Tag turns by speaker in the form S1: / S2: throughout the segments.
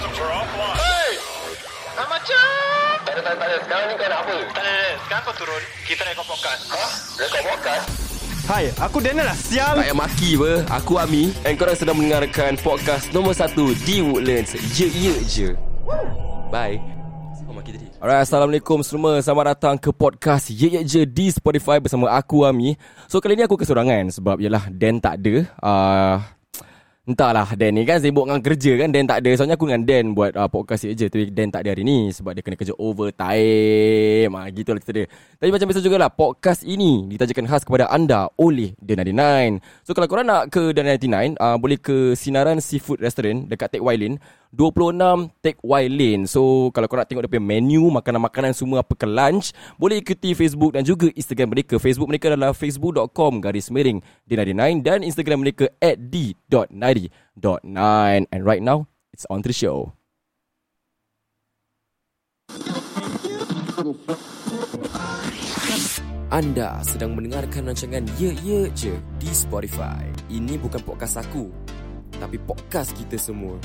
S1: Hey! Ah, macam.
S2: Tak ada, tak ada, tak ada. Sekarang ni kau nak apa?
S1: Tak ada, tak ada. Sekarang kau turun. Kita nak ikut podcast.
S2: Ha? Rekod podcast?
S3: Hai, aku Daniel lah Sial
S4: Tak payah maki apa Aku Ami And korang sedang mendengarkan Podcast nombor 1 Di Woodlands Ye ye je Bye Siapa maki tadi? Alright, Assalamualaikum semua Selamat datang ke podcast Ye Ye Je di Spotify bersama aku Ami So kali ni aku kesorangan Sebab yelah Dan tak ada uh, Entahlah Dan ni kan sibuk dengan kerja kan Dan tak ada Soalnya aku dengan Dan buat uh, podcast Ye Ye Je Tapi Dan tak ada hari ni Sebab dia kena kerja overtime ha, Gitu lah cerita dia Tapi macam biasa jugalah Podcast ini ditajakan khas kepada anda Oleh The 99 So kalau korang nak ke The 99 uh, Boleh ke Sinaran Seafood Restaurant Dekat Teck Wai Lane 26 Teck Wai Lane So kalau korang nak tengok dia punya menu Makanan-makanan semua apa ke lunch Boleh ikuti Facebook dan juga Instagram mereka Facebook mereka adalah facebook.com garis miring D99 Dan Instagram mereka at D.90.9 And right now, it's on to the show Anda sedang mendengarkan rancangan Ye Ye Je di Spotify Ini bukan podcast aku Tapi podcast kita semua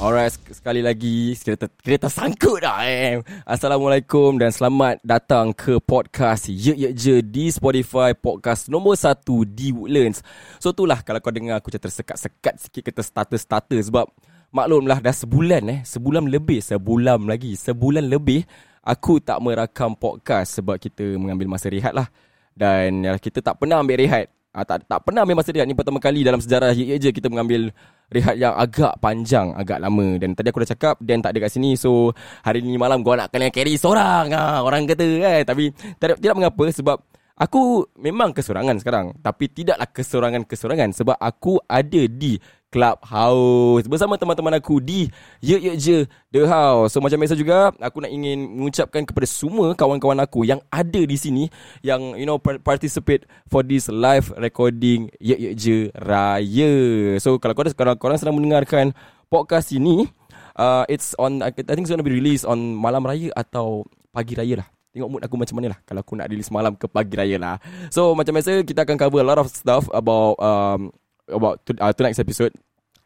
S4: Alright, sek- sekali lagi kereta, kereta sangkut dah eh. Assalamualaikum dan selamat datang ke podcast Ye Ye Je di Spotify podcast nombor 1 di Woodlands. So itulah kalau kau dengar aku macam tersekat-sekat sikit kata starter-starter sebab maklumlah dah sebulan eh, sebulan lebih, sebulan lagi, sebulan lebih aku tak merakam podcast sebab kita mengambil masa rehat lah. Dan ya, kita tak pernah ambil rehat Ah, tak, tak pernah ambil masa rehat Ni pertama kali dalam sejarah Ye Ye Je Kita mengambil rehat yang agak panjang Agak lama Dan tadi aku dah cakap Dan tak ada kat sini So hari ni malam gua nak kena carry seorang ah, Orang kata kan Tapi tidak, tidak mengapa Sebab aku memang kesorangan sekarang Tapi tidaklah kesorangan-kesorangan Sebab aku ada di Clubhouse Bersama teman-teman aku di Ye Ye Je The House So macam biasa juga Aku nak ingin mengucapkan kepada semua kawan-kawan aku Yang ada di sini Yang you know par- participate for this live recording Ye Ye Je Raya So kalau korang, kalau korang sedang mendengarkan podcast ini uh, It's on I think it's gonna be released on malam raya atau pagi raya lah Tengok mood aku macam mana lah Kalau aku nak release malam ke pagi raya lah So macam biasa kita akan cover a lot of stuff about um, about to, uh, tonight's episode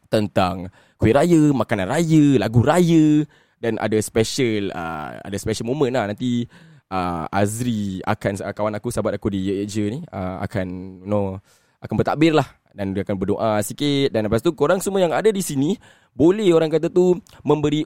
S4: tentang kuih raya, makanan raya, lagu raya dan ada special uh, ada special moment lah nanti uh, Azri akan uh, kawan aku sahabat aku di Ye Ye Je ni uh, akan you know akan bertakbir lah dan dia akan berdoa sikit dan lepas tu korang semua yang ada di sini boleh orang kata tu memberi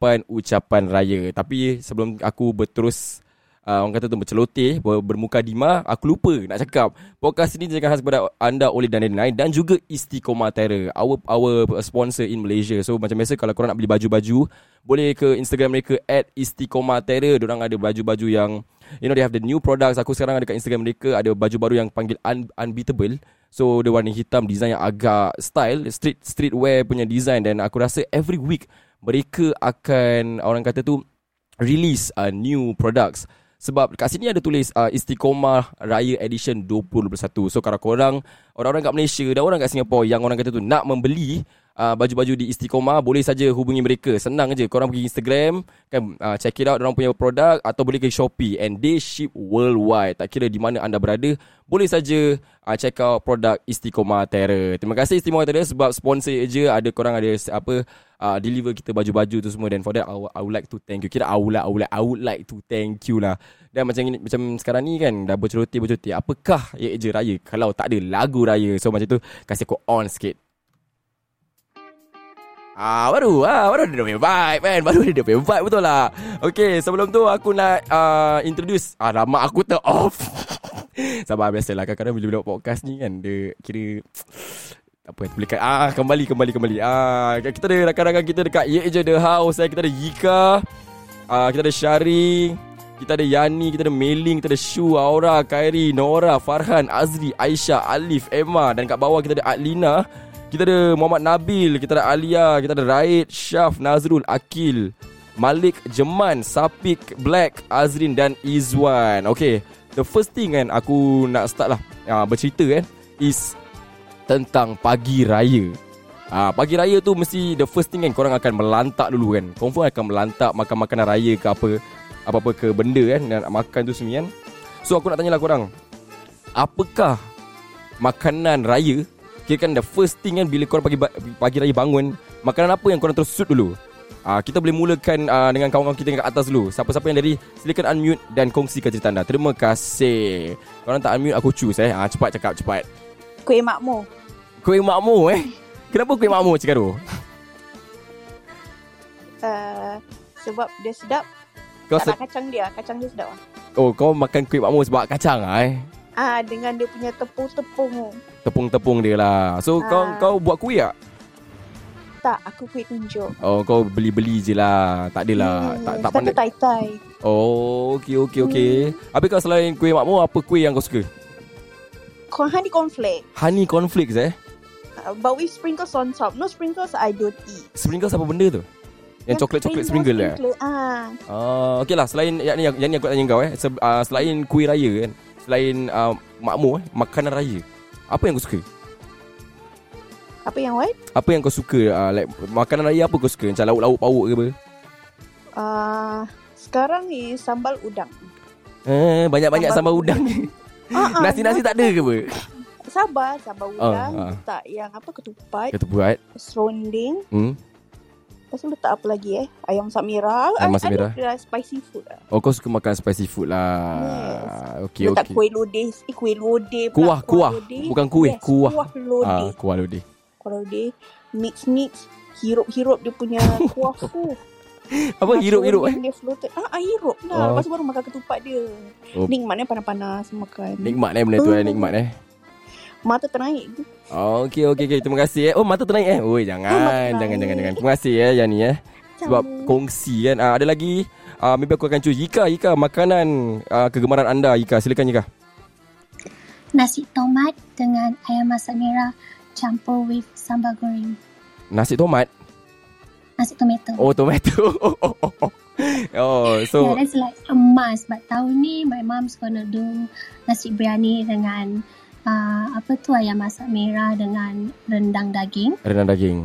S4: ucapan-ucapan raya tapi sebelum aku berterus uh, orang kata tu berceloteh ber- bermuka dima aku lupa nak cakap podcast ini dijaga khas kepada anda oleh Daniel Nine dan juga Istiqomah Terra our our sponsor in Malaysia so macam biasa kalau korang nak beli baju-baju boleh ke Instagram mereka at Istiqomah Terra diorang ada baju-baju yang you know they have the new products aku sekarang ada kat Instagram mereka ada baju baru yang panggil Un- unbeatable so dia warna hitam design yang agak style street streetwear punya design dan aku rasa every week mereka akan orang kata tu release uh, new products sebab kat sini ada tulis uh, Istiqomah Raya Edition 2021. So kalau korang orang-orang kat Malaysia dan orang kat Singapura yang orang kata tu nak membeli uh, baju-baju di Istiqomah boleh saja hubungi mereka. Senang je. Korang pergi Instagram kan uh, check it out orang punya produk atau boleh ke Shopee and they ship worldwide. Tak kira di mana anda berada, boleh saja uh, check out produk Istiqomah Terra. Terima kasih Istiqomah Terra sebab sponsor je ada korang ada apa uh, deliver kita baju-baju tu semua dan for that I, would- I would like to thank you. Kira I would like, I would like, I would like to thank you lah. Dan macam ini, macam sekarang ni kan dah berceroti-berceroti apakah Ye Je Raya kalau tak ada lagu raya. So macam tu kasih aku on sikit. Ah baru ah baru dia dah punya vibe kan baru dia dah punya vibe betul lah. Okay sebelum tu aku nak uh, introduce ah nama aku ter off. Sabar biasalah kadang-kadang bila-bila buat podcast ni kan dia kira tak apa boleh ah kembali kembali kembali. Ah kita ada rakan-rakan kita dekat Ye Je The House eh. kita ada Yika ah kita ada Syari kita ada Yani, kita ada Meling, kita ada Shu, Aura, Khairi, Nora, Farhan, Azri, Aisyah, Alif, Emma dan kat bawah kita ada Adlina kita ada Muhammad Nabil, kita ada Alia, kita ada Raid, Syaf, Nazrul, Akil, Malik, Jeman, Sapik, Black, Azrin dan Izwan. Okay, the first thing kan aku nak start lah uh, bercerita kan is tentang pagi raya. Ah, pagi raya tu mesti the first thing kan korang akan melantak dulu kan. Confirm akan melantak makan makanan raya ke apa. apa-apa ke benda kan Dan nak makan tu semua kan So aku nak tanyalah korang Apakah Makanan raya Kira kan the first thing kan Bila korang pagi, ba- pagi raya bangun Makanan apa yang korang terus shoot dulu Ah kita boleh mulakan ah, dengan kawan-kawan kita yang kat atas dulu Siapa-siapa yang dari Silakan unmute dan kongsikan cerita anda Terima kasih Korang tak unmute aku choose eh ah, Cepat cakap cepat
S5: Kuih makmur.
S4: Kuih makmur eh Kenapa kuih makmur Cik Karo?
S5: Uh, sebab dia sedap.
S4: Kau
S5: tak
S4: se-
S5: nak kacang dia. Kacang dia sedap lah.
S4: Oh kau makan kuih makmur sebab kacang lah eh
S5: Ah, dengan dia punya tepung-tepung tu.
S4: Tepung-tepung dia lah So kau
S5: Ah.
S4: kau buat kuih tak?
S5: Tak, aku kuih tunjuk.
S4: Oh kau beli-beli je lah Tak adalah
S5: Hmm,
S4: Tak tak
S5: satu Hmm.
S4: pandai
S5: tai-tai.
S4: Oh okey okey okey Habis kau selain kuih makmur Apa kuih yang kau suka?
S5: Kau honey cornflake.
S4: Honey cornflakes eh
S5: Uh, but with sprinkles on top. No sprinkles, I don't eat.
S4: Sprinkles apa benda tu? Yang coklat-coklat sprinkle eh?
S5: sprinkle. Ah,
S4: Ah, okay lah Selain yang ni, yang ni aku nak tanya kau eh Se, uh, Selain kuih raya kan Selain uh, makmur eh Makanan raya Apa yang kau suka?
S5: apa yang what?
S4: Apa yang kau suka? Uh, like, makanan raya apa kau suka? Macam lauk-lauk pauk ke apa?
S5: Ah, sekarang ni sambal udang.
S4: Eh, banyak-banyak sambal
S5: Sambal
S4: udang ni
S5: Ah, ah,
S4: Nasi-nasi tak ada ke apa?
S5: Sabar, sambal udang.
S4: ah.
S5: Letak yang apa ketupat,
S4: Kata buat
S5: serunding.
S4: hmm?
S5: Lepas tu letak apa lagi eh? Ayam masak merah.
S4: Ayam masak
S5: I- I
S4: merah.
S5: don't like spicy food lah.
S4: Oh kau suka makan spicy food lah yes. Okay
S5: letak
S4: okay
S5: kuih lodeh. Eh, kuih lodeh pula.
S4: Kuah, kuah. Bukan kuih,
S5: yes,
S4: kuah.
S5: Kuah lodeh.
S4: Ah, kuah lodeh
S5: Kuah lodeh. Mix-mix. Hirup-hirup dia punya kuah tu.
S4: Apa hirup-hirup eh?
S5: Dia floated. Ah, ah, hirup lah.
S4: Oh.
S5: Lepas tu baru makan ketupat dia.
S4: Oh.
S5: Nikmatnya panas-panas makan.
S4: Nikmat eh benda tu eh Nikmat eh
S5: Mata ternaik.
S4: Oh, okay, okay, okay. Terima kasih eh. Oh, mata ternaik eh. Oi, jangan.
S5: Oh, mata ternaik.
S4: jangan, jangan, jangan. Terima kasih eh, yang ni eh. Sebab
S5: Sama.
S4: kongsi kan. Ah, ada lagi. Ah, maybe aku akan cuci. Ika, Ika. Makanan ah, kegemaran anda, Ika. Silakan, Ika.
S6: Nasi tomat dengan ayam masak merah campur with sambal goreng.
S4: Nasi tomat.
S6: Nasi tomato.
S4: Oh, tomato. oh,
S6: Yeah,
S4: so.
S6: that's like a must. But tahun ni my mom's gonna do nasi biryani dengan uh, apa tu ayam masak merah dengan rendang daging.
S4: Rendang daging.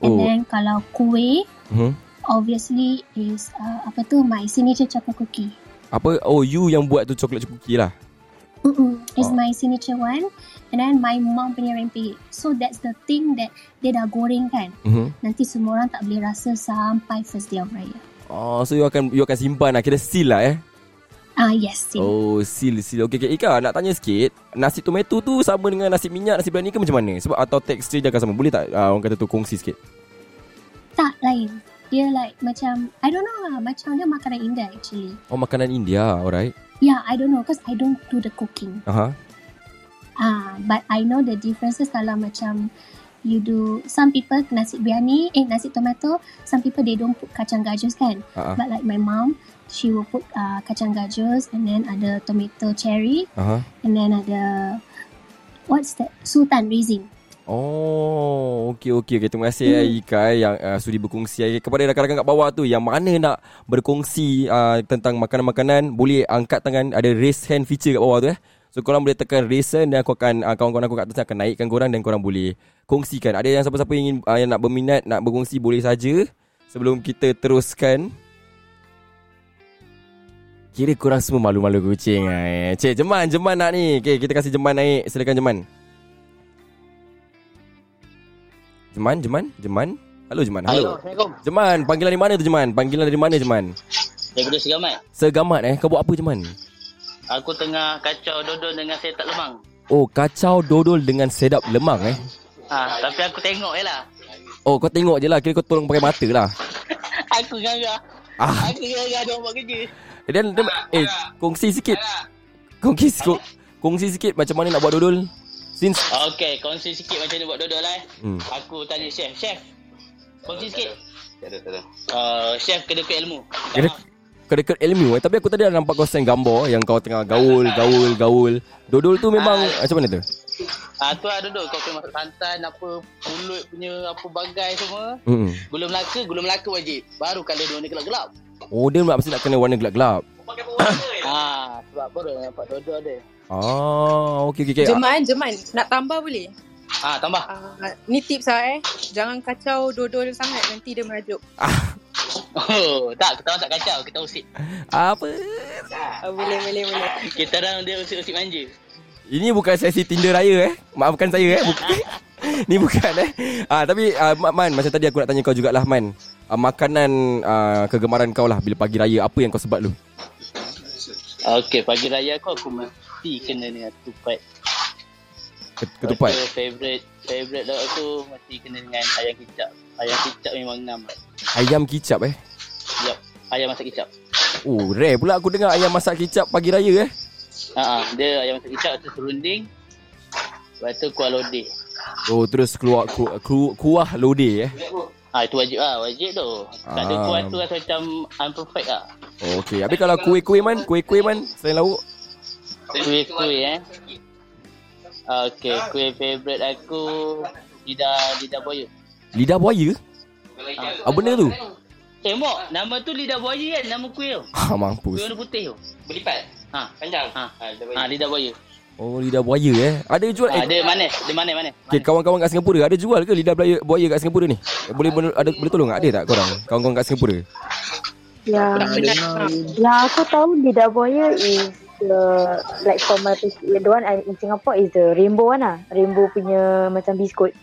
S6: And
S4: Oh.
S6: then kalau kuih,
S4: Hmm?
S6: obviously is uh, apa tu my signature chocolate cookie.
S4: Apa? Oh, you yang buat tu coklat chip cookie lah.
S6: Mm-mm. It's
S4: Oh.
S6: my signature one. And then my mom punya rempeyek. So that's the thing that dia dah goreng kan.
S4: Mhm.
S6: Nanti semua orang tak boleh rasa sampai first day of raya.
S4: Oh, so you akan you akan simpan lah. Kira seal lah eh.
S6: Ah uh, yes. Sim.
S4: Oh, seal, seal. Okey, okay. Ika, nak tanya sikit. Nasi tomato tu sama dengan nasi minyak, nasi biryani ke macam mana? Sebab atau tekstur dia akan sama. Boleh tak uh, orang kata tu kongsi sikit?
S6: Tak lain. Dia like macam I don't know lah macam dia makanan India actually.
S4: Oh, makanan India. Alright.
S6: Yeah, I don't know because I don't do the cooking.
S4: Aha.
S6: Ah, but I know the differences kalau macam you do some people nasi biryani, eh nasi tomato, some people they don't put kacang gajus kan.
S4: Ah, ah.
S6: But like my mom, she will put uh, kacang gajus and then ada tomato cherry
S4: Aha.
S6: and then ada what's that? Sultan raisin.
S4: Oh, okey okey okey. Terima kasih hmm. Ika eh, yang uh, sudi berkongsi eh. kepada rakan-rakan kat bawah tu yang mana nak berkongsi uh, tentang makanan-makanan boleh angkat tangan ada raise hand feature kat bawah tu eh. So korang boleh tekan raise hand dan aku akan uh, kawan-kawan aku kat atas akan naikkan korang dan korang boleh kongsikan. Ada yang siapa-siapa yang ingin uh, yang nak berminat nak berkongsi boleh saja sebelum kita teruskan. Kira korang semua malu-malu kucing eh. Cik Jeman, Jeman nak ni. Okey, kita kasih Jeman naik. Silakan Jeman. Jeman, Jeman, Jeman. Halo Jeman.
S7: Halo, Assalamualaikum.
S4: Jeman, panggilan dari mana tu Jeman? Panggilan dari mana Jeman?
S7: Daripada Segamat.
S4: Segamat eh. Kau buat apa Jeman?
S7: Aku tengah kacau dodol dengan saya tak lemang.
S4: Oh, kacau dodol dengan sedap lemang eh.
S7: Ha, tapi aku tengok je lah.
S4: Oh, kau tengok je lah. Kira kau tolong pakai mata lah.
S7: Aku garah.
S4: Ah,
S7: Aku garah dia orang buat kerja.
S4: dan, dan eh, kongsi sikit. Kongsi, sikit. kongsi sikit macam mana nak buat dodol. Since
S7: Okey, kongsi sikit macam mana buat dodol lah eh.
S4: Hmm.
S7: Aku tanya chef. Chef, kongsi sikit. Tak ada, tak ada. Uh, chef kena ikut ilmu.
S4: Kena kau dekat ilmu eh. Tapi aku tadi ada nampak kau send gambar yang kau tengah gaul, gaul, gaul. Dodol tu memang macam mana tu?
S7: Ah, tu lah dodol. Kau kena masak santan, apa, pulut punya, apa, bagai semua.
S4: Hmm.
S7: Gula Melaka, gula Melaka wajib. Baru kalau dia warna gelap-gelap.
S4: Oh, dia nak mesti nak kena warna gelap-gelap.
S7: Ah, sebab baru nampak dodol dia.
S4: Ah, okey okey okey.
S8: Jeman, Jeman. Nak tambah boleh?
S7: Ah, tambah.
S8: Uh, ni tips lah eh. Jangan kacau dodol sangat. Nanti dia merajuk.
S4: Ah,
S7: Oh, tak, kita orang tak kacau. Kita usik.
S4: Apa?
S8: Oh, boleh, boleh, boleh.
S7: Kita orang dia usik-usik manja.
S4: Ini bukan sesi Tinder raya eh. Maafkan saya eh. Bukan. Ni bukan eh. Ah tapi ah, Mak Man macam tadi aku nak tanya kau jugalah Man. Ah, makanan ah, kegemaran kau lah bila pagi raya apa yang kau sebab lu?
S7: Okey, pagi raya aku aku mesti kena dengan ketupat.
S4: Ket- Ketupat.
S7: Lepas tu, Favorite favorite lauk aku mesti kena dengan ayam kicap. Ayam kicap memang ngam.
S4: Ayam kicap eh.
S7: Yup. Ayam masak kicap.
S4: Oh, rare pula aku dengar ayam masak kicap pagi raya eh.
S7: Ha ah, dia ayam masak kicap tu serunding. Lepas tu kuah lodeh.
S4: Oh, terus keluar ku, ku, kuah lodeh eh.
S7: Ah itu wajib ah, wajib tu. Tak ada
S4: Ah.
S7: kuah tu rasa macam unperfect ah.
S4: Oh, Okey, habis kalau kuih-kuih Man, kuih-kuih Man selain lauk.
S7: Kuih-kuih eh. Ah, Okey, kuih favorite aku lidah lidah buaya. Ah.
S4: Lidah buaya? Apa benda tu?
S7: Eh, Mok, nama tu lidah buaya kan nama kuih tu.
S4: Ha, mampus.
S7: Kuih warna putih tu. Berlipat. Ha, panjang. Ha, ha lidah buaya.
S4: Oh, lidah buaya eh. Ada jual
S7: Ha,
S4: eh.
S7: dia manis, dia manis manis.
S4: Okay, kawan-kawan kat Singapura ada jual ke lidah buaya, buaya kat Singapura ni? Boleh men- ada boleh tolong tak? ada tak korang? Kawan-kawan kat Singapura.
S5: Yang, yang Ya. aku tahu lidah buaya ya. is the like for my the one I- in Singapore is the rainbow one lah. Rainbow punya macam biskut.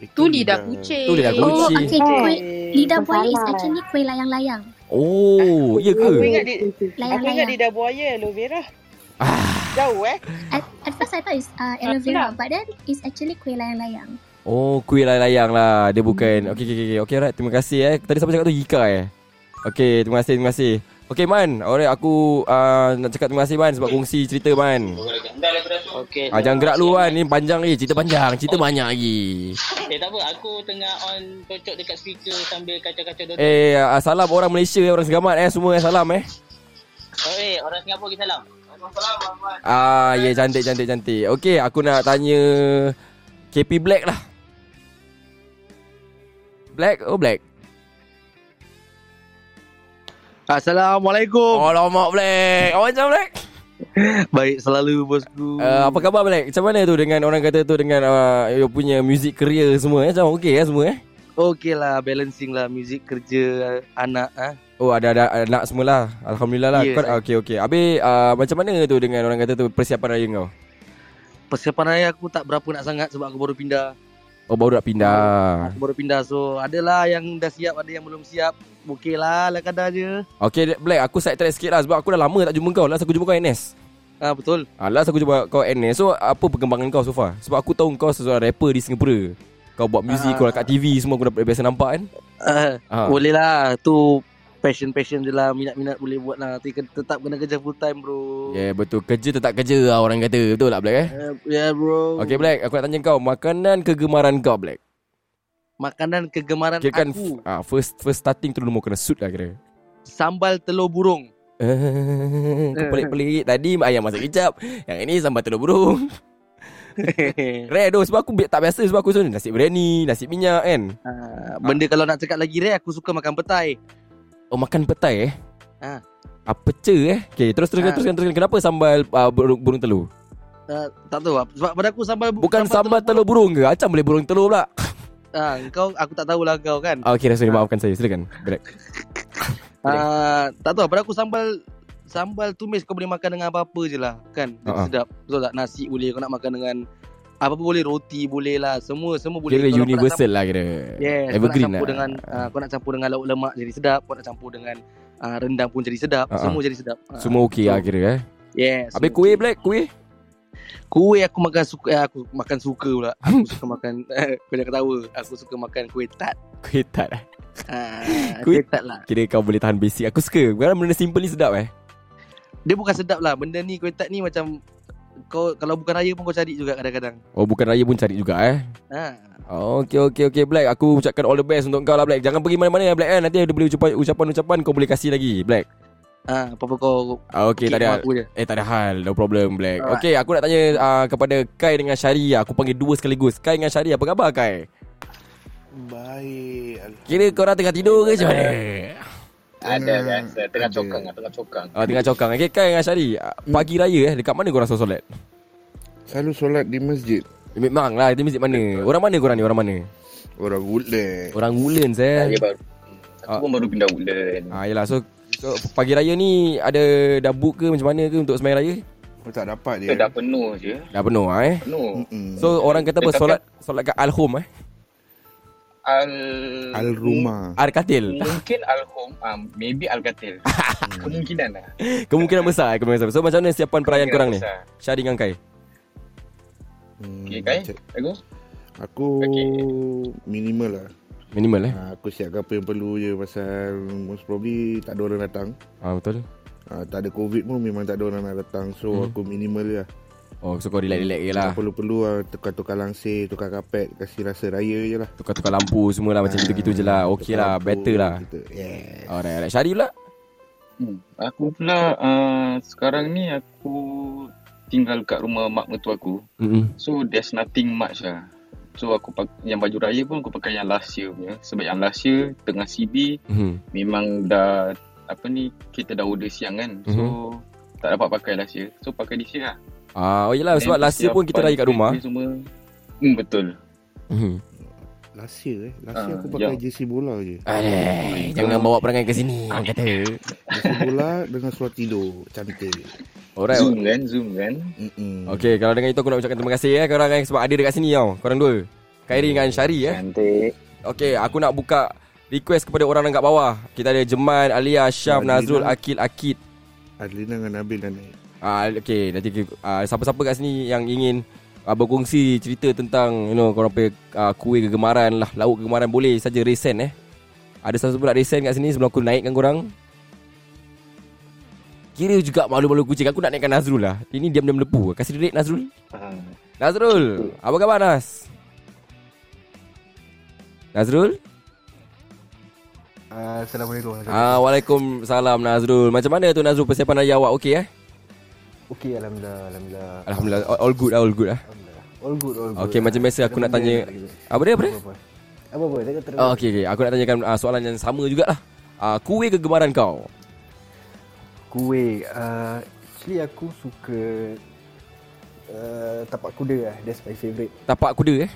S8: Tu lidah kucing.
S4: Tu lidah
S6: Oh,
S4: kucing.
S9: Eh,
S6: okay. Kuih, lidah buaya is
S5: Masalah.
S6: actually kuih layang-layang.
S4: Oh, iya
S9: Aku
S4: ke?
S9: ingat di, aku ingat
S6: Layang-layang.
S9: lidah buaya aloe vera.
S4: Ah.
S9: Jauh eh. lah.
S6: At, at first I thought it's uh, aloe vera but then it's actually kuih layang-layang.
S4: Oh, kuih layang-layang lah. Dia bukan. Okey, okey, okey. Okey, alright. Terima kasih eh. Tadi siapa cakap tu Yika eh. Okey, terima kasih, terima kasih. Okey, Man. Alright, aku uh, nak cakap terima kasih, Man. Sebab kongsi cerita, Man.
S7: Okey.
S4: Ah, jangan gerak lu, Man. Ni panjang ni. Cerita panjang. Cerita banyak lagi.
S7: Eh, tak apa. Aku tengah on cocok dekat speaker sambil kacau-kacau dodot. Eh.
S4: Eh, ah, salam orang Malaysia, orang Segamat eh. Semua eh, salam eh.
S7: Oh, eh, orang Singapura kita salam.
S4: Ah, ya yeah, cantik cantik cantik. Okey, aku nak tanya KP Black lah. Black oh Black.
S10: Assalamualaikum.
S4: Oh lama Black. Oh macam Black.
S10: Baik selalu bosku.
S4: Uh, apa khabar Black? Macam mana tu dengan orang kata tu dengan uh, you punya music career semua eh? Macam okey eh semua eh?
S10: Okey lah balancing lah music kerja anak ah.
S4: Oh ada ada anak semua lah. Alhamdulillah lah.
S10: Ya,
S4: Yeah. Okey okey. Habis uh, macam mana tu dengan orang kata tu persiapan raya kau?
S10: Persiapan raya aku tak berapa nak sangat sebab aku baru pindah.
S4: Oh baru nak pindah.
S10: Aku baru pindah so adalah yang dah siap ada yang belum siap. Okey lah lah kadar je.
S4: Okey Black, aku side track sikit lah sebab aku dah lama tak jumpa kau. Last aku jumpa kau NS.
S10: Ah betul.
S4: Ah, last aku jumpa kau NA So apa perkembangan kau so far? Sebab aku tahu kau seorang rapper di Singapura Kau buat muzik, kau kat TV semua aku dapat biasa nampak kan
S10: Ah,
S4: Ah.
S10: Boleh lah tu passion-passion je lah minat-minat boleh buat lah. Tapi ke- tetap kena kerja full time bro.
S4: Yeah betul, kerja tetap kerja lah orang kata Betul tak Black eh?
S10: Uh, yeah bro.
S4: Okay Black, aku nak tanya kau Makanan kegemaran kau Black
S10: Makanan kegemaran
S4: Kira kan
S10: aku.
S4: ah, first first starting tu dulu mau kena suit lah kira
S10: Sambal telur burung.
S4: Eh, Kau pelik-pelik Tadi ayam masak kicap Yang ini sambal telur burung Rare tu Sebab aku bi- tak biasa Sebab aku selalu nasi biryani Nasi minyak kan
S10: Ah, benda kalau nak cakap lagi rare aku suka makan petai.
S4: Oh makan petai eh
S10: Ah.
S4: Apa ce eh Okay terus terus
S10: Ah.
S4: teruskan teruskan Kenapa sambal ah, burung, burung telur
S10: Uh, tak tahu lah. Sebab pada aku sambal bu-
S4: Bukan sambal telur burung ke? Acam boleh burung telur pula.
S10: Ah, kau aku tak tahulah kau kan.
S4: Ah, okay, sorry. Maafkan saya. Silakan. Black.
S10: Ah, tak tahu lah. pada aku sambal sambal tumis kau boleh makan dengan apa-apa je lah kan. Jadi
S4: Ah, ah.
S10: sedap. Betul tak? Nasi boleh kau nak makan dengan apa pun boleh roti boleh lah. Semua semua boleh.
S4: Kira
S10: Kalau kau nak
S4: universal lah kira.
S10: campur- Yes,
S4: Evergreen
S10: kau nak
S4: lah.
S10: campur dengan ah, kau nak campur dengan lauk lemak jadi sedap, kau nak campur dengan ah, rendang pun jadi sedap,
S4: Ah, ah.
S10: semua jadi sedap. Ah,
S4: Semua okey lah kira eh.
S10: Yes.
S4: Habis
S10: semua
S4: kuih
S10: okey.
S4: Black, kuih.
S10: Kuih aku makan suka eh, aku makan suka pula. Aku suka makan kau jangan ketawa. Aku suka makan kuih tart.
S4: Kuih tak eh.
S10: Ah,
S4: Kuih-
S10: kuih tart lah.
S4: Kira kau boleh tahan basic. Aku suka. Kadang benda simple ni sedap eh.
S10: Dia bukan sedap lah. Benda ni kuih tart ni macam kau kalau bukan raya pun kau cari juga kadang-kadang.
S4: Oh, bukan raya pun cari juga eh.
S10: Ha.
S4: Oh, okey okey okey Black. Aku ucapkan all the best untuk kau lah Black. Jangan pergi mana-mana ya Black eh. Nanti ada boleh ucapan ucapan-ucapan kau boleh kasih lagi Black.
S10: Ha, apa-apa kau
S4: Ah, okey,
S10: kek
S4: tak ada.
S10: dengan aku je.
S4: Eh tak ada hal No problem Black
S10: Alright.
S4: Okay aku nak tanya uh, Kepada Kai dengan Syari Aku panggil dua sekaligus Kai dengan Syari Apa khabar Kai?
S2: Hmm.
S11: Baik.
S4: Kira korang tengah tidur ke macam mana?
S2: Ada biasa. Tengah cokang lah. Tengah cokang.
S4: Ah, tengah cokang Okay Kai dengan Syari ah, Pagi raya eh Dekat mana korang solat solat?
S11: Hmm. Selalu solat di masjid.
S4: Memang lah Itu masjid mana? Orang mana korang ni? Orang mana?
S11: Orang Woodland.
S4: Orang Woodlands eh
S2: Raya baru. Aku pun baru pindah Woodland.
S4: Ah yalah so, so pagi raya ni ada dah book ke macam mana ke untuk sembahyang raya?
S11: Oh, tak dapat
S2: Kita dah penuh je.
S4: Dah penuh ah eh.
S2: Penuh.
S4: So orang kata apa
S2: Tetapi-
S4: solat solat kat al-home eh.
S2: Al
S11: Al-Rumah.
S4: Al-Katil. Hmm.
S2: Mungkin Al-Home. ah, maybe Al-Katil. Kemungkinan lah.
S4: Kemungkinan besar eh, kemungkinan besar. So macam mana siapan perayaan
S2: Kemungkinan
S4: korang ni?
S2: besar.
S4: Syah dengan Kai.
S2: Okay, Kai? Aku?
S11: Hmm, Aku minimal lah.
S4: Minimal eh.
S11: Ha, aku siapkan apa yang perlu je pasal most probably tak ada orang datang.
S4: Ah betul.
S11: Ha, tak ada COVID pun memang tak ada orang nak datang. So
S4: Hmm.
S11: aku minimal je lah.
S4: Oh so kau relax-relax je lah.
S11: Tak perlu-perlu lah. Tukar-tukar langsir, tukar kapet, kasih rasa raya je lah.
S4: Tukar-tukar lampu semua lah macam
S11: Ah,
S4: gitu-gitu je lah. Okey lah, better lah.
S11: Yes.
S4: Alright, alright. Syari pula?
S2: Hmm. Aku pula uh, sekarang ni aku tinggal kat rumah mak mertua aku.
S4: Mm-mm.
S2: So there's nothing much lah. So aku pak- yang baju raya pun aku pakai yang last year punya. Sebab yang last year tengah CB
S4: Mhm.
S2: memang dah apa ni kita dah order siang kan. So tak dapat pakai last year. So pakai this year lah.
S4: Hmm. Ah, oh yelah sebab
S2: Dan
S4: last year pun kita raya kat
S2: persiapan
S4: rumah.
S2: ni Semua. Hmm, betul.
S4: Mhm.
S11: Last year eh. Last year
S2: Ah,
S11: aku pakai
S2: ya.
S11: jersey bola je. Eh,
S4: Aduh, Eh, jangan bawa perangai ke sini orang kata.
S11: Jersey bola dengan seluar tidur. Cantik.
S4: Alright.
S2: Zoom kan, Zoom kan.
S12: Hmm,
S11: Mm-mm.
S4: Okey, kalau dengan itu aku nak ucapkan terima kasih ya korang yang sebab ada dekat sini tau. Korang dua. Khairi dengan Syari ya.
S2: Cantik.
S4: Okey, aku nak buka request kepada orang yang kat bawah. Kita ada Jeman, Alia, Syaf,
S11: Adlina.
S4: Nazrul,
S13: lah.
S4: Akil, Akid.
S11: Adlina dengan Nabil dah naik.
S4: Ah, okey, nanti ah, siapa-siapa kat sini yang ingin ah, berkongsi cerita tentang you know korang punya ah, kuih kegemaran lah, lauk kegemaran boleh saja resen eh. Ada satu pula resen kat sini sebelum aku naikkan korang. Kira juga malu-malu kucing Aku nak naikkan Nazrul lah Ini diam-diam lepu Kasih dia rate Nazrul Nazrul Apa khabar Nas? Nazrul?
S12: Uh, Assalamualaikum.
S4: Ah, Waalaikumsalam Nazrul Macam mana tu Nazrul Persiapan raya awak Okey eh?
S12: Okey, Alhamdulillah. Alhamdulillah.
S4: Alhamdulillah All, all good lah All good lah
S12: All good, all good.
S4: Okey macam biasa aku nak tanya Apa dia apa dia?
S12: Apa-apa, saya kata
S4: Oh, okey okey. Aku nak tanyakan uh, soalan yang sama jugalah. Uh, kuih kegemaran kau?
S12: kuih. Uh, actually, aku suka uh, tapak kuda lah. That's my favourite.
S4: Tapak kuda eh?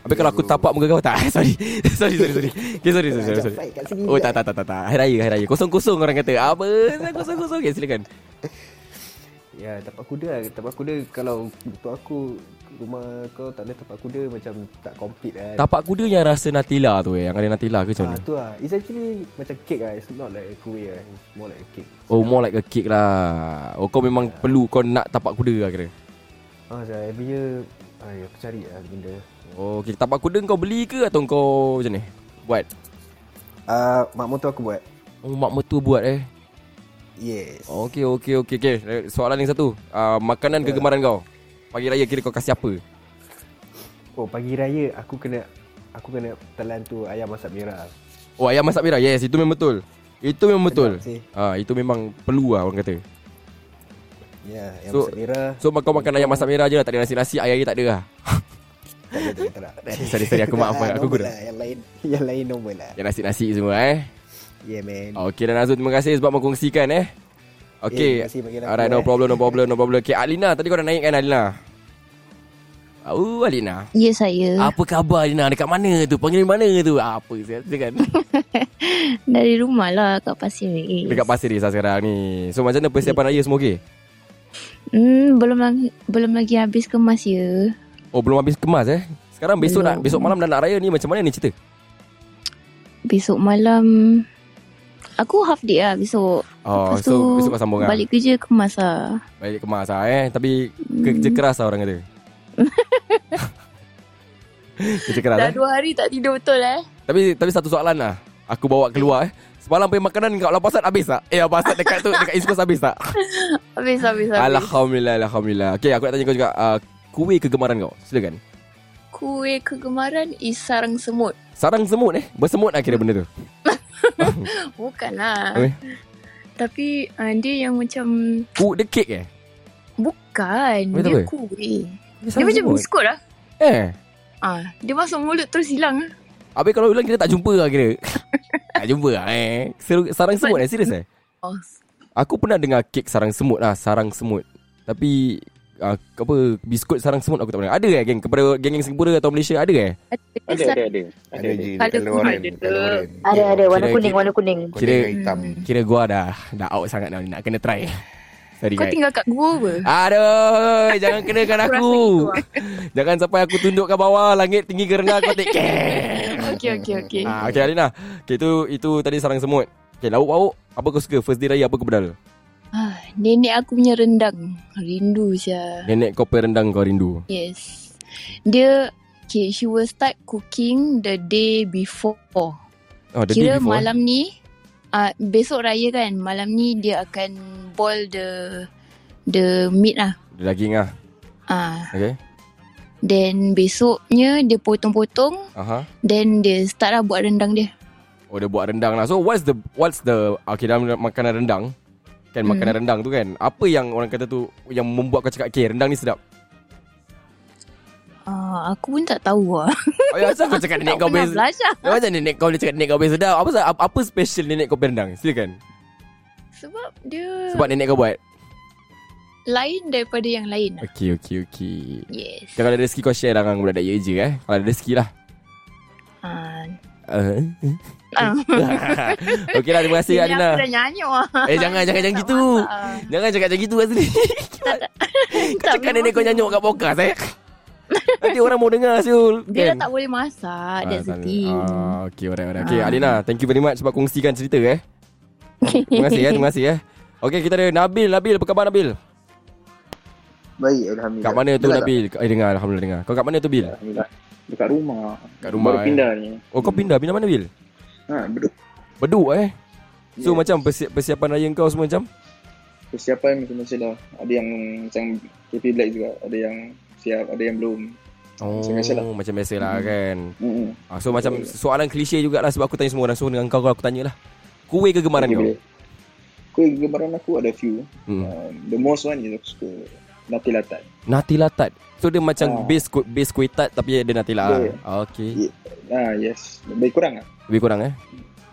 S4: Habis kalau aku tapak muka kau tak? Sorry. sorry sorry sorry. Okay, sorry sorry sorry.
S12: Ajak
S4: sorry.
S12: fight kat sini
S4: Oh
S12: pula.
S4: tak tak tak tak tak. Hari raya hari raya. Kosong-kosong orang kata. Apa? Kosong-kosong. Okey silakan.
S12: Ya, tapak kuda lah. Tapak kuda, kalau untuk aku, rumah kau tak ada tapak kuda, macam tak complete lah.
S4: Tapak kuda yang rasa natila tu eh. Yang ada natila ke macam
S12: Ah,
S4: mana?
S12: tu lah. It's actually macam cake lah. It's not like a kuih lah. It's more like a cake.
S4: Oh more like a cake lah. Oh kau memang perlu kau nak tapak kuda lah kira.
S12: Ah, saya every year, ay, aku cari lah benda.
S4: Oh okey. Tapak kuda kau beli ke atau kau macam ni? Buat?
S12: Ah, mak motor aku buat.
S4: Oh mak mertua buat eh.
S12: Yes.
S4: Okey okey okey okey. Soalan yang satu. Uh, makanan
S12: Ya.
S4: kegemaran kau. Pagi raya kira kau kasih apa?
S12: Oh pagi raya aku kena aku kena telan tu ayam masak merah.
S4: Oh ayam masak merah. Yes, itu memang betul. Itu memang betul.
S12: Sedap sih.
S4: Ah itu memang perlu lah orang kata.
S12: Ya, ayam
S4: So-
S12: masak merah.
S4: So kau makan ayam masak merah je lah, tak ada nasi-nasi, air-air tak ada lah.
S12: Tak ada tak ada. tak ada.
S4: Sorry, sorry, aku maaf,
S12: Ah,
S4: aku
S12: normal
S4: guna.
S12: Lah. Yang lain yang lain normal lah.
S4: Yang nasi-nasi semua eh.
S12: Yeah man.
S4: Okey dan Azul terima kasih sebab mengkongsikan eh.
S12: Eh,
S4: Okey.
S12: terima kasih bagian aku,
S4: Alright, no
S12: eh.
S4: problem, no problem, no problem. Okey, Alina, tadi kau dah naik kan Alina? Oh, Alina.
S14: Ya saya
S4: Apa khabar Alina? Dekat mana tu? Panggil mana tu? Apa saya kan?
S14: Dari rumah lah kat Pasir Ris
S4: Dekat Pasir Ris lah sekarang ni. So macam mana persiapan raya semua okey?
S14: hmm, belum, lagi, belum lagi habis kemas ya
S4: Oh, belum habis kemas eh. Sekarang besok nak
S14: Belum.
S4: besok malam dah nak raya ni macam mana ni cerita?
S14: Besok malam Aku half day lah besok
S4: Oh, so
S14: Lepas tu
S4: besok kau sambung lah.
S14: Balik kerja kemas lah
S4: Balik kemas lah eh Tapi kerja keras lah orang kata Kerja keras
S14: Dah
S4: eh?
S14: dua hari tak tidur betul eh
S4: Tapi tapi satu soalan lah Aku bawa keluar eh Semalam punya makanan kat Ulang Pasat habis tak? Eh Ulang Pasat dekat tu Dekat East Coast habis tak?
S14: Habis habis habis
S4: Alhamdulillah Alhamdulillah Okay aku nak tanya kau juga uh, Kuih kegemaran kau Silakan
S14: Kuih kegemaran is sarang semut
S4: Sarang semut eh Bersemut lah kira benda tu
S14: Bukan lah
S4: okay.
S14: Tapi uh, dia yang macam
S4: Ku the cake eh
S14: Bukan
S4: Habis
S14: Dia
S4: apa?
S14: kuih
S4: Dia
S14: Dia
S4: sarang
S14: macam
S4: semut?
S14: biskut lah
S4: Eh
S14: Ah, Dia masuk mulut terus hilang lah
S4: Habis kalau ulang kita tak jumpa lah kira Tak jumpa lah eh Seru- Sarang semut eh Serius eh
S14: Oh
S4: Aku pernah dengar kek sarang semut lah Sarang semut Tapi uh, apa biskut sarang semut aku tak pernah. Ada eh geng kepada geng-geng Singapura atau Malaysia ada eh?
S2: Ada, ada, ada. Ada,
S11: je.
S5: Ada,
S11: Kalau orang.
S5: Ada ada warna
S4: Kira-
S5: kuning warna kuning.
S4: Kira hitam. Kira gua dah dah out sangat dah ni. Nak kena try. Sorry
S14: Hmm. Kau
S4: guys.
S14: tinggal kat gua apa?
S4: Aduh, jangan kenakan
S14: Aku rasa
S4: aku.
S14: gitu ah.
S4: jangan sampai aku tundukkan bawah, langit tinggi ke rendah kau take care.
S14: Okey okey okey.
S4: Ah, okay Alina. Okay, itu itu tadi sarang semut. Okay, lauk lauk. Apa kau suka? First day raya apa kau bedal?
S14: Ah, nenek aku punya rendang. Rindu sia.
S4: Nenek kau pay rendang kau rindu.
S14: Yes. Dia okay, she will start cooking the day before.
S4: Oh, the
S14: Kira
S4: day before.
S14: malam ni uh, besok raya kan. Malam ni dia akan boil the the meat lah.
S4: Dia daging ah.
S14: Ah,
S4: Okay.
S14: then besoknya dia potong-potong,
S4: Aha.
S14: then dia start lah buat rendang dia.
S4: Oh, dia buat rendang lah. So, what's the what's the okay dalam makanan rendang? Kan
S14: Hmm.
S4: makanan rendang tu kan. Apa yang orang kata tu yang membuat kau cakap, "Okay, rendang ni sedap."
S14: Ah, aku pun tak tahu lah.
S4: Oh, ya, asal kau cakap nenek
S14: Tak
S4: kau
S14: pernah
S4: best.
S14: belajar.
S4: Macam nenek kau boleh cakap nenek kau best sedap. Apa sa- apa special nenek kau punya rendang? Silakan.
S14: Sebab dia
S4: Sebab nenek kau buat.
S14: lain daripada yang lain. lah.
S4: Okay, okay, okay.
S14: Yes.
S4: Kalau ada rezeki kau share lah dengan budak-budak ye je eh. Kalau ada rezeki lah.
S14: Ah.
S4: Uh.
S14: ah.
S4: okay lah, terima kasih
S14: Ini
S4: Alina.
S14: Aku dah nyanyi wah.
S4: Eh jangan jangan jangan gitu. Jangan cakap macam gitu Azli. Kau cakap nenek kau nyanyuk kat podcast eh. Nanti orang mau dengar Syul.
S14: Dia
S4: Kan? Ah,
S14: dah tak boleh masak. That's the
S4: sana.
S14: thing.
S4: Ah, okay, alright, alright. Okay,
S14: Ah.
S4: Alina, thank you very much sebab kongsikan cerita eh. terima kasih eh, terima kasih eh. Okay, kita ada Nabil. Nabil, apa khabar Nabil?
S15: Baik, Alhamdulillah.
S4: Kat mana tu
S15: Dengar
S4: Nabil? Eh, dengar, Alhamdulillah dengar. Kau kat mana tu, Bil?
S15: Dekat rumah.
S4: Kat rumah,
S15: Baru
S4: eh.
S15: pindah ni.
S4: Oh, kau pindah? Pindah mana, Bil?
S15: Ha, beduk.
S4: Beduk eh?
S15: Ya.
S4: So, macam persi- persiapan raya kau semua macam?
S15: Persiapan macam-macam dah. Ada yang macam KP Black juga. Ada yang siap, ada yang belum.
S4: Oh,
S15: Macam biasa lah.
S4: macam biasa lah
S15: Mm.
S4: kan.
S15: Mm-mm.
S4: Ah, so macam soalan klise jugalah sebab aku tanya semua orang. So dengan kau, kau aku tanyalah. Kuih kegemaran
S15: Okay,
S4: kau?
S15: boleh. Kuih kegemaran aku ada few.
S4: Hmm.
S15: Um, the most one is aku suka Nati Latat.
S4: Nati latat. So dia macam
S15: Ah.
S4: base ku- base kuih tat tapi ada nati lah.
S15: Yeah.
S4: Ah, okay.
S15: Ah, yes. Lebih kurang lah.
S4: Lebih kurang eh.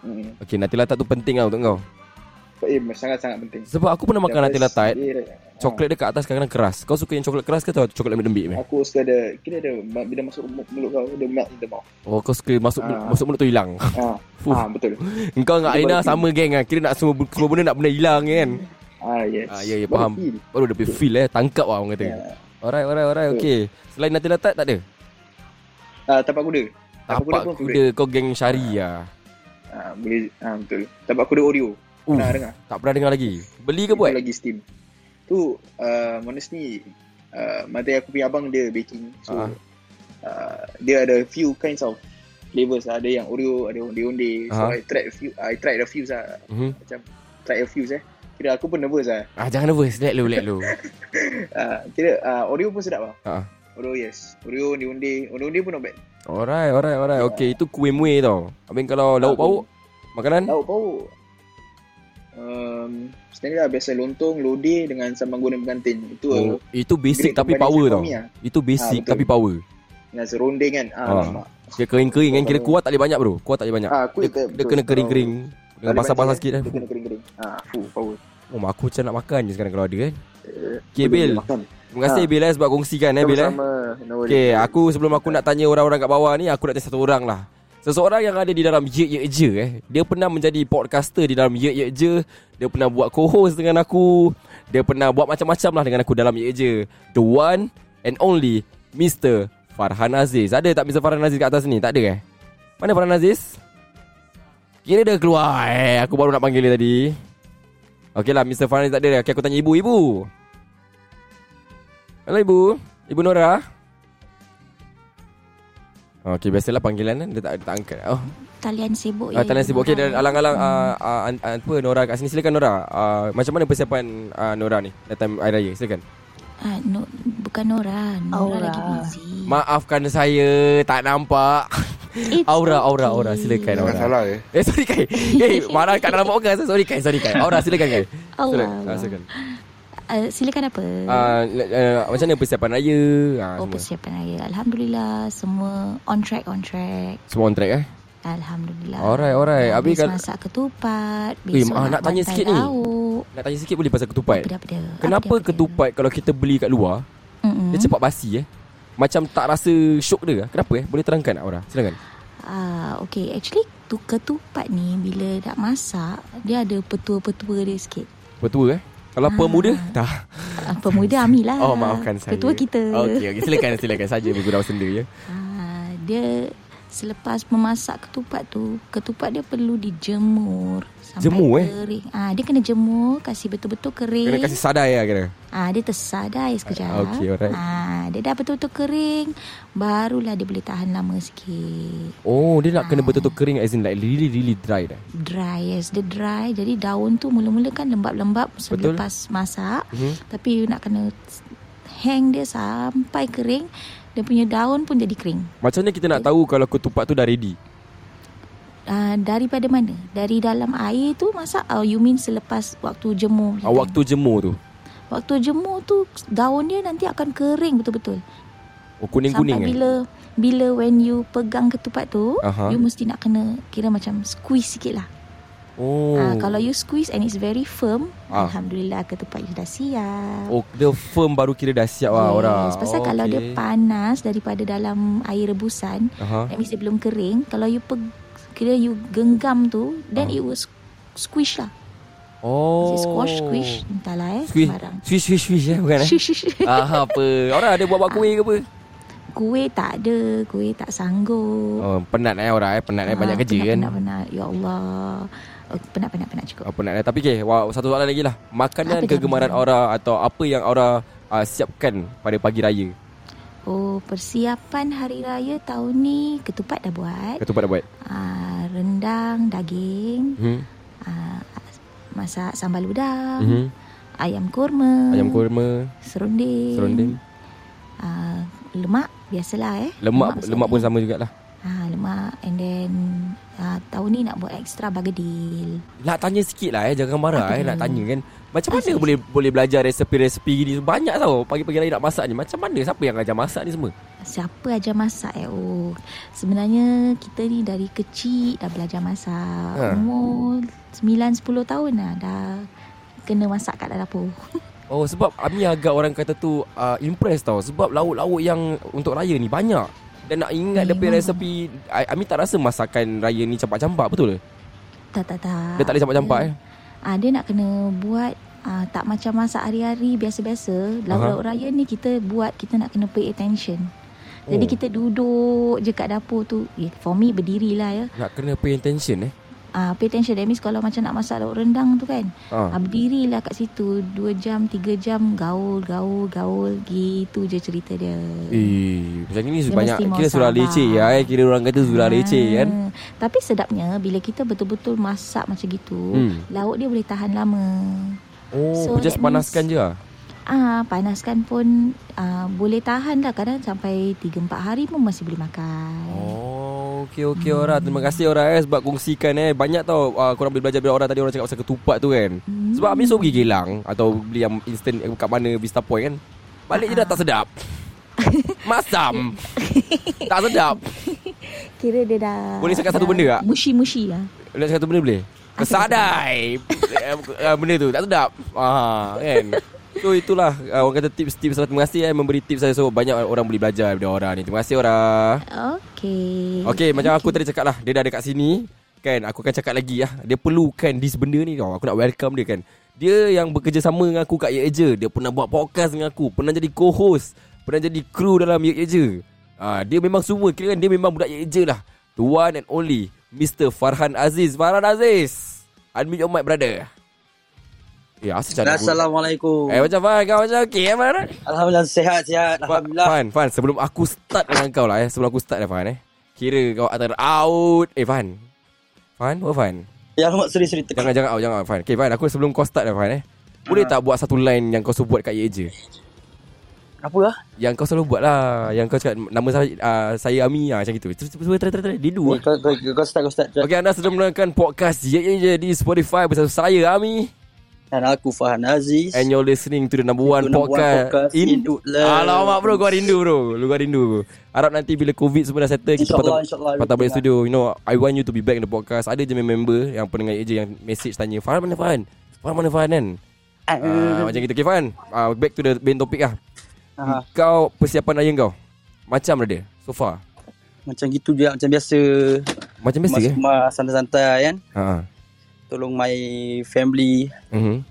S15: Mm.
S4: Okay, nati latat tu penting lah untuk kau.
S15: Eh, sangat-sangat penting.
S4: Sebab aku pernah makan nati
S15: Dapat
S4: latat.
S15: sikit,
S4: Coklat dia kat atas kadang-kadang keras. Kau suka yang coklat keras ke atau coklat lembik-lembik? meh?
S15: Aku suka ada, kira ada, bila masuk mulut mulut kau, dia melt in the mouth.
S4: Oh, kau suka masuk mulut,
S15: Ah.
S4: masuk mulut tu hilang.
S15: Ah,
S4: Fuh.
S15: ah betul.
S4: Engkau dengan
S15: Dia
S4: Aina
S15: baru feel.
S4: sama geng ah. Kira nak semua semua benda nak benda hilang kan.
S15: Ah, yes.
S4: Ah, ya, ya,
S15: Baru
S4: faham.
S15: feel. Ya.
S4: Baru dia feel eh, tangkap lah orang kata.
S15: Yeah.
S4: Alright, alright, alright.
S15: Betul.
S4: Okay. Selain nati latat tak ada?
S15: Ah, tapak kuda.
S4: Tapak
S15: pun
S4: kuda kau geng syari lah.
S15: Ah, boleh ah betul. Tapak kuda Oreo.
S4: Uh,
S15: Pernah dengar?
S4: tak pernah dengar lagi. Beli ke buat?
S15: Itu lagi steam. Tu uh, honestly uh, mata aku punya abang dia baking. So
S4: Ah.
S15: uh dia ada few kinds of flavors lah. Ada yang Oreo, ada onde-onde. So
S4: Ah.
S15: I tried a few I tried a few lah.
S4: Mhm.
S15: Macam try a few eh. Kira aku pun nervous lah.
S4: Ah jangan nervous, let lu, let lu.
S15: Ah, kira ah, Oreo pun sedap lah.
S4: Ah.
S15: Oreo yes. Oreo onde-onde. Onde-onde pun not bad.
S4: Alright, alright, alright. Okay, itu kuih-muih tau. Habis kalau lauk pauk, makanan?
S15: Lauk pauk. Um, sebenarnya lah biasa lontong, lodeh dengan sambal goreng pengantin. Itu
S4: Oh,
S15: uh,
S4: itu basic
S15: great
S4: tapi
S15: combination
S4: power
S15: for
S4: tau.
S15: me lah.
S4: Itu basic
S15: Ah, betul.
S4: tapi power.
S15: Dengan serondeng kan. Ah,
S4: Ah.
S15: nampak.
S4: Dia kering-kering kan kira kuah tak boleh banyak bro. Kuah tak boleh banyak.
S15: Ah, kuih
S4: dia,
S15: tak-
S4: dia
S15: betul.
S4: kena kering-kering.
S15: Kalau
S4: Dengan
S15: dia
S4: basah-basah
S15: banyak,
S4: sikit kan.
S15: Dia kena kering-kering. Ah, fuh, power.
S4: Oh, mak aku macam nak makan je sekarang kalau ada kan.
S15: Eh,
S4: Okay,
S15: boleh
S4: Bil.
S15: makan.
S4: Terima kasih
S15: Ah.
S4: Bil eh, sebab kongsikan eh Bil eh.
S15: Sama-sama. No worries.
S4: Okay, aku sebelum aku nak tanya orang-orang kat bawah ni, aku nak tanya satu orang lah. Seseorang yang ada di dalam Ye Ye Je eh. Dia pernah menjadi podcaster di dalam Ye Ye Je. Dia pernah buat co-host dengan aku. Dia pernah buat macam-macam lah dengan aku dalam Ye Ye Je. The one and only Mr. Farhan Aziz. Ada tak Mr. Farhan Aziz kat atas ni? Tak ada eh? Mana Farhan Aziz? Kira dia keluar eh. Aku baru nak panggil dia tadi. Okey lah, Mr. Farhan Aziz tak ada. dah. Okay, aku tanya ibu. Ibu. Hello ibu. Ibu Nora. Okey, biasalah panggilan kan. Dia tak, dia tak angkat. Oh,
S16: Talian sibuk
S4: Ah, talian sibuk. Okey, dan alang-alang ah, ah, an- ah, apa Nora kat sini. Silakan Nora. Ah, macam mana persiapan ah, Nora ni datang hari raya? Silakan.
S16: ah, no, Bukan Nora Nora
S14: Aura.
S16: lagi busy
S4: Maafkan saya tak nampak.
S16: It's
S4: Aura, aura, aura. Silakan
S11: Jangan
S4: Aura.
S11: salah, eh.
S4: Eh, sorry Kai. Eh, marah kat dalam podcast. eh. Sorry Kai, sorry Kai. Aura, silakan Kai.
S16: Allah,
S4: Silakan.
S16: Allah.
S4: Ah, silakan.
S16: uh, Silakan apa
S4: Ah, le- eh, macam mana persiapan raya? Ah,
S16: Oh
S4: semua.
S16: persiapan raya Alhamdulillah Semua on track on track
S4: Semua on track eh?
S16: Alhamdulillah
S4: Alright, alright. Habis
S16: Habis
S4: kan-
S16: masak ketupat
S4: Eh,
S16: Besok
S4: ah, nak tanya
S16: bantai
S4: sikit ni.
S16: lauk.
S4: Nak tanya sikit boleh pasal ketupat.
S16: Apa dia, apa dia?
S4: Kenapa ketupat kalau kita beli kat luar mm-hmm. Dia cepat basi eh Macam tak rasa syok dia ke? Kenapa eh Boleh terangkan Aura Silakan
S16: Ah, okay. Actually, tu ketupat ni bila nak masak, dia ada petua-petua dia sikit.
S4: Betul eh Kalau
S16: Ah.
S4: pemuda Tak
S16: Ah, Pemuda Ami lah.
S4: Oh maafkan saya Ah,
S16: Ketua kita.
S4: Okey okay. silakan silakan saja bergurau sendiri ya
S16: Ah, dia selepas memasak ketupat tu, ketupat dia perlu dijemur. Sampai
S4: Jemur, eh?
S16: kering. Ah, dia kena jemur, kasi betul-betul kering.
S4: Kena kasih sadar ya kena
S16: Ah, dia tersadai sekejap.
S4: Okey, alright.
S16: Ah, dia dah betul-betul kering, barulah dia boleh tahan lama sikit.
S4: Oh dia
S16: Ah.
S4: nak kena betul-betul kering As in like really really eh. dry dah
S16: Dry yes Dia dry Jadi daun tu mula-mula kan lembab-lembab
S4: Betul.
S16: Selepas masak
S4: Mhm.
S16: Tapi you nak kena Hang dia sampai kering Dia punya daun pun jadi kering
S4: Macam mana kita nak tahu Kalau ketupat tu dah ready
S16: uh, Daripada mana? Dari dalam air tu masak oh, You mean selepas waktu jemur
S4: Ah, Waktu jemur tu
S16: Waktu jemur tu Daun dia nanti akan kering betul-betul
S4: Oh kuning-kuning
S16: Sampai
S4: eh?
S16: bila Bila when you pegang ketupat tu
S4: Aha.
S16: You mesti nak kena Kira macam squeeze sikit lah
S4: Oh
S16: Ah, kalau you squeeze and it's very firm,
S4: Ah.
S16: alhamdulillah ketupat you dah siap.
S4: Oh dia firm baru kira dah siap lah Aura
S16: Yes, pasal
S4: oh,
S16: kalau dia
S4: okey.
S16: panas daripada dalam air rebusan,
S4: Aha.
S16: that means dia belum kering. Kalau you peg, kira you genggam tu,
S4: Ah.
S16: then it will s- squish lah.
S4: Oh
S16: Is it squash, squish? Entahlah eh,
S4: Squish
S16: sembarang.
S4: Swish swish swish eh Bukan eh
S16: Swish, swish.
S4: Ah apa Aura ada buat-buat kuih ke apa
S16: Kuih tak ada, kuih tak sanggup.
S4: Oh, penat eh Aura eh Penat eh
S16: Ah,
S4: banyak kerja
S16: penat,
S4: kan
S16: Penat, penat, Ya Allah. Oh, penat, penat, penat cukup.
S4: Oh, penat eh Tapi okay wow, Satu soalan lagi lah Makanan
S16: Apa dia,
S4: kegemaran
S16: makanan?
S4: Aura Atau apa yang Aura uh, Siapkan pada pagi raya
S16: Oh, persiapan hari raya tahun ni ketupat dah buat.
S4: Ketupat dah buat
S16: Ah, rendang, daging,
S4: hmm.
S16: ah, masak sambal udang,
S4: Mhm.
S16: ayam kurma,
S4: Ayam kurma
S16: serunding,
S4: Serunding
S16: ah, lemak biasalah eh.
S4: Lemak lemak, lemak pun sama jugalah
S16: Ah, lemak and then ah, tahun ni nak buat extra bagedil.
S4: Nak tanya sikit lah eh Jangan marah eh
S16: Apa?
S4: Nak tanya kan Macam mana boleh boleh belajar resepi-resepi gini Banyak tau Pagi-pagi raya nak masak ni Macam mana Siapa yang ajar masak ni semua
S16: Siapa ajar masak eh oh. Sebenarnya kita ni dari kecil dah belajar masak.
S4: Ha.
S16: Ha. Umur 9 10 tahun lah dah kena masak kat dalam dapur.
S4: Oh sebab Ami agak orang kata tu uh, Impress tau Sebab lauk-lauk yang Untuk raya ni banyak Dan nak ingat dia punya resepi I- Ami tak rasa masakan raya ni campak-campak betul ke?
S16: Tak tak tak.
S4: Dia tak boleh campak-campak eh
S16: Ah dia nak kena buat ah, tak macam masak hari-hari biasa-biasa. Lauk-lauk
S4: Aha.
S16: raya ni kita buat kita nak kena pay attention. Jadi
S4: Oh.
S16: kita duduk je kat dapur tu. Eh, for me berdirilah ya.
S4: Nak kena pay attention eh
S16: Ah pay attention that means kalau macam nak masak lauk rendang tu kan.
S4: Ah.
S16: Ah berdirilah kat situ 2 jam, 3 jam gaul, gaul, gaul gitu je cerita dia.
S4: Eh Macam ni
S16: Dia
S4: banyak
S16: mesti mau
S4: Kira surah
S16: sabar.
S4: leceh ya, eh? Kira orang kata surah leceh kan
S16: Hmm. Tapi sedapnya bila kita betul-betul masak macam gitu,
S4: Hmm.
S16: lauk dia boleh tahan lama.
S4: Oh
S16: So,
S4: so, Just
S16: that means-
S4: panaskan je lah
S16: Ah, panaskan pun ah, boleh tahan lah kadang sampai 3 4 hari pun masih boleh makan.
S4: Oh, Okey okey hmm. Ora Terima kasih Ora eh Sebab kongsikan eh Banyak tau uh, Korang boleh belajar Bila orang tadi Orang cakap pasal ketupat tu kan hmm. Sebab Amin suruh pergi Gelang Atau beli yang instant eh, Kat mana Vista Point kan Balik je dah tak sedap Masam Tak sedap
S16: Kira dia dah
S4: Boleh cakap satu
S16: dah
S4: benda tak?
S16: Mushi-mushi lah.
S4: Nak cakap satu benda boleh Kesadai Eh, Benda tu Tak sedap ah, kan So itulah uh, Orang kata tips-tips Terima kasih eh, Memberi tips saya So banyak orang boleh belajar Daripada orang ni Terima kasih orang
S16: Okey.
S4: Okay macam aku tadi cakap lah Dia dah dekat sini Kan aku akan cakap lagi lah Dia perlukan this benda ni tau Aku nak welcome dia kan Dia yang bekerjasama dengan aku kat Ye Je Dia pernah buat podcast dengan aku Pernah jadi co-host Pernah jadi crew dalam Ye Je ha, Dia memang semua Kira kan dia memang budak Ye Je lah The one and only Mr. Farhan Aziz Farhan Aziz Unmute your mic brother Eh asal cara
S17: Assalamualaikum.
S4: Eh macam Farhan kau macam okay eh Farhan
S17: Alhamdulillah sihat sihat. Alhamdulillah.
S4: Fan, Fan, sebelum aku start dengan kau lah eh. Sebelum aku start dah Fan eh. Kira kau antara out. Eh Fan. Fan, what Fan?
S17: Ya mak suri suri
S4: Jangan jangan out, jangan out Fan. Okay Fan, aku sebelum kau start dah Fan eh. Boleh tak buat satu line yang kau selalu buat kat Ye je?
S17: Apa lah?
S4: Yang kau selalu buat lah. Yang kau cakap nama saya uh, saya Ami ah macam gitu. Terus terus terus terus terus dedu ah.
S17: Kau, kau, kau start kau start.
S4: Okey anda sedang mendengarkan podcast Ye Ye Je di Spotify bersama saya Ami
S17: dan aku Fahan Aziz.
S4: And you're listening to the number one,
S17: number one
S4: podcast,
S17: podcast lah. in Woodlands.
S4: Alamak bro, gua rindu bro. Lu gua rindu. Harap nanti bila COVID semua dah settle kita patah,
S17: InsyaAllah, insyaAllah, lah.
S4: patah balik
S17: everything
S4: studio. You know, I want you to be back in the podcast. Ada je member yang pendengar je yang message tanya, "Farhan mana ah,
S17: hmm.
S4: Farhan? Farhan mana Farhan?" kan? Ah, macam gitu. Okay, Farhan. Ah, back to the main topic lah.
S17: Aha.
S4: Kau persiapan raya kau Macam mana dia So far
S17: Macam gitu je Macam biasa
S4: Macam biasa
S17: Mas,
S4: ke?
S17: mas santai-santai kan
S4: ha.
S17: Tolong my family
S4: mm-hmm.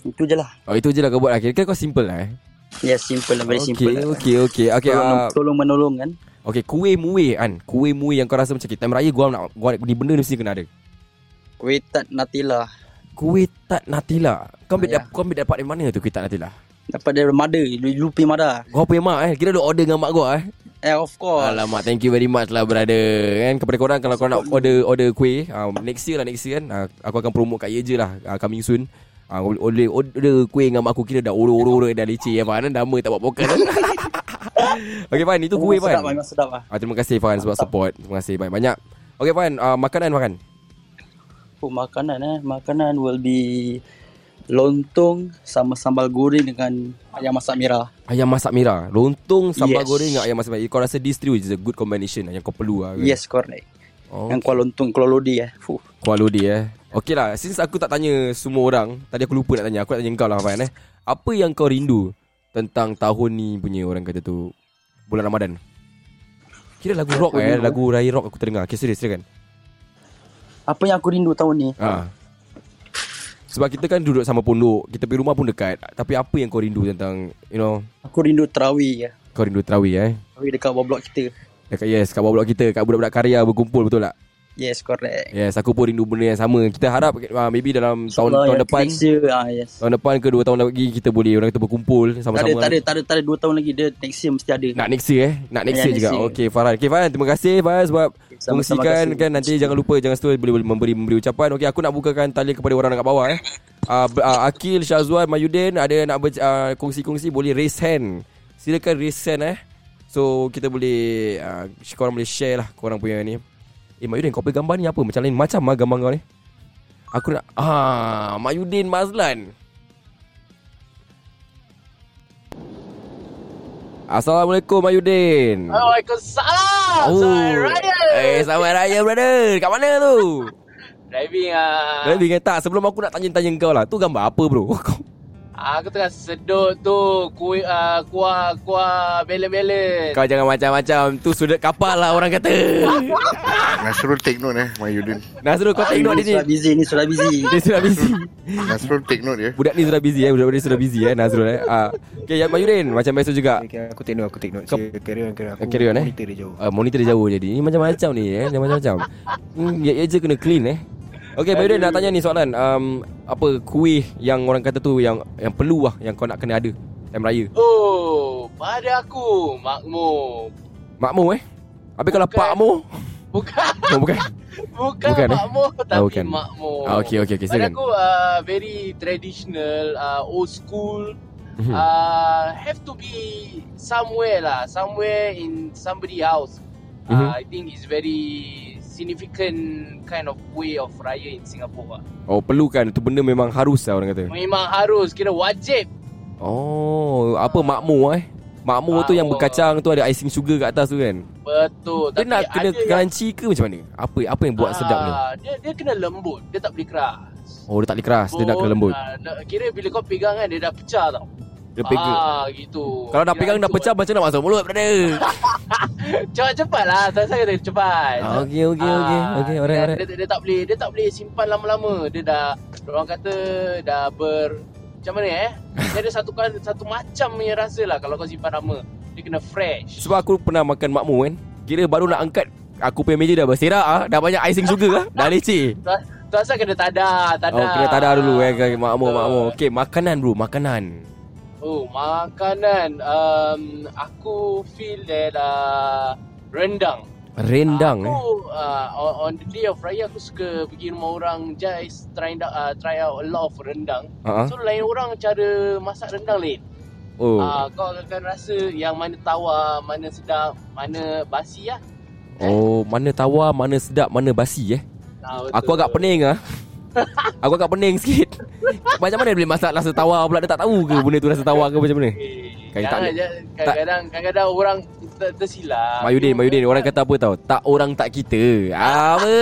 S17: Itu je lah
S4: Oh itu je lah kau buat lah Kira-kira kau simple lah eh
S17: Yes simple lah Very
S4: okay,
S17: simple lah
S4: Okay okay okay ah.
S17: Tolong- tolong menolong kan
S4: Okay kuih muih kan Kuih muih yang kau rasa macam okay, Time raya gua nak gua, Ni benda ni mesti kena ada
S17: Kuih tat natila
S4: Kuih tat natila Lah, Kau
S17: Ah, ya.
S4: ambil, yeah. kau ambil dapat dari mana tu kuih lah? tat natila
S17: Dapat dari mother Lu pergi mother
S4: Kau punya mak eh Kira lu order dengan mak gua eh
S17: Eh of course
S4: Alamak thank you very much lah brother kan kepada korang kalau korang nak order order kuih uh, next year lah next year kan uh, aku akan promote kat ye je lah uh, coming soon uh, order order kuih dengan mak aku kira dah oro-oro dah leceh ya Fan dah lama tak buat podcast Okay Fan itu kuih Fan
S17: Sedap lah memang sedap lah
S4: Ah, terima kasih Fan sebab support Terima kasih banyak-banyak Okay Fan uh, makanan makan
S17: Oh makanan eh Makanan will be Lontong Sama sambal goreng dengan Ayam masak merah
S4: Ayam masak merah Lontong sambal
S17: Yes.
S4: goreng dengan ayam masak merah Kau rasa these three is a good combination lah Yang kau perlu lah kan?
S17: Yes correct
S4: Oh,
S17: Yang kuah lontong Kuah lodi eh Fuh
S4: Kualodi eh Okay lah Since aku tak tanya semua orang Tadi aku lupa nak tanya Aku nak tanya kau lah Fan eh Apa yang kau rindu Tentang tahun ni punya orang kata tu Bulan Ramadan Kira lagu rock
S17: Aku
S4: eh
S17: rindu.
S4: Lagu raya rock aku terdengar Okay serius silakan
S17: Apa yang aku rindu tahun ni
S4: ha. Sebab kita kan duduk sama pondok Kita pergi rumah pun dekat Tapi apa yang kau rindu tentang You know
S17: Aku rindu terawih ya.
S4: Kau rindu terawih eh
S17: Terawih dekat bawah blok kita
S4: Dekat yes Kat bawah blok kita Kat budak-budak karya berkumpul betul tak
S17: Yes correct
S4: Yes aku pun rindu benda yang sama Kita harap uh, Maybe dalam tahun,
S17: Allah,
S4: tahun
S17: yang
S4: depan
S17: next year, ah, yes.
S4: Tahun depan ke dua tahun lagi Kita boleh Orang kita berkumpul
S17: Tak
S4: Sama-sama
S17: ada, tak ada, tak ada, tak ada dua tahun lagi. Dia next year mesti ada.
S4: Nak next year eh Nak next
S17: Ya,
S4: year
S17: next
S4: juga
S17: year.
S4: Okay Farhan Okay Farhan terima kasih Farhan sebab
S17: sama-sama,
S4: Kongsikan
S17: kasih.
S4: kan Nanti jangan lupa Jangan setua boleh boleh memberi memberi ucapan Okay aku nak bukakan talian kepada orang kat bawah eh uh, uh, Akil, Syazwan, Mayudin Ada nak ber, uh, kongsi-kongsi Boleh raise hand Silakan raise hand eh So kita boleh uh, Korang boleh share lah Korang punya ni Eh Mayudin kau punya gambar ni apa Macam lain macam lah gambar kau ni Aku nak ah Mayudin Mazlan Assalamualaikum Mayudin
S18: Waalaikumsalam.
S4: Oh.
S18: Selamat raya.
S4: Eh, selamat raya brother. Kat mana tu?
S18: Driving ah.
S4: Tapi uh. tak sebelum aku nak tanya-tanya kau lah. Tu gambar apa bro? Kau
S18: Eh. Ah, Aku tengah sedut tu kuih uh, kuah kuah belen-belen.
S4: kau jangan macam-macam. Tu sudut kapal lah orang kata.
S11: Nasrul take note eh Mayudin
S4: Nasrul kau tengok dia ni.
S17: Sudah busy ni, sudah busy.
S4: Dia sudah busy.
S11: Nasrul take note ya
S4: Budak ni sudah busy eh. Budak ni sudah busy eh Nazrul eh. Ah. Okay, ya Mayurin macam biasa juga.
S12: Aku take note, aku take note. Kau, carry on, carry on. Aku
S4: Carry on eh.
S12: Monitor dia jauh.
S4: Ah, monitor dia jauh jadi. Ni macam-macam ni eh. Macam macam. Hmm, ya, ya je kena clean eh. Okay, Mayurin nak tanya ni soalan. Um, apa kuih yang orang kata tu yang yang perlu lah yang kau nak kena ada time raya?
S18: Oh, pada aku makmur.
S4: Makmur eh? Habis kalau Pak Mu?
S18: Bukan.
S4: Oh, bukan.
S18: Bukan,
S4: Bukan, eh?
S18: makmur tapi
S4: Ah, bukan.
S18: bukan. makmur.
S4: Ah, okey, okey, okey,
S18: Pada
S4: silakan.
S18: aku uh, very traditional, uh, old school.
S4: Mhm.
S18: Uh, have to be somewhere lah, somewhere in somebody house.
S4: Mhm.
S18: Uh, I think it's very significant kind of way of raya in Singapore. Lah.
S4: Oh, perlukan. Tu benda memang harus lah orang kata.
S18: Memang harus kira wajib.
S4: Oh, apa makmur eh? Makmur tu yang
S18: Makmur.
S4: berkacang tu ada icing sugar kat atas tu kan.
S18: Betul.
S4: Dia nak kena
S18: ada yang-
S4: crunchy ke macam mana? Apa apa yang buat sedap tu?
S18: Ah, Dia dia kena lembut, dia tak boleh keras.
S4: Oh, dia tak boleh keras, dia nak kena lembut.
S18: ah, nak- kira bila kau pegang kan dia dah pecah tau.
S4: Dia pegang.
S18: Ah, gitu.
S4: Kalau dah pegang dah pecah macam nak masuk mulut brother.
S18: Cepat cepat lah, tak saya kena cepat.
S4: Ah, okey okey okey. Okey,
S18: Dia,
S4: alright alright.
S18: dia, dia, tak boleh, dia tak boleh simpan lama-lama. Dia dah orang kata dah ber macam mana eh? Dia ada satu kali satu macam punya rasa lah kalau kau simpan lama. Dia kena fresh.
S4: Sebab aku pernah makan makmur kan. Kira baru nak angkat aku punya meja dah berserak ah, dah banyak icing sugar ah, dah leceh.
S18: Tu, tu asal kena tada, tada.
S4: Oh, kena tadah dulu eh kan, makmur makmur. Okey, makanan bro, makanan.
S18: Oh, makanan. Um, aku feel that uh, rendang.
S4: Rendang eh.
S18: Aku uh, on, on the day of raya aku suka pergi rumah orang just try out uh, try out a lot of rendang.
S4: Ah.
S18: So lain orang cara masak rendang lain.
S4: Oh.
S18: Ah, kau akan rasa yang mana tawar, mana sedap, mana basi lah.
S4: Oh, mana tawar, mana sedap, mana basi eh.
S18: Ah, betul.
S4: Aku agak pening ah. Aku agak pening sikit. Macam mana boleh masak rasa tawar pula dia tak tahu ke benda tu rasa tawar ke macam mana? Kan tak
S18: Eh, Jangan-
S4: boleh.
S18: jangan- Kadang-kadang kadang-kadang orang ter- tersilap.
S4: Mayudin, Mayudin orang kata apa tahu? Tak orang tak kita. Ah, Apa?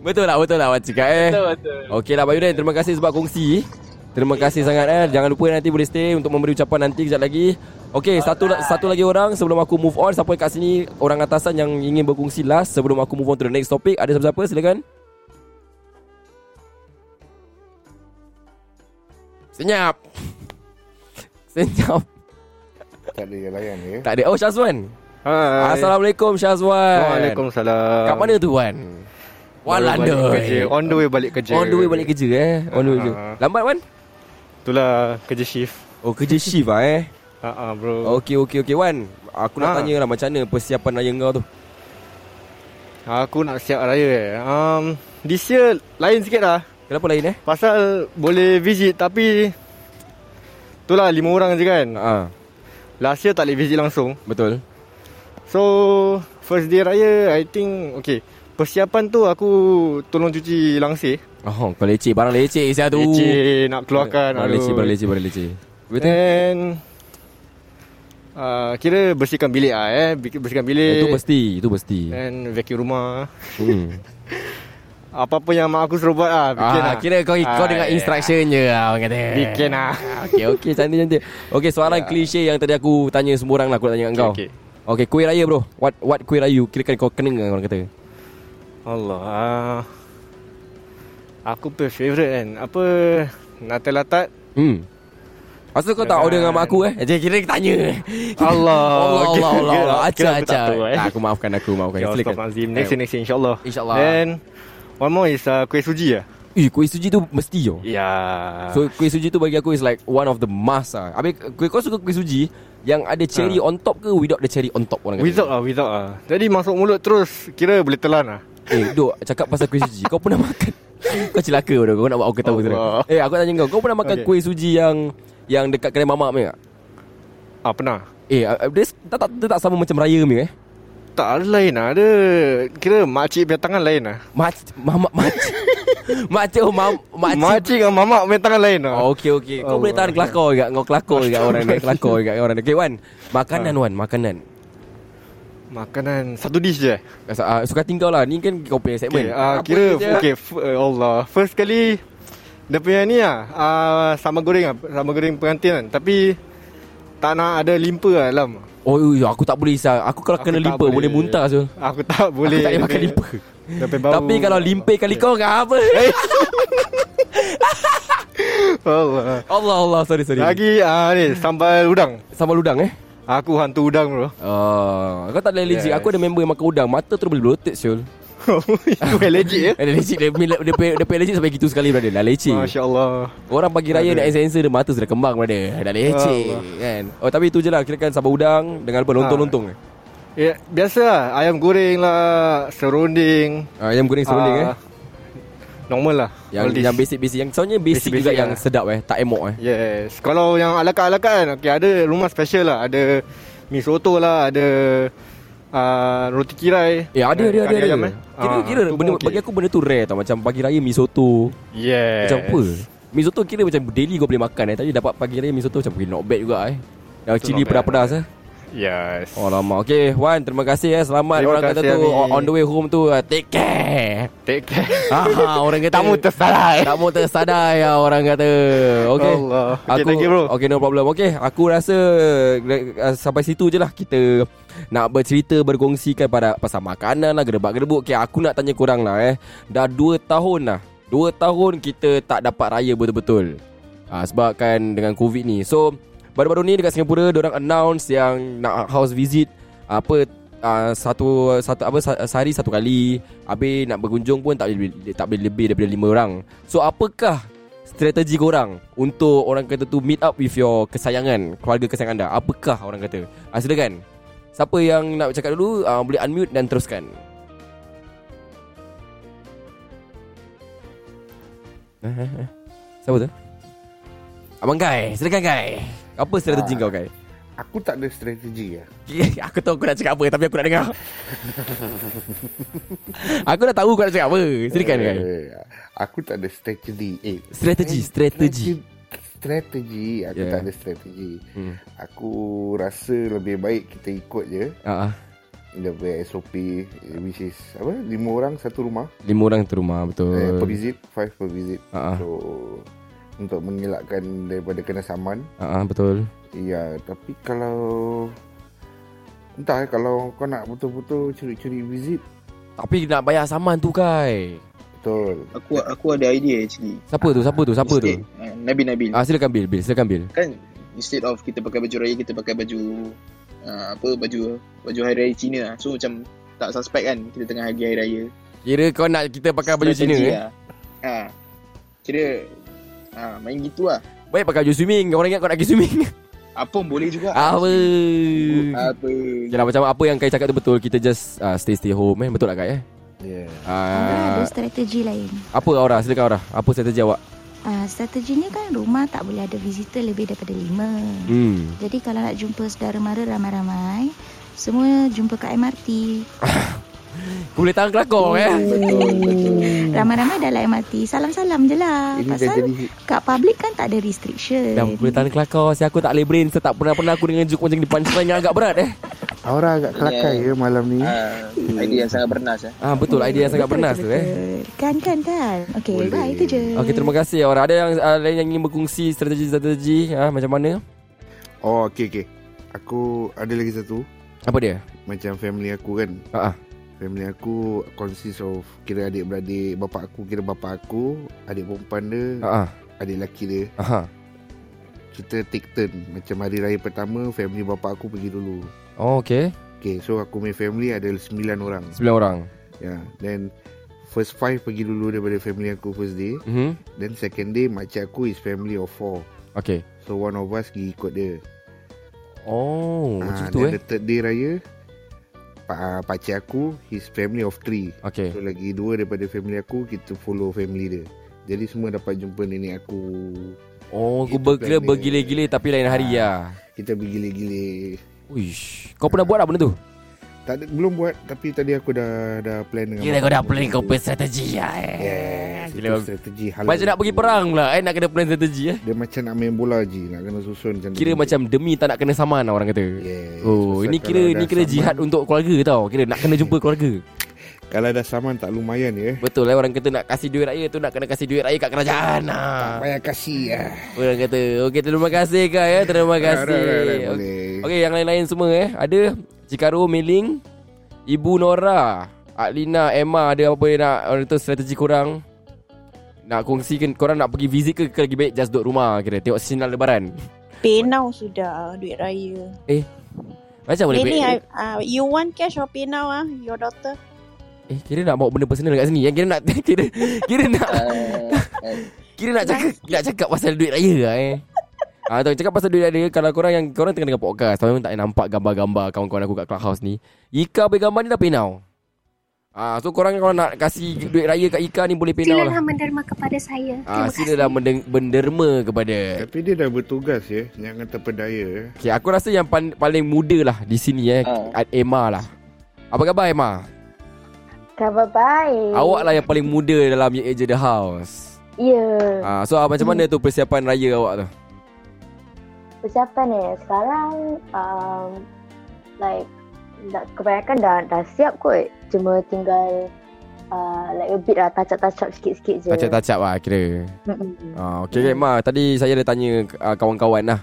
S4: betul lah, betul lah awak cakap eh.
S18: Betul, betul.
S4: Okey lah Mayudin, terima kasih sebab kongsi. Terima kasih sangat eh. Jangan lupa nanti boleh stay untuk memberi ucapan nanti kejap lagi. Okey, satu la- satu lagi orang sebelum aku move on siapa kat sini orang atasan yang ingin berkongsi last sebelum aku move on to the next topic ada siapa-siapa silakan. Senyap. Senyap.
S11: Tak ada yang layan ya.
S4: Tak ada. Oh Syazwan.
S13: Hai.
S4: Assalamualaikum Syazwan.
S13: Waalaikumsalam.
S4: Kat mana tu Wan? Wan
S13: Baru balik
S4: London.
S13: kerja. On the way balik kerja.
S4: On the way balik kerja eh. On the way kerja.
S13: Ah.
S4: Lambat Wan?
S13: Itulah kerja shift.
S4: Oh kerja shift ah eh.
S13: Ha ah bro.
S4: Okey okey okey Wan. Aku nak
S13: Ah.
S4: tanya lah macam mana persiapan raya kau tu?
S13: Aku nak siap raya eh. Um, this year lain sikit lah.
S4: Kenapa lain eh?
S13: Pasal boleh visit tapi itulah lima orang je kan.
S4: Ha.
S13: Last year tak boleh visit langsung.
S4: Betul.
S13: So first day raya I think okay. Persiapan tu aku tolong cuci langsir.
S4: Oh, kau leceh barang leceh sia tu.
S13: Leceh nak keluarkan.
S4: Barang leceh,
S13: aduh.
S4: barang leceh, barang leceh. Betul.
S13: Then uh, kira bersihkan bilik ah eh, Bi- bersihkan bilik.
S4: Itu mesti, itu mesti.
S13: Then vacuum rumah.
S4: Hmm.
S13: Apa-apa yang mak aku suruh buat ah, bikin
S4: Ah,
S13: ah.
S4: kira kau kau dengar instruction je lah orang kata. Ah,
S13: Bikin lah. Ya.
S4: Okey okey cantik cantik. Okey soalan yeah. klise yang tadi aku tanya semua orang lah aku nak tanya kat kau.
S13: Okey,
S4: Okey. Okey kuih raya bro. What what kuih raya you kira kau kena dengan orang kata.
S13: Allah. ah. Aku punya favourite kan. Apa Natal Latat.
S4: Hmm. Asal kau tak order dengan mak aku eh? Jadi kira tanya.
S13: Allah.
S4: Allah Allah Allah. Allah. Acah
S13: Kira aku tak
S4: acah.
S13: tahu, eh.
S4: Tak, Aku maafkan aku maafkan.
S13: Ya,
S4: Silakan.
S13: Astagfirullahalazim. Next year, next year insyaAllah.
S4: InsyaAllah.
S13: Then one more is uh, kuih suji lah.
S4: Eh kuih suji tu mesti yo.
S13: Ya.
S4: So kuih suji tu bagi aku is like one of the must ah. Habis kuih kau suka kuih suji yang ada cherry on top ke without the cherry on top orang kata?
S13: Ah. Without lah, without lah. Jadi masuk mulut terus kira boleh telan lah.
S4: Eh, duk cakap pasal kuih suji. Kau pernah makan? Kau celaka bodoh. Kau nak buat aku tahu tu.
S13: Allah.
S4: Eh, aku tanya kau, kau pernah makan
S13: Okey.
S4: kuih suji yang yang dekat kedai mamak punya tak?
S13: Ah, pernah.
S4: Eh, ah, ah, dia s- tak tak, dia tak sama macam raya punya eh.
S13: Tak ada lain lah. Ada kira makcik punya tangan lain lah.
S4: Mak mamak makcik. makcik oh, mam, makcik.
S13: Makcik dengan mamak punya tangan lain lah.
S4: Oh, okey okey. Kau boleh tahan kelakor juga. Kau kelakor juga orang ni, kelakor juga orang ni. Okey, Wan. Makanan Wan, makanan.
S13: Makanan satu dish je. eh?
S4: Uh, suka tinggal lah. Ni kan kau punya segmen.
S13: Okay, uh,
S4: Apa
S13: kira
S4: dia-
S13: okay, f- uh, Allah. First kali dia punya ni lah uh, sambal goreng lah, sambal goreng pengantin kan. Tapi tak nak ada limpa lah dalam.
S4: Oh, ui, aku tak boleh Isa. Aku kalau
S13: Aku
S4: kena
S13: tak
S4: limpa boleh,
S13: boleh.
S4: muntah tu.
S13: Aku tak boleh.
S4: Aku tak boleh makan
S13: Dia-
S4: limpa.
S13: Dia punya bau. Eh.
S4: Tapi kalau limpa kali kau enggak apa.
S13: Allah.
S4: Allah Allah sorry sorry.
S13: Lagi uh, ni sambal udang.
S4: Sambal udang eh?
S13: Aku hantu udang bro.
S4: Oh, kau tak boleh legit.
S13: Yes.
S4: Aku ada member yang makan udang, mata terus berlotek siul.
S13: Oh, Itu yang legit ya.
S4: Ada legit dia dia dia, pay- dia pay legit sampai gitu sekali brother. Dah leceh.
S13: Masya-Allah.
S4: Orang pagi raya nak sensor dia mata sudah kembang brother. Dah leceh
S13: Ya Allah. Ah.
S4: kan. Oh tapi itu je lah kirakan sambal udang dengan apa lontong-lontong. eh?
S13: Ya, biasa lah. Ayam goreng lah, serunding.
S4: Ah, ayam goreng serunding, eh?
S13: Normal lah.
S4: Yang
S13: all this.
S4: yang basic-basic yang soalnya basic,
S13: Basic-basic
S4: juga yang
S13: lah.
S4: sedap eh, tak emok eh.
S13: Yes. Kalau yang alaka-alaka kan, okay, ada rumah special lah. Ada mi soto lah, ada uh, roti kirai.
S4: Eh ada ada ada.
S13: Kari ayam,
S4: ada.
S13: eh.
S4: Kira
S13: Ah,
S4: kira
S13: tu pun
S4: benda
S13: okey.
S4: bagi aku benda tu rare tau macam pagi raya mi soto.
S13: Yes.
S4: Macam apa? Mi soto kira macam daily kau boleh makan eh tapi dapat pagi raya mi soto macam okay, not bad juga eh. Yang
S13: Betul,
S4: cili
S13: not bad,
S4: pedas-pedas eh.
S13: Yes.
S4: Oh lama. Okey, Wan, terima kasih eh. Selamat
S13: Terima
S4: orang kata
S13: kasih,
S4: tu
S13: Ami.
S4: on the way home tu uh, take care.
S13: Take care.
S4: Ah, orang kata
S13: Tamu tersadai.
S4: Tamu tersadai ya orang kata. Okey.
S13: Allah. Okay, thank you, bro.
S4: Okey, no problem. Okey, aku rasa uh, sampai situ je lah kita nak bercerita berkongsikan pada pasal makanan lah gerebak-gerebuk. Okey, aku nak tanya korang lah eh. Dah 2 tahun lah. 2 tahun kita tak dapat raya betul-betul. Ah, sebab kan dengan COVID ni. So, baru-baru ni dekat Singapura orang announce yang nak house visit apa uh, satu satu apa sa- sehari satu kali habis nak berkunjung pun tak boleh tak boleh lebih daripada lima orang. So apakah strategi korang untuk orang kata tu meet up with your kesayangan, keluarga kesayangan anda? Apakah orang kata? Uh, silakan. Siapa yang nak cakap dulu uh, boleh unmute dan teruskan. Eh, eh, eh. Siapa tu? Abang Kai, silakan Kai. Apa strategi
S11: Ah.
S4: kau Kai?
S11: Aku tak ada strategi lah.
S4: aku tahu aku nak cakap apa tapi aku nak dengar. Aku dah tahu kau nak cakap apa. Silakan kan? Kai.
S11: Eh, Aku tak ada strategi. Eh,
S4: Strategi,
S11: eh,
S4: strategi.
S11: Strategi. Aku
S4: Yeah.
S11: tak ada strategi.
S4: Ya. Hmm.
S11: Aku rasa lebih baik kita ikut je.
S4: Ah, ah.
S11: Dia punya SOP eh, which is apa? Lima orang satu rumah.
S4: lima orang tu rumah betul.
S11: Eh, per visit, five per visit.
S4: Ah, ah.
S11: So untuk mengelakkan daripada kena saman.
S4: Ah, ah, betul.
S11: Ya, tapi kalau entah eh, kalau kau nak betul-betul curi-curi visit
S4: Tapi nak bayar saman tu Kai.
S11: Betul.
S15: Aku aku ada idea actually.
S4: Siapa tu? Siapa tu? Siapa tu?
S15: Uh, Nabi Nabil.
S4: Ah silakan Bil, Bil, silakan Bil.
S15: Kan instead of kita pakai baju raya kita pakai baju uh, apa baju baju hari raya Cina lah. So macam tak suspect kan kita tengah hari hari raya.
S4: Kira kau nak kita pakai baju Cina
S15: Strategi
S4: eh?
S15: lah. Ha. Kira ha, main gitu lah.
S4: Baik pakai baju swimming. Orang ingat kau nak pergi swimming. Ah,
S15: Apa pun boleh juga.
S4: Apa?
S15: ah. Apa?
S4: Yalah macam apa yang Kai cakap tu betul. Kita just ah, stay stay home eh. Betul tak Kai eh?
S11: Yeah.
S16: Ada
S4: Ah,
S16: strategi lain.
S4: apa Aura? Silakan Aura. Apa strategi awak?
S16: Ah, strateginya kan rumah tak boleh ada visitor lebih daripada lima.
S4: Hmm.
S16: Jadi kalau nak jumpa saudara mara ramai-ramai, semua jumpa kat MRT.
S4: Kau boleh tahan
S15: Oh,
S4: kelakor eh?
S16: Betul, betul. Ramai-ramai dalam MRT. Salam-salam je lah.
S4: Ini dah
S16: Pasal
S4: jadi-
S16: kat public kan tak ada restriction.
S4: Dah boleh tahan kelakor Si aku tak boleh brain Saya tak pernah-pernah aku dengan joke macam ni Punchline yang agak berat eh
S11: Aura agak kelakai yeah. ya malam ni.
S15: Uh, idea yang sangat bernas eh.
S4: Ah Betul idea yang sangat bernas tu eh
S16: Kan, kan, kan. Okay,
S15: Boleh.
S16: bye. Itu je.
S4: Okay terima kasih Aura Ada yang uh, lain yang ingin berkongsi Strategi-strategi ah, Macam mana
S11: Oh, okey okey. Aku ada lagi satu.
S4: Apa dia?
S11: Macam family aku kan.
S4: Ha ah.
S11: Family aku consist of kira adik-beradik bapa aku, kira bapa aku, adik perempuan dia,
S4: Ha ah.
S11: adik lelaki dia.
S4: Aha.
S11: Kita take turn. Macam hari raya pertama family bapa aku pergi dulu.
S4: Oh okay
S11: Okay, so aku punya family ada 9 orang.
S4: Sembilan orang
S11: Ya, yeah. then first five pergi dulu daripada family aku first day.
S4: Mhm.
S11: Then second day makcik aku is family of four.
S4: Okay
S11: So one of us pergi ikut dia.
S4: Oh ha, Macam
S11: Ah,
S4: tu
S11: then
S4: eh
S11: The third day raya pa, ah, Pakcik aku His family of three
S4: Okay.
S11: So lagi dua daripada family aku Kita follow family dia Jadi semua dapat jumpa nenek aku
S4: Oh aku berkira bergile-gile Tapi lain hari ya.
S11: Ah, Kita bergile-gile
S4: Uish Kau pernah buat tak benda tu?
S11: tak ada, belum buat tapi tadi aku dah dah plan dengan
S4: Kira
S11: mak
S4: kau dah
S11: aku
S4: plan
S11: dulu.
S4: kau punya strategi lah eh.
S11: Yes,
S4: Gila,
S11: itu
S4: bang.
S11: strategi halal.
S4: Macam nak pergi perang pula eh Nak kena plan strategi eh
S11: Dia macam nak main bola je, nak kena susun macam
S4: Kira macam demi tak nak kena saman lah orang kata
S11: Yes,
S4: Oh
S11: pasal
S4: ini kira
S11: kalau
S4: ni
S11: dah
S4: kira
S11: saman-
S4: jihad untuk keluarga tau Kira nak kena jumpa keluarga
S11: Kalau dah saman tak lumayan ya.
S4: Betul lah orang kata nak kasih duit raya tu Nak kena kasih duit raya kat kerajaan lah
S11: Payah kasih lah
S4: Orang kata Okey terima kasih Kak ya Terima kasih
S11: Alright, alright, alright,
S4: Okey.
S11: boleh.
S4: Okey yang lain-lain semua eh Ada Cikaro Meling Ibu Nora Aklina Emma Ada apa yang nak Orang tu strategi korang Nak kongsikan Korang nak pergi visit ke, ke Lagi baik just duduk rumah Kira tengok sinar lebaran
S8: PayNow sudah duit raya.
S4: Eh Macam boleh
S8: Nenek,
S4: baik-
S8: I-
S5: uh,
S8: ah, you want cash or PayNow ah, your daughter?
S4: Eh kira nak bawa benda personal kat sini Yang kira nak Kira Kira nak Kira nak cakap Nak cakap pasal duit raya lah eh Ah, tu cakap pasal duit raya Kalau korang yang Korang tengah dengar podcast Korang tak nampak gambar-gambar Kawan-kawan aku kat clubhouse ni Ika punya gambar ni dah penau Ah, so korang kalau nak kasih duit raya kat Ika ni boleh penau lah
S6: Silalah menderma kepada saya.
S4: Ah,
S6: Terima kasih.
S4: silalah mendeng- benderma kepada
S11: Tapi dia dah bertugas ya, jangan terpedaya ya.
S4: Okay, aku rasa yang pan- paling muda lah Di sini eh
S11: Ah.
S4: Emma lah Apa khabar Emma?
S5: Khabar baik.
S4: Awak lah yang paling muda dalam Ye Eja The House
S5: Ya.
S4: Ah, so ah, macam mana tu persiapan raya awak tu?
S5: Persiapan ni sekarang um, like dah, kebanyakan dah dah siap kot. Cuma tinggal uh, like a bit lah touch-up-touch up sikit-sikit je.
S4: Tacap-tacap lah kira
S5: Mm-mm.
S4: ah, Okay okay Ma Tadi saya dah tanya ah, kawan-kawan lah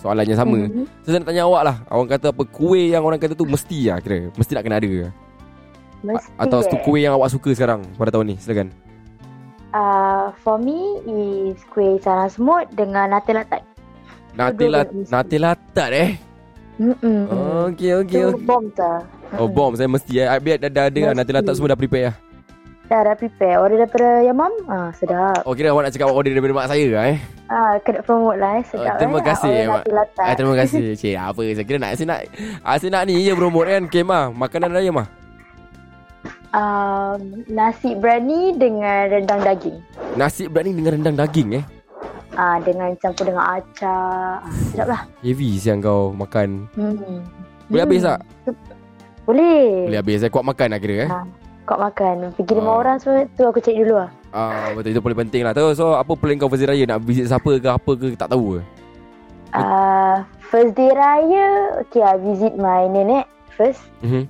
S4: Soalannya sama
S5: Mhm.
S4: So saya nak tanya awak lah Awak kata apa Kuih yang orang kata tu mesti lah kira Mesti nak kena ada ke?
S5: Mesti
S4: Atau
S5: eh.
S4: yeah. kuih yang awak suka sekarang Pada tahun ni silakan
S5: Uh, for me is kuih sarang semut dengan nata latat.
S4: Nate, lat, nate latat eh
S5: Mm-mm.
S4: Okay okay,
S5: Tu
S4: okay.
S5: bom tak?
S4: Oh bom saya mesti eh I- Biar dah, dah ada lah Nate latat semua dah prepare lah
S5: Dah dah prepare. Order daripada your mom. Ah, sedap.
S4: Oh kira awak nak cakap awak order daripada mak saya lah eh
S5: Ah, kena promote lah eh.
S4: Oh,
S5: Sedap
S4: terima
S5: eh.
S4: kasih
S5: Orang
S4: Mak.
S5: nasi latar.
S4: Ah, terima kasih. Cik, apa saya kira nak saya nak ah, saya nak ni je promote kan kemah makanan raya mah.
S5: Um, nasi berani dengan rendang daging.
S4: Nasi berani dengan rendang daging eh.
S5: Ah, dengan campur dengan acar. Ah, sedap lah.
S4: Heavy siang kau makan.
S5: Hmm.
S4: Boleh
S5: Hmm.
S4: habis tak?
S5: Boleh.
S4: Boleh Oh. habis. Saya kuat makan lah kira eh.
S5: Ha. Kau makan. Pergi lima orang semua tu aku cek dulu lah.
S4: Ah, betul itu paling penting lah. Tahu so apa plan kau Fazil Raya nak visit siapa ke apa ke tak tahu ke?
S5: Ah, first day raya, okay I visit my nenek first.
S4: Mhm.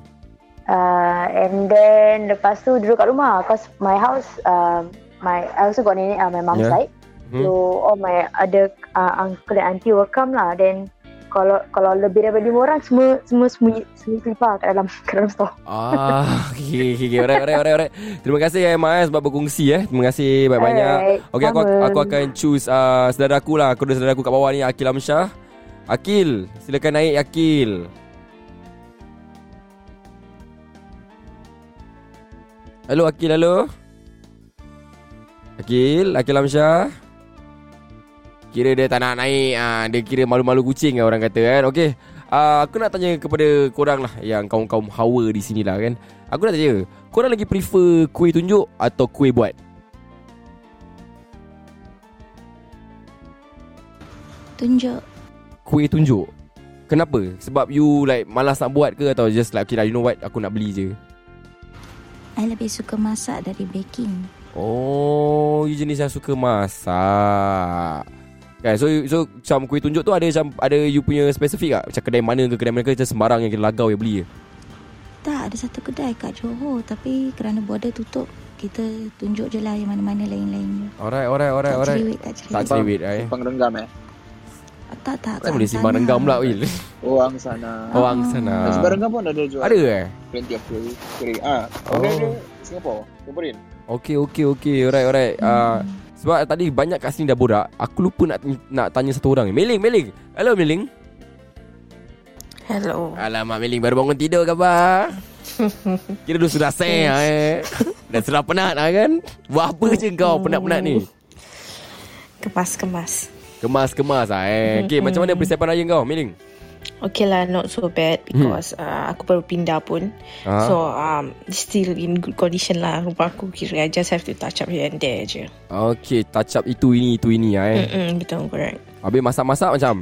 S5: Uh, and then lepas tu duduk kat rumah cause my house um, my I also got nenek uh, my mom
S4: Yeah.
S5: yeah. side. So all my other uh, uncle and auntie will come lah. Then kalau kalau lebih daripada lima orang semua semua sembunyi sembunyi selipar kat dalam kat dalam store.
S4: Ah, okay, okay, okay. Alright, alright, alright, alright. Terima kasih eh Mas sebab berkongsi eh. Terima kasih banyak-banyak.
S5: Alright,
S4: okay, aku
S5: sama.
S4: aku akan choose uh, saudara aku lah. Aku ada saudara aku kat bawah ni Akil Amsyah. Akil, silakan naik Akil. Hello Akil, hello. Akil, Akil Amsyah. Kira dia tak nak naik ah, Dia kira malu-malu kucing lah orang kata kan Okay ah, Aku nak tanya kepada korang lah Yang kaum-kaum hawa di sini lah kan Aku nak tanya Korang lagi prefer kuih tunjuk Atau kuih buat?
S16: Tunjuk
S4: Kuih tunjuk Kenapa? Sebab you like malas nak buat ke Atau just like Okay lah you know what Aku nak beli je
S16: I lebih suka masak dari baking
S4: Oh You jenis yang suka masak Kan so you- so macam kuih tunjuk tu ada macam ada you punya spesifik tak? Macam kedai mana ke kedai mana ke macam sembarang yang kita lagau yang beli je.
S16: Tak ada satu kedai kat Johor Tapi kerana border tutup Kita tunjuk je lah yang mana-mana lain-lain
S4: Alright, alright, alright,
S16: Tak
S4: alright.
S16: cerewet, tak cerewet.
S4: Tak cerewet, eh.
S15: Pengrengam eh
S16: Tak tak
S4: Kan boleh simpan renggang pula, Wil.
S15: Orang Oh, sana
S4: Orang Oh, sana.
S15: Nasi barangkah pun ada jual
S4: Ada eh?
S15: Plenty of kuih Kuih Ah, Orang
S4: Oh.
S15: dia Singapore Singaporean
S4: Okay, okay, okay. Alright, alright. Uh, sebab tadi banyak kat sini dah borak. Aku lupa nak nak tanya satu orang ni. Meling, Meling. Hello, Meling.
S19: Hello.
S4: Alamak, Meling. Baru bangun tidur ke apa? Kira dah sudah seh eh. Dah sudah penat lah kan? Buat apa je kau penat-penat ni?
S19: Kemas-kemas.
S4: Kemas-kemas lah eh. Okay,
S19: Mm-mm.
S4: macam mana persiapan raya kau, Meling?
S19: Okay lah, not so bad because hmm. uh, aku baru pindah pun.
S4: Ah.
S19: So, um, still in good condition lah rumah aku. Kira I just have to touch up here and there je.
S4: Okay, Ah, touch up itu ini, itu ini lah eh.
S19: Mm-mm, betul, correct.
S4: Habis masak-masak macam?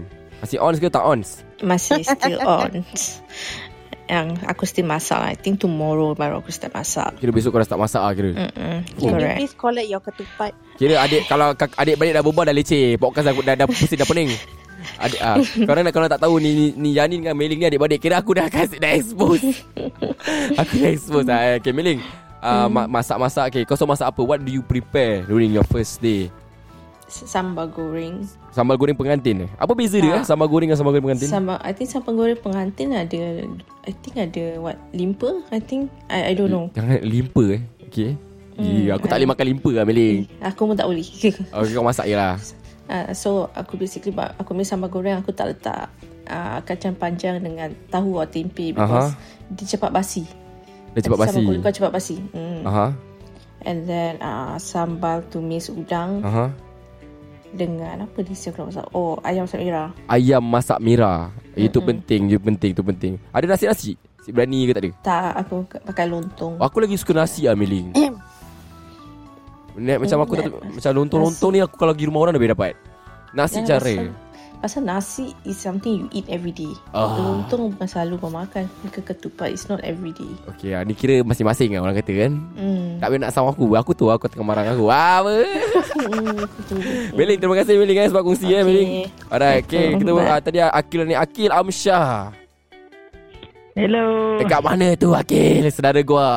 S4: Masih ons ke tak ons?
S19: Masih still on. Yang aku still masak lah. I think tomorrow baru aku start masak.
S4: Kira besok kau dah start masak lah kira?
S19: Mm-mm,
S4: Oh.
S8: Can you
S19: correct.
S8: please collect your ketupat?
S4: Kira adik kalau kak- adik balik dah berbual dah leceh. Podcast aku dah dah pusing dah pening. Adik ah, korang nak kalau tak tahu ni ni Yani dengan Meling ni adik-adik kira aku dah kasi dah expose. aku dah expose ah. Okay Meling. Uh,
S19: Hmm.
S4: ma- masak-masak okay. Kau suruh masak apa? What do you prepare during your first day?
S19: Sambal goreng.
S4: Sambal goreng pengantin eh? Apa beza dia eh? Sambal goreng dengan sambal goreng pengantin?
S19: Ah. Sambal, I think sambal goreng pengantin ada, I think ada what, limpa? I think, I, I don't know.
S4: Jangan limpa eh. Okay.
S19: Hmm,
S4: Yeah, aku tak boleh makan limpa lah Meling.
S19: Aku pun tak boleh.
S4: Okay kau masak je lah.
S19: uh, so, aku basically, buat- aku punya sambal goreng, aku tak letak uh, kacang panjang dengan tahu atau tempe because dia cepat basi.
S4: Dia cepat
S19: Nanti
S4: basi.
S19: Sambal goreng kau cepat basi. Hmm.
S4: Aha.
S19: And then, uh, sambal tumis udang
S4: Aha.
S19: dengan apa dia siap masak? Oh, ayam masak merah.
S4: Ayam masak merah. Itu penting, itu penting, itu penting. Ada nasi-nasi? Si berani ke tak ada?
S19: Tak, aku pakai lontong.
S4: Aku lagi suka nasi lah Meling Net, Macam aku tak, Macam lontong-lontong ni Aku kalau pergi rumah orang Dah boleh dapat Nasi
S19: Jangan
S4: cara
S19: pasal- Pasal nasi is something you eat every day.
S4: Ah.
S19: Lontong bukan selalu kau makan. Ke ketupat is not every day.
S4: Okay lah Ni kira masing-masing lah orang kata kan
S19: Hmm.
S4: Tak boleh nak sama aku Aku tu aku tengah marah aku Apa
S19: Hmm,
S4: Meling terima kasih Meling eh, Sebab kongsi okay. eh Meling Alright okay, kita,
S19: Betul.
S4: uh, Tadi Akil ni Akil Amsyah
S20: Hello.
S4: Dekat mana tu Akil Saudara gua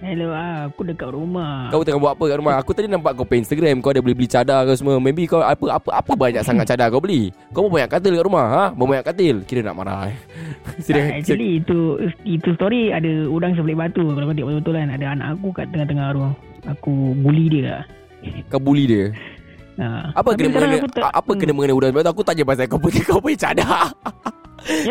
S20: Hello ah, aku dekat rumah.
S4: Kau tengah buat apa kat rumah Aku tadi nampak kau pay Instagram Kau ada beli-beli cadar ke semua Maybe kau apa apa apa banyak sangat cadar kau beli Kau pun banyak katil kat rumah ha? Banyak katil Kira nak marah eh.
S20: Ah, actually itu itu story ada orang sebelik batu kalau kau tengok betul-betul kan ada anak aku kat tengah-tengah tu. Aku bully dia lah.
S4: Kau bully dia
S20: Ha.
S4: Apa
S20: Tapi
S4: kena
S20: sekarang
S4: mengena
S20: aku tak- Hmm.
S4: Apa kena mengena udang Sebab tu aku tanya pasal kau punya Kau punya cadar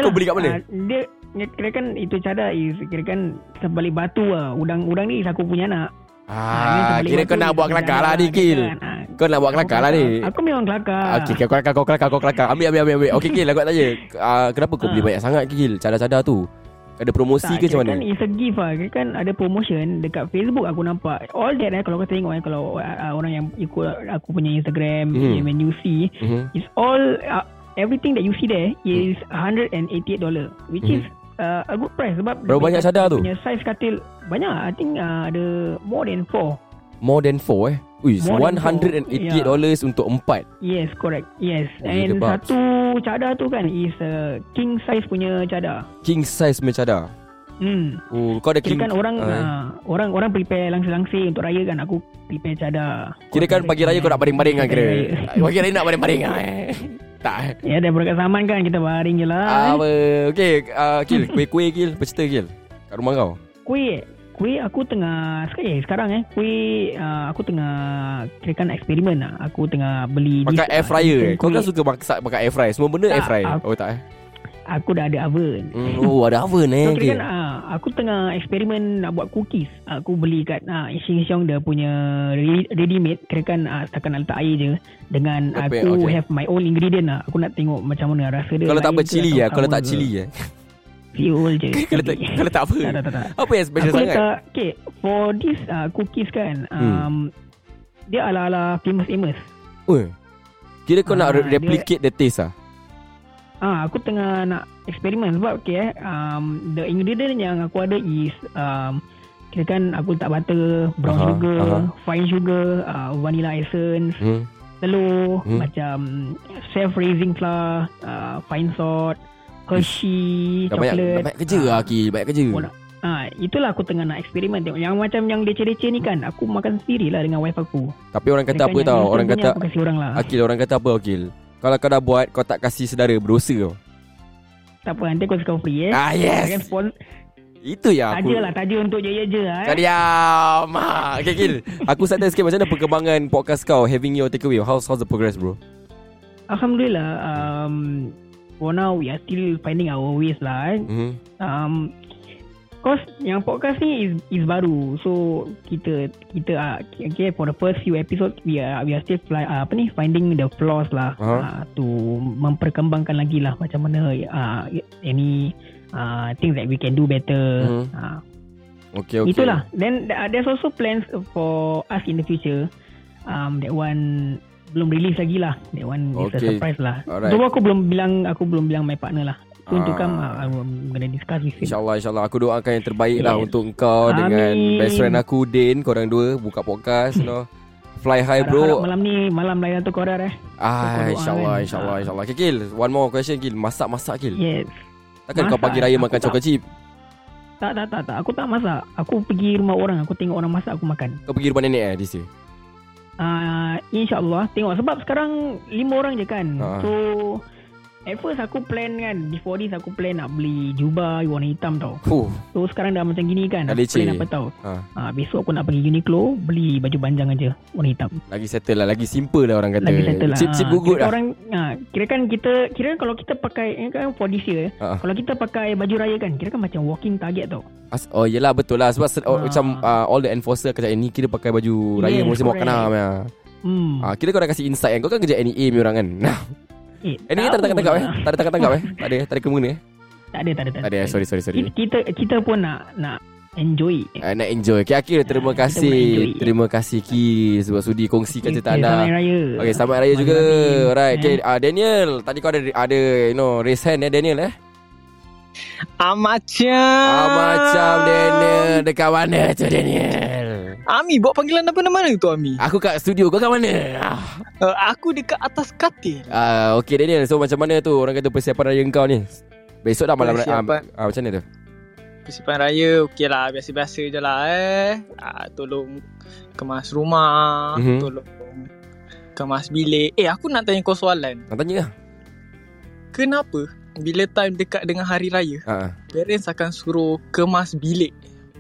S4: Kau beli kat mana
S20: Ah, dia dia kira kan itu cara is kira kan sebalik batu lah. Udang-udang ni is aku punya anak.
S4: Ah, Kira
S20: sebalik batu
S4: kau nak
S20: dia
S4: buat
S20: sebalik
S4: kelakar lah
S20: jalan,
S4: ni Kil
S20: dia
S4: Kau nak buat kelakar lah ni
S20: Ah, Aku memang kelakar.
S4: Okay, kau kelakar, kau kelakar, kau kelakar Ambil, ambil, ambil, ambil. Okay, Kil, aku nak tanya Ah, Kenapa kau beli banyak sangat, Kil? Cadar-cadar tu Ada promosi
S20: Tak,
S4: ke macam
S20: kira
S4: mana?
S20: Kan it's a gift lah. Kira kan ada promotion dekat Facebook aku nampak. All that eh, kalau kau tengok eh, kalau uh, orang yang ikut aku punya Instagram,
S4: Hmm.
S21: Mhm.
S20: mm. when you see,
S21: Mhm.
S20: it's all, uh, everything that you see there is
S4: Hmm.
S20: $188, which
S4: Mhm.
S20: is uh, a good price sebab
S4: Berapa
S20: dia
S4: banyak
S20: punya-
S4: cadar tu?
S20: Punya size katil banyak. I think uh, ada more than 4.
S4: More than 4 eh Uish,
S20: More than four.
S4: $188 untuk 4
S20: Yes, correct. Yes.
S4: Oh,
S20: And
S4: gila, Babs.
S20: satu cadar tu kan is a king size punya cadar.
S4: King size punya cadar
S20: Hmm.
S4: Oh, kau ada
S20: Kira kan orang
S4: Ah.
S20: uh, orang orang prepare langsir-langsir untuk raya kan aku prepare cadar.
S4: Kira kan pagi raya kau nak baring-baring kan kira Pagi raya nak baring-baring kan eh Tak eh
S20: Ya dah berkat saman kan kita baring je lah.
S4: Apa Okay uh, Kil Kuih-kuih Kil Bercerita Kil Kat rumah kau
S20: Kuih Kuih aku tengah sekarang, eh, sekarang eh Kuih uh, aku tengah Kirakan eksperimen lah Aku tengah beli
S4: Pakai
S20: this,
S4: air
S20: ah,
S4: fryer eh
S20: instant
S4: Kau kan
S20: kuih.
S4: suka masak pakai air fryer Semua benda air
S20: Tak,
S4: fryer
S20: aku-
S4: Oh tak eh
S20: Aku dah ada oven
S4: Hmm, oh, ada oven, eh,
S20: So kira kan
S4: okey.
S20: ah, Aku tengah eksperimen Nak buat cookies Aku beli kat ah, Sheng Siong dia punya re- Ready made Kira kan ah, Setakat nak letak air je Dengan
S4: Tapi,
S20: aku
S4: okey.
S20: have my own ingredient lah Aku nak tengok macam mana rasa dia
S4: Kau letak
S20: lain
S4: apa
S20: ke
S4: cili eh
S20: atau
S4: Kau
S20: sama
S4: letak
S20: ke.
S4: cili eh
S20: Fuel je
S4: Kau letak, kau letak apa
S20: Tak, tak, tak, tak.
S4: Apa yang special
S20: Aku
S4: sangat Hmm.
S20: letak Okay For this uh, cookies kan um, Dia ala-ala famous famous
S4: Oh Kira kau nak
S20: Ah,
S4: re-
S20: dia-
S4: replicate the taste lah
S20: Ah, aku tengah nak eksperimen sebab okay, eh, um, the ingredient yang aku ada is um, kira kan aku letak butter,
S4: Aha,
S20: brown uh-huh, sugar,
S4: aha.
S20: uh-huh. fine sugar, uh, vanilla essence,
S4: Hmm. Hmm.
S20: telur, hmm. macam self raising flour, uh, fine salt, Hershey,
S4: Dah
S20: chocolate. Ah,
S4: banyak, dah banyak kerja lah Kil Banyak kerja
S20: Orang- Ah, itulah aku tengah nak eksperimen tengok. Yang macam yang leceh-leceh ni kan aku makan sendiri lah dengan wife aku.
S4: Tapi orang kata
S20: Mereka
S4: apa
S20: yang
S4: tau
S20: instant
S4: Orang
S20: punya
S4: kata
S20: aku kasih orang lah.
S4: Akil orang kata apa Akil Kalau kau dah buat Kau tak kasih saudara Berdosa kau
S20: Tak apa nanti aku discovery eh.
S4: Ah, yes.
S20: Kan spon-
S4: Itu yang aku
S20: taja lah taja untuk je je lah
S4: Kau
S20: eh.
S4: diam Ah, Okay Kil Aku start sikit Macam mana perkembangan podcast kau Having your takeaway How's, how's the progress bro
S20: Alhamdulillah um, For now We are still finding our ways lah eh.
S4: mm-hmm.
S20: um, Cause yang podcast ni is, is baru So Kita Kita uh, okay, For the first few episodes We are we are still fly, uh, Apa ni Finding the flaws lah
S4: Aha.
S20: uh, To Memperkembangkan lagi lah Macam mana uh, Any uh, Things that we can do better
S4: Mhm. Ya,
S20: uh,
S4: Okay okay
S20: Itulah. Then uh, there's also plans for us in the future. Um, that one belum release lagi lah. That one is a
S4: Okay.
S20: surprise lah.
S4: Alright.
S20: Though aku belum bilang aku belum bilang my partner lah. So uh, to
S4: Ah.
S20: come, uh, I'm gonna discuss with him.
S4: InsyaAllah insyaAllah Aku doakan yang terbaik lah
S20: Yes.
S4: Untuk kau Dengan
S20: Amin.
S4: best friend aku Din Korang dua Buka podcast you know. Fly high
S20: Harap-harap
S4: Eh, bro
S20: malam ni malam Lailatul Qadar eh. Kau
S4: Ah,
S20: doa
S4: InsyaAllah
S20: kan.
S4: InsyaAllah insyaAllah Okay Kil One more question Kil Masak-masak Kil
S20: Yes.
S4: Takkan kau
S20: Masak,
S4: pagi raya
S20: aku
S4: makan
S20: tak-
S4: chocolate chip
S20: Tak tak tak tak. Aku tak masak. Aku pergi rumah orang. Aku tengok orang masak. Aku makan.
S4: Kau pergi rumah nenek eh This year
S20: Uh, InsyaAllah Tengok sebab sekarang Lima orang je kan
S4: Ha.
S20: So At first aku plan kan Before this aku plan nak beli Jubah warna hitam tau
S4: Fuh.
S20: So sekarang dah macam gini kan
S4: Dah
S20: Aku
S4: leceh.
S20: plan apa tau
S4: Ha.
S20: uh, Besok aku nak pergi Uniqlo Beli baju panjang aja Warna hitam
S4: Lagi settle lah Lagi simple lah orang kata
S20: Lagi settle lah
S4: Chip-chip
S20: Ah,
S4: gugut
S20: kira
S4: lah
S20: orang, ah, Kira kan kita Kira kan kalau kita pakai eh, kan For this year
S4: Ha.
S20: Kalau kita pakai baju raya kan Kira kan macam walking target tau
S4: As, oh yelah betul lah Sebab se- oh, macam uh, All the enforcer kata Ni kira pakai baju Raya
S20: Ha. Yes,
S4: musim
S20: correct.
S4: makanan ya.
S20: Hmm.
S4: Ah, kira kau dah kasi insight kan Kau kan kerja NEA ni orang kan Nah
S20: Eh,
S4: NEA tak ada tangkap-tangkap eh Tak ada tangkap-tangkap eh Tak ada eh? Tak ada kemuna eh
S20: Tak ada tak ada
S4: Tak ada eh sorry sorry sorry
S20: Kita- Kita kita pun nak Nak enjoy
S4: Ah, nak enjoy Okay Akil terima kasih Terima kasih Ki Sebab sudi kongsikan cerita
S20: Okay,
S4: anda
S20: selamat raya.
S4: Okay selamat raya juga
S20: Amin.
S4: Alright okay,
S20: Eh.
S4: ah, Daniel Tadi kau ada Ada you know Raise hand eh Daniel eh
S21: Amacam
S4: ah, Macam Daniel Dekat mana tu Daniel
S21: Ami buat panggilan apa nama mana tu Ami?
S4: Aku kat studio Kau kat mana ah.
S21: Uh, aku dekat atas katil
S4: Ah, okay Daniel So macam mana tu Orang kata persiapan raya kau ni Besok dah malam ah,
S21: Persiapan.
S4: ah, Macam mana tu
S21: Persiapan raya Okey lah Biasa-biasa je lah eh uh, Tolong Kemas rumah
S4: Mhm.
S21: mm-hmm. Tolong Kemas bilik Eh aku nak tanya kau soalan
S4: Nak tanya lah
S21: Kenapa Bila time dekat dengan hari raya
S4: ah. ah.
S21: Parents akan suruh Kemas bilik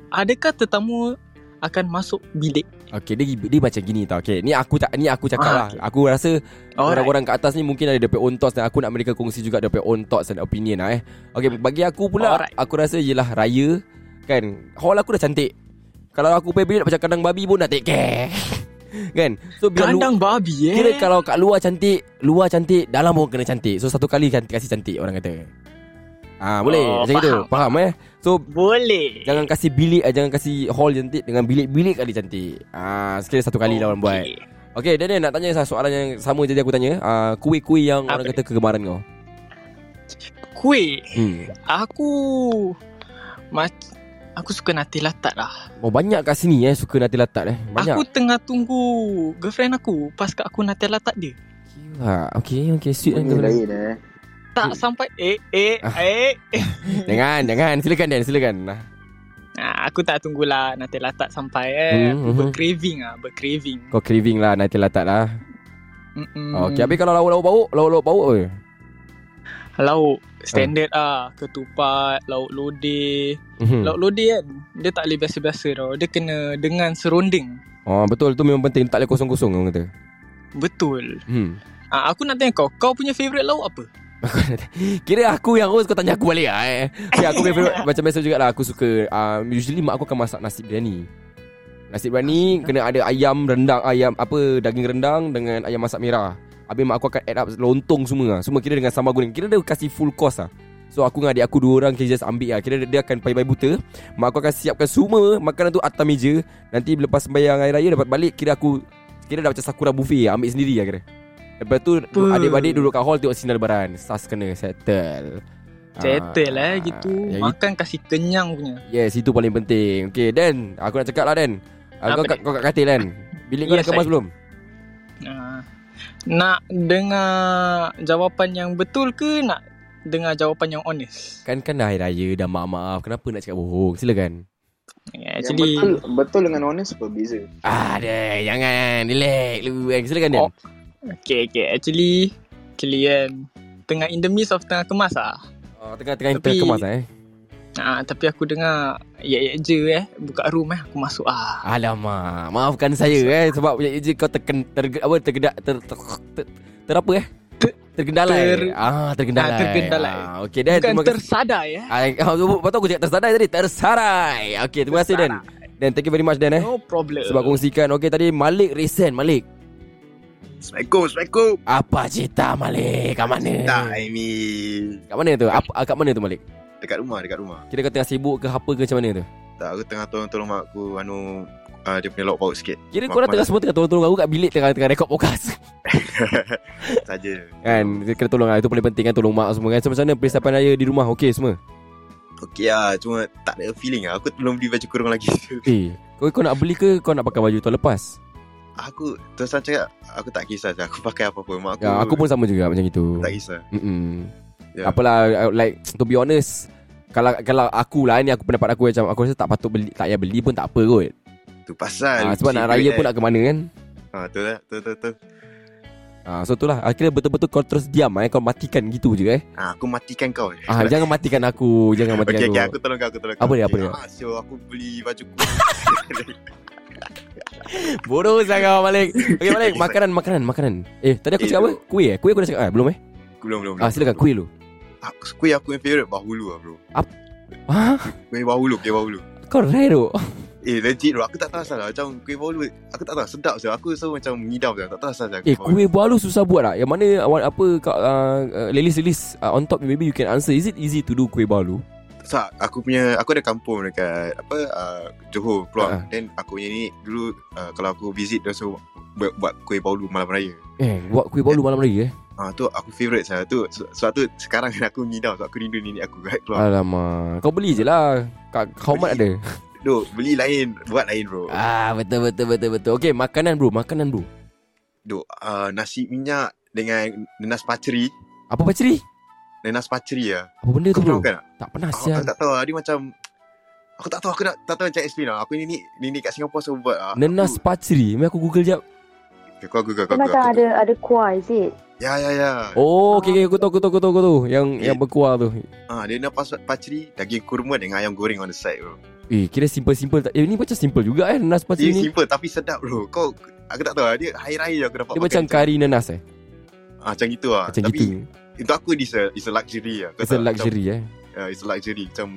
S21: Adakah tetamu Akan masuk bilik
S4: Okay dia, dia macam gini tau Okay ni aku tak Ni aku cakap
S21: Ah,
S4: lah
S21: okay.
S4: Aku rasa
S21: Alright.
S4: Orang-orang kat atas ni Mungkin ada dia punya own thoughts Dan aku nak mereka kongsi juga Dia punya own thoughts and opinion lah eh Okay bagi aku pula Alright. Aku rasa je lah Raya Kan Hall aku dah cantik Kalau aku pergi bilik Macam kandang babi pun dah take care Kan so, biar
S21: Kandang babi eh
S4: Kira kalau kat luar cantik Luar cantik Dalam pun kena cantik So satu kali kan Kasih cantik orang kata Ah boleh
S21: Oh,
S4: Macam itu Faham eh So
S21: Boleh
S4: Jangan kasih bilik eh, Jangan kasih hall cantik Dengan bilik-bilik kali cantik Ah Sekiranya satu kali lah orang buat Okay Daniel nak tanya soalan yang sama jadi aku tanya ah, Kuih-kuih yang orang kata kegemaran kau
S21: Kuih
S4: hmm.
S21: Aku mac- Aku suka nasi latat lah
S4: Oh banyak kat sini eh Suka nati latat eh Banyak
S21: Aku tengah tunggu Girlfriend aku Pasca aku nasi latat dia
S4: ah, Okay okay sweet
S21: Bunyi
S4: eh,
S21: lain,
S4: eh.
S21: Tak sampai Eh eh
S4: Ah.
S21: eh
S4: Jangan Jangan Silakan Dan Silakan Nah.
S21: ah, Aku tak tunggulah Nanti lah tak sampai eh
S4: Hmm,
S21: Aku
S4: mhm.
S21: bercraving ah, Bercraving
S4: Kau craving lah Nanti letak lah
S21: Mm-mm.
S4: hmm. Okay habis kalau lauk-lauk bau Lauk-lauk bau apa
S21: Lauk Standard ah Ketupat Lauk lodeh
S4: Mhm.
S21: Lauk lodeh kan Dia tak boleh biasa-biasa tau Dia kena dengan serunding
S4: Oh betul tu memang penting Tak boleh kosong-kosong Orang kata
S21: Betul
S4: hmm.
S21: ah, Aku nak tanya kau Kau punya favourite lauk apa?
S4: Kira aku yang host Kau tanya aku balik lah eh Okay aku punya favourite Macam biasa jugalah Aku suka uh, Usually mak aku akan masak nasi biryani Nasi biryani Kena ada ayam rendang Ayam apa Daging rendang Dengan ayam masak merah Habis mak aku akan add up Lontong semua lah. Semua kira dengan sambal goreng Kira dia kasih full cost lah So aku dengan adik aku Dua orang kita just ambil lah Kira dia, dia akan pakai buta Mak aku akan siapkan semua Makanan tu atas meja Nanti lepas sembahyang hari raya Dapat balik Kira aku Kira dah macam Sakura buffet lah. Ambil sendiri lah kira Lepas tu
S21: Apa?
S4: Adik-adik duduk kat hall Tengok sinar lebaran Sas kena settle
S21: Settle
S4: Ah,
S21: eh gitu
S4: yang
S21: Makan kasih kenyang punya
S4: Yes itu paling penting Okay Dan Aku nak cakap lah Dan Ah,
S21: Apa
S4: kau, kat,
S21: dia?
S4: kau kat katil kan Bilik kau
S21: Yes,
S4: dah kemas
S21: I-
S4: belum?
S21: Ah. Nak dengar jawapan yang betul ke nak dengar jawapan yang honest?
S4: Kan kan dah hari raya Dah maaf-maaf Kenapa nak cakap bohong Silakan
S21: Yeah,
S1: Yang betul, betul dengan honest apa beza?
S4: Ah Dan Jangan Relax lu kan Silakan Dan oh.
S21: Okay, okay. Actually, actually kan, tengah in the midst of tengah kemas lah.
S4: Oh, tengah-tengah
S21: Tapi-
S4: Tapi... kemas lah eh
S21: Ah, tapi aku dengar yek-yek je eh. Buka room eh, aku masuk ah.
S4: Alamak Maafkan saya eh Sebab punya je kau terken, ter, apa, tergedak ter, ter, ter, ter, apa eh Tergendalai
S21: ter-
S4: Ah tergendalai
S21: Ah, tergendalai.
S4: ah, Okay Dan
S21: Bukan
S4: terima kasih
S21: tersadai eh.
S4: Ah, oh, Patut aku cakap tersadai tadi Tersarai Okay terima kasih Dan Dan thank you very much Dan eh
S21: No problem.
S4: Sebab kongsikan Okay tadi Malik Resen Malik
S1: Assalamualaikum, Assalamualaikum.
S4: Apa cerita Malik Kat mana
S1: Tak, I mean.
S4: Kat mana tu Apa, Kat mana tu Malik
S1: Dekat rumah, dekat rumah.
S4: Kira kau tengah sibuk ke Apa ke macam mana tu
S1: Tak, aku tengah tolong-tolong mak aku anu uh, dia punya lauk pauk sikit.
S4: Kira korang tengah semua tengah tolong-tolong aku kat bilik tengah-tengah rekod podcast
S1: saja.
S4: Kan Kena tolong lah Itu paling penting kan Tolong mak semua kan So macam mana Perisapan raya di rumah Okay semua
S1: Okey lah, cuma tak ada feeling lah. Aku belum beli baju kurung lagi.
S4: Eh kau, kau nak beli ke Kau nak pakai baju tahun lepas
S1: aku terus terang cakap, aku tak kisah je. Aku pakai apa-apa. Mak aku,
S4: Ya, aku pun sama juga macam itu.
S1: Tak kisah.
S4: Mm-mm. Yeah.
S1: Ya.
S4: Apalah uh, like to be honest kalau kalau aku lah ni aku pendapat aku macam aku rasa tak patut beli tak payah beli pun tak apa kot.
S1: tu
S4: Ah,
S1: pasal.
S4: sebab nak raya pun nak ke mana kan.
S1: Ha, tu lah, tu, tu, tu.
S4: Ah, so itulah akhirnya betul-betul kau terus diam eh kau matikan gitu je eh.
S1: Ha, aku matikan kau. eh.
S4: Ah, jangan matikan aku, jangan matikan
S1: Okey,
S4: aku.
S1: okey, aku tolong kau, aku tolong kau.
S4: Apa dia, apa
S1: Okey,
S4: dia?
S1: Ah, so, aku beli baju kurung.
S4: Bodoh sangat kau Malik. Okey Malik, makanan makanan makanan. Eh, tadi aku
S1: Eh,
S4: cakap apa? Kuih eh. Kuih aku dah cakap eh, belum eh?
S1: Aku belum, belum.
S4: Ah,
S1: belum.
S4: silakan kuih lu.
S1: Aku, kuih aku yang favourite Bahulu lah, bro.
S4: Apa? Ha?
S1: Kuih Bahulu, kuih Bahulu.
S4: Kau rare tu.
S1: Eh legit bro Aku tak tahu asal lah Macam kuih bolu Aku tak tahu Sedap je Aku selalu macam mengidam je Tak tahu asal lah
S4: Eh, kuih balu susah buat lah. Yang mana awak apa kau uh, uh, lelis-lelis uh, on top maybe you can answer. Is it easy to do kuih balu?
S1: Tak Aku punya Aku ada kampung dekat Apa uh, Johor Peluang
S4: Ah.
S1: uh-huh. Then aku punya ni Dulu uh, Kalau aku visit Dia suruh buat, buat kuih bolu malam raya
S4: Eh, buat kuih balu malam lagi eh.
S1: Ah uh, tu aku favourite saya tu se- sebab tu sekarang aku ngidam sebab aku rindu nenek aku kat keluar.
S4: Alamak Kau beli je lah Kak, How much ada
S1: Duk beli lain buat lain bro.
S4: Ah betul betul betul betul Okay makanan bro Makanan bro
S1: Duk uh, nasi minyak dengan nenas paceri.
S4: Apa paceri?
S1: Nenas paceri lah.
S4: Apa benda tu
S1: Kau
S4: bro
S1: pernah makan tak?
S4: Tak pernah
S1: Aku,
S4: sial
S1: aku tak tahu lah Dia macam Aku tak tahu Aku nak, tak tahu macam explain lah Aku ni ni Ni ni kat Singapura selalu buat lah
S4: Nenas paceri Mari aku google jap
S1: okay, Kau google
S5: Dia
S1: kau
S5: macam
S1: google
S5: kan ada ada kuah is it?
S1: Ya ya ya Eh.
S4: Oh okay, okay aku tahu aku tahu aku tahu, aku tahu. Yang yang berkuah tu
S1: Ah, Dia nak pasal paceri Daging kurma dengan ayam goreng on the side bro
S4: Eh kira simple-simple tak- Eh ni macam simple juga eh Nenas
S1: Dia
S4: paceri ni
S1: simple tapi sedap bro Kau Aku tak tahu lah Dia hari raya je aku dapat
S4: Dia
S1: makan
S4: macam kari nenas eh
S1: ah, Macam gitu lah
S4: Macam
S1: Tapi
S4: gitu
S1: Untuk aku it's a, it's a luxury lah Kau
S4: It's a
S1: tahu,
S4: luxury eh
S1: macam, uh, It's a luxury Macam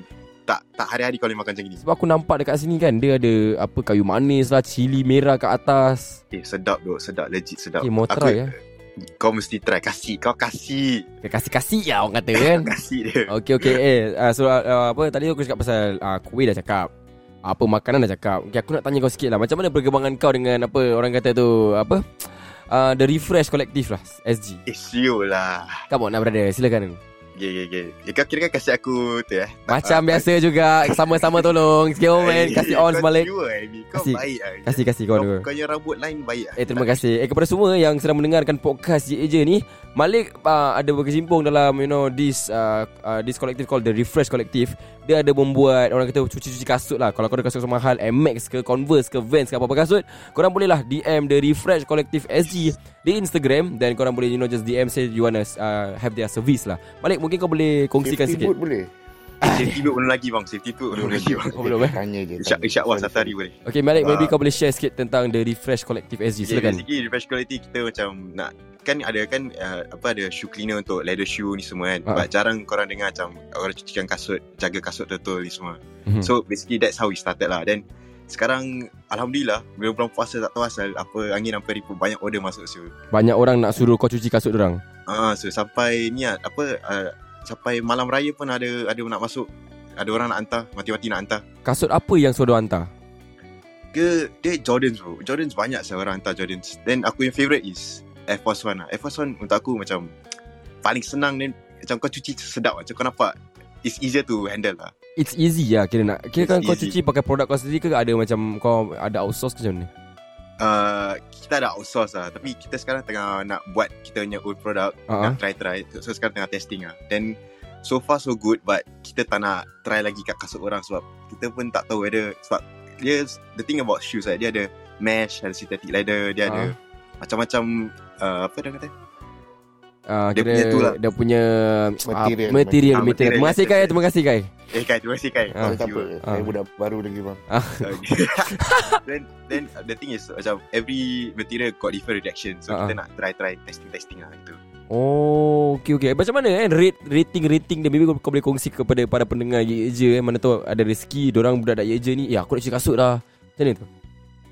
S1: Tak tak hari-hari kau boleh makan macam ni
S4: Sebab aku nampak dekat sini kan Dia ada apa kayu manis lah Cili merah kat atas
S1: Eh sedap bro Sedap legit sedap
S4: Okay mau
S1: Aku-
S4: try eh
S1: Kau mesti try Kasih Kau kasih
S4: Kasih-kasih lah orang kata kan
S1: Kasih dia
S4: Okay okay eh uh, so uh, apa tadi aku cakap pasal uh, kuih dah cakap. Apa makanan dah cakap. Okay, aku nak tanya kau sikit lah macam mana perkembangan kau dengan apa orang kata tu apa uh, the refresh collective lah SG.
S1: Eh siul lah
S4: Come on nak berada silakan.
S1: Okay, okay, okay. Eh, Kau kira kan kasih aku tu eh.
S4: Macam biasa juga sama-sama tolong. Sikit man kasih on balik.
S1: Eh, Kau eh. jiwa, Amy. Kau
S4: Kasih.
S1: baik lah.
S4: Kasih kasih kau
S1: Kau,
S4: dulu.
S1: kau yang rambut lain baik lah.
S4: Eh terima kasih Eh kepada semua yang sedang mendengarkan podcast Je Je ni Malik uh, ada berkecimpung dalam you know this uh, uh, this collective called the Refresh Collective. Dia ada membuat orang kata cuci-cuci kasut lah. Kalau kau ada kasut mahal, MX ke Converse ke Vans ke apa-apa kasut, korang boleh lah DM the Refresh Collective SG di Instagram dan korang boleh you know just DM say you wanna uh, have their service lah. Malik mungkin kau boleh kongsikan
S11: Safety
S4: sikit.
S11: boot boleh?
S1: Eh, Safety boot belum lagi bang Safety boot belum lagi bang
S4: Oh, belum, eh?
S11: Tanya je
S1: Isyak, Isyak Wah satu hari boleh
S4: Okay Malik, maybe
S1: Ah.
S4: kau boleh share sikit tentang the Refresh Collective SG.
S1: Okay,
S4: Silakan.
S1: basically refresh quality kita macam nak kan ada kan uh, apa ada shoe cleaner untuk leather shoe ni semua kan.
S4: Ah.
S1: Uh. But jarang korang dengar macam orang cucikan kasut, jaga kasut betul ni semua.
S4: Mhm.
S1: Mm-hmm. So basically that's how we started lah. Then sekarang alhamdulillah bila bulan puasa tak tahu asal apa angin apa ribu banyak order masuk so.
S4: Banyak orang nak suruh kau cuci kasut orang.
S1: Ah uh, so sampai ni lah, apa uh, sampai malam raya pun ada ada nak masuk. Ada orang nak hantar, mati-mati nak hantar.
S4: Kasut apa yang suruh hantar?
S1: Dia dia Jordans bro. Jordans banyak saya orang hantar Jordans. Then aku yang favourite is Air Force One lah. Air Force One untuk aku macam paling senang dan macam kau cuci sedap lah. macam kau nampak it's easier to handle lah.
S4: It's easy lah kira nak. Kira kan kau
S1: It's easy.
S4: cuci pakai produk kau sendiri ke ada macam kau ada outsource ke macam ni?
S1: Uh, kita ada outsource lah tapi kita sekarang tengah nak buat kita punya own product
S4: Ah.
S1: uh-huh. nak try-try so sekarang tengah testing lah then so far so good but kita tak nak try lagi kat kasut orang sebab kita pun tak tahu whether sebab dia the thing about shoes lah dia ada mesh ada synthetic leather dia uh-huh. ada
S4: Ah.
S1: macam-macam uh, apa dia kata
S4: Uh,
S1: Dia punya tu lah.
S4: Dia punya ah,
S1: Material.
S4: material,
S1: Ah,
S4: material.
S1: material.
S4: Terima kasih Kai, terima kasih Kai.
S1: Eh Kai, terima kasih Kai.
S4: Ah.
S1: Thank
S4: Tak
S1: you.
S4: apa, saya Ah. budak
S1: baru lagi bang.
S4: Ah.
S1: then then the thing is macam every material got different reaction. So
S4: Ah,
S1: kita
S4: ah.
S1: nak try try testing testing lah gitu.
S4: Oh, okey okey. Macam mana eh rate rating rating dia maybe kau, kau boleh kongsi kepada para pendengar Ye Ye je eh mana tahu ada rezeki orang budak-budak Ye Ye je ni. Ya, aku nak cuci kasut dah. Macam ni tu.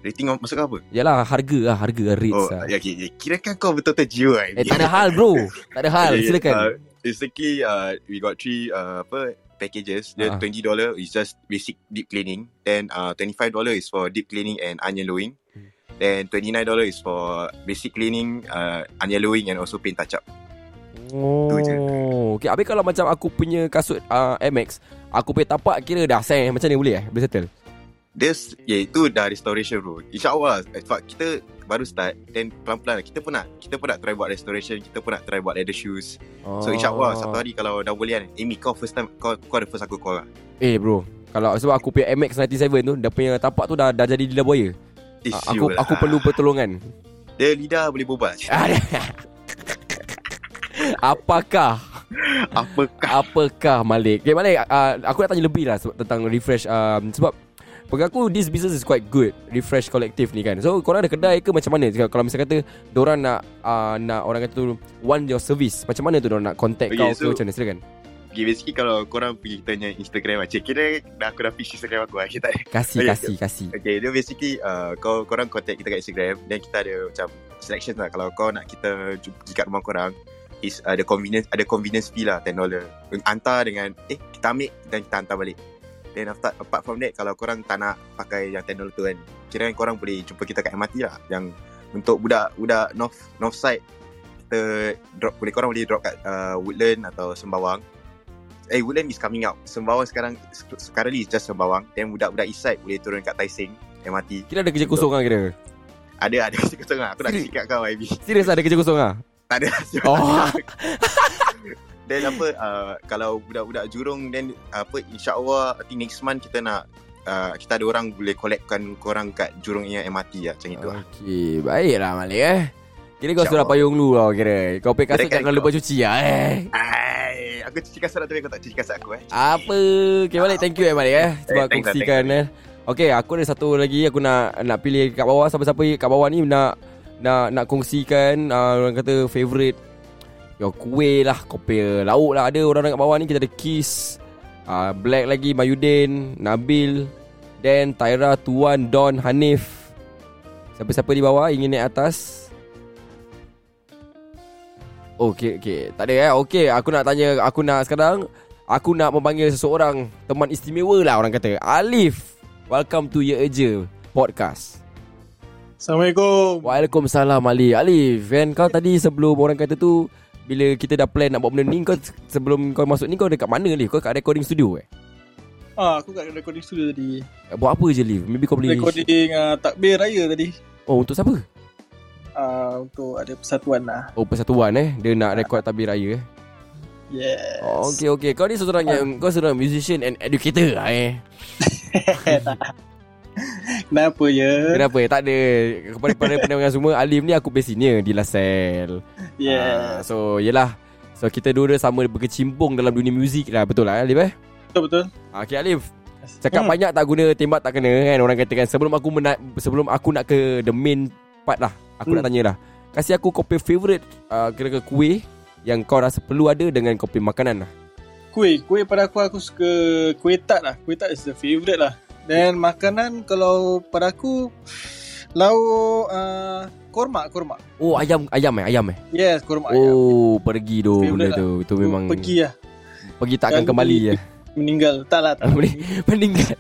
S1: Rating maksud kau apa?
S4: Yalah harga lah harga lah, rates
S1: Oh,
S4: lah.
S1: ya, okay, okay. Kira kan kau betul-betul jiwa kan?
S4: Eh tak ada hal bro. Tak ada hal.
S1: Okay,
S4: Silakan.
S1: Uh, basically, uh, we got three uh, apa packages. The
S4: Ah.
S1: $20 is just basic deep cleaning. Then uh, $25 is for deep cleaning and unyellowing.
S4: Hmm.
S1: Then $29 is for basic cleaning, uh, unyellowing and also paint touch-up.
S4: Oh, okay. Habis kalau macam aku punya kasut uh, MX, aku punya tapak kira dah seh macam ni boleh eh? Boleh settle.
S1: Dia s- Ya itu dah restoration bro InsyaAllah eh, Sebab kita baru start Then pelan-pelan lah. Kita pun nak Kita pun nak try buat restoration Kita pun nak try buat leather shoes
S4: Ah.
S1: So insyaAllah Satu hari kalau dah boleh kan Amy kau first time Kau, kau ada first aku call lah
S4: Eh bro, kalau sebab aku punya MX97 tu, dia punya tapak tu dah dah jadi lidah buaya.
S1: Ish,
S4: Ah, aku
S1: you lah.
S4: aku perlu pertolongan.
S1: Dia lidah boleh berubah
S4: Ah, Apakah
S1: Apakah
S4: Apakah Malik Okay Malik uh, Aku nak tanya lebih lah sebab, Tentang refresh um, Sebab Bagi aku This business is quite good Refresh collective ni kan So korang ada kedai ke Macam mana Kalau misalnya kata Diorang nak uh, Nak orang kata tu Want your service Macam mana tu Diorang nak contact
S1: Okay,
S4: kau ke
S1: so-
S4: Macam mana silakan
S1: Okay basically kalau korang pergi kita punya Instagram lah Cik kira dah aku dah fish Instagram aku lah Kita tak
S4: Kasih,
S1: Okay,
S4: kasih,
S1: okay.
S4: kasih.
S1: Okay dia basically uh, kau, Korang contact kita kat Instagram Then kita ada macam selection lah Kalau kau nak kita jumpa- pergi kat rumah korang is uh, ada convenience ada convenience fee lah $10 hantar dengan eh kita ambil dan kita hantar balik then after apart from that kalau korang tak nak pakai yang $10 tu kan kira kan korang boleh jumpa kita kat MRT lah yang untuk budak-budak north north side kita drop boleh korang boleh drop kat uh, Woodland atau Sembawang eh Woodland is coming out Sembawang sekarang currently is just Sembawang then budak-budak east side boleh turun kat Tai Sing MRT
S4: Kira ada kerja kosong lah kira
S1: ada ada kerja kosong lah aku nak kasi kat kau IB
S4: Serius ada kerja kosong lah
S1: tak ada
S4: Oh.
S1: Then apa uh, Kalau budak-budak jurung Then uh, apa InsyaAllah I think next month kita nak uh, Kita ada orang boleh collectkan Korang kat jurung yang MRT lah Macam itu lah
S4: Okay Baiklah Malik eh Kira kau sudah
S1: InsyaAllah.
S4: payung dulu lah kira Kau pakai kasut
S1: Kira-kira
S4: jangan
S1: kau.
S4: lupa cuci lah eh
S1: Ay, Aku cuci kasut lah Tapi kau tak cuci kasut aku eh
S4: Apa Okay Malik thank you eh Malik eh Sebab
S1: thanks lah,
S4: kongsikan eh Okay aku ada satu lagi Aku nak nak pilih kat bawah Siapa-siapa kat bawah ni nak Nak nak kongsikan uh, Orang kata favourite Your kuih lah Kopi lauk lah Ada orang kat bawah ni Kita ada Kiss uh, Black lagi Mayudin Nabil Dan Tyra Tuan Don Hanif Siapa-siapa di bawah Ingin naik atas Okey okey. Tak ada eh. Okey, aku nak tanya aku nak sekarang aku nak memanggil seseorang teman istimewa lah orang kata. Alif. Welcome to Ye Eja podcast.
S22: Assalamualaikum.
S4: Waalaikumsalam Ali. Alif, kan kau tadi sebelum orang kata tu bila kita dah plan nak buat benda ni kau sebelum kau masuk ni kau dekat mana Alif? Kau kat recording studio eh?
S22: Ah, aku kat recording studio tadi.
S4: Buat apa je Alif? Maybe kau boleh
S22: Recording uh, takbir raya tadi.
S4: Oh, untuk siapa?
S22: Ah, uh, untuk ada persatuan lah.
S4: Oh persatuan eh Dia nak rekod tabir raya eh
S22: Yeah.
S4: Oh, okey okey. Kau ni seorang yang
S22: Ah.
S4: kau seorang musician and educator lah eh.
S22: Kenapa ya?
S4: Kenapa eh? Tak ada kepada kepada pendengar semua Alif ni aku base senior di Lasel.
S22: Yeah.
S4: Ah, so yelah So kita dua-dua sama berkecimpung dalam dunia muzik lah Betul lah eh, Alif eh?
S22: Betul betul.
S4: Ah, Okay Alif Cakap hmm. banyak tak guna tembak tak kena kan Orang kata kan Sebelum aku mena- sebelum aku nak ke the main part lah Aku nak
S22: Hmm.
S4: tanya lah Kasih aku kopi favourite uh, Kira-kira kuih Yang kau rasa perlu ada dengan kopi makanan lah
S22: Kuih, kuih pada aku aku suka kuih tart lah. Kuih tart is the favourite lah. Dan makanan kalau pada aku lauk uh, korma, korma.
S4: Oh ayam ayam eh ayam eh
S22: Yes, korma.
S4: Oh pergi tu benda
S22: Favourite
S4: tu Itu memang
S22: Pergi lah.
S4: Pergi tak akan
S22: Lalu-
S4: kembali ya.
S22: Meninggal. Tak lah. Tak.
S4: Meninggal.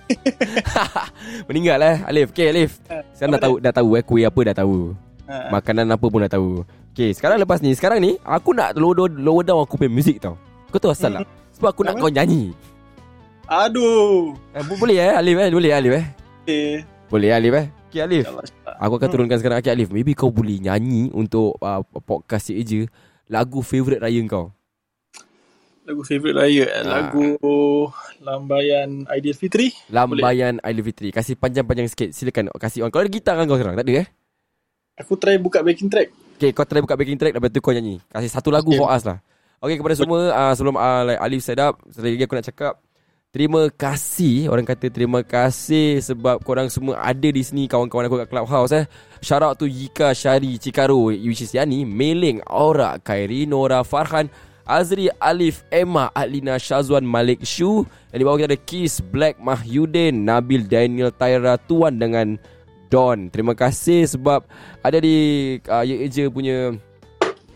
S4: Meninggal eh Alif Okay Alif Sekarang dah tahu dah tahu eh Kuih apa dah tahu
S22: Ha.
S4: Makanan apa pun dah tahu Okay sekarang lepas ni Sekarang ni Aku nak lower down, lower down aku punya muzik tau Kau tahu asal tak Sebab aku nak kau nyanyi
S22: Hmm. Aduh.
S4: Eh, bo- boleh eh Alif eh Boleh eh, Alif eh
S22: Eh,
S4: Boleh eh, Alif eh Okay Alif Aku
S22: Hmm.
S4: akan turunkan sekarang Okay Alif Maybe kau boleh nyanyi Untuk uh, podcast Cik je Lagu favourite raya kau
S22: lagu favourite raya.
S4: Ah.
S22: eh. Lagu Lambayan Aidilfitri.
S4: Lambayan Aidilfitri Kasih panjang-panjang sikit Silakan Kasih on Kau ada gitar kan kau sekarang Tak ada eh
S22: Aku try buka backing track
S4: Okay kau try buka backing track Lepas tu kau nyanyi Kasih satu lagu for us lah Okay kepada semua uh, Sebelum uh, like, Alif set up Sekali lagi aku nak cakap Terima kasih Orang kata terima kasih Sebab korang semua ada di sini Kawan-kawan aku kat Clubhouse eh Shout out to Yika, Syari, Cikaro Yushi Yani, Meling, Aura, Khairi, Nora, Farhan Azri, Alif, Emma, Adlina, Syazwan, Malik, Shu Dan di bawah kita ada Kis, Black, Mahyudin, Nabil, Daniel, Taira, Tuan dengan Don Terima kasih sebab ada di uh, Ye Je punya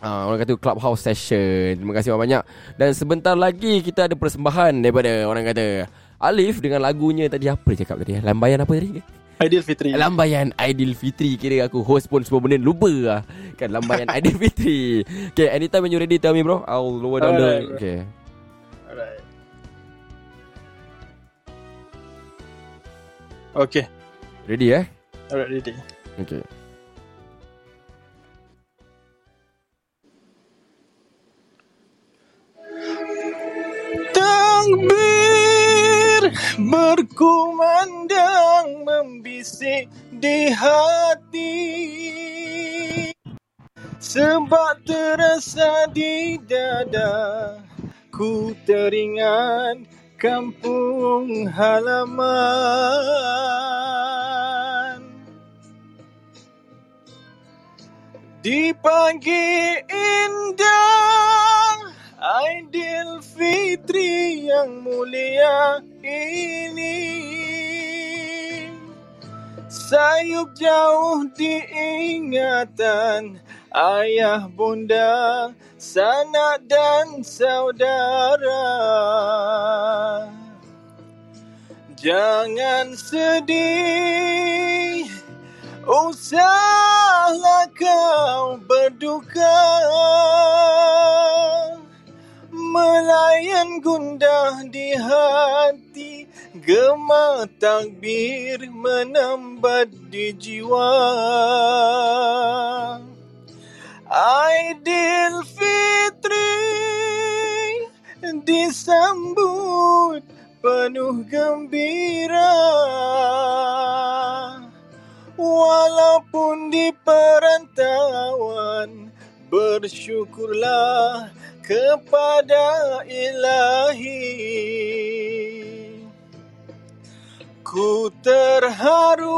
S4: Ah, orang kata clubhouse session. Terima kasih banyak-banyak. Dan sebentar lagi kita ada persembahan daripada orang kata Alif dengan lagunya tadi apa dia cakap tadi? eh? Lambayan apa tadi?
S22: Aidil Fitri.
S4: Lambayan Aidil Fitri kira aku host pun semua benda lupa lah. Kan Lambayan Aidil Fitri. Okay, anytime when you ready tell me bro. I'll lower down the
S22: Alright, bro.
S4: Okay.
S22: Alright. Okay.
S4: Ready eh?
S22: Alright, ready.
S4: Okay.
S22: Takbir berkumandang membisik di hati Sebab terasa di dada Ku teringat kampung halaman Di pagi indah Aidilfitri yang mulia ini Sayup jauh di ingatan Ayah, bunda, sanak dan saudara Jangan sedih Usahlah kau berduka Melayan gundah di hati Gema takbir menembat di jiwa Aidilfitri disambut penuh gembira Walaupun di perantauan Bersyukurlah kepada ilahi Ku terharu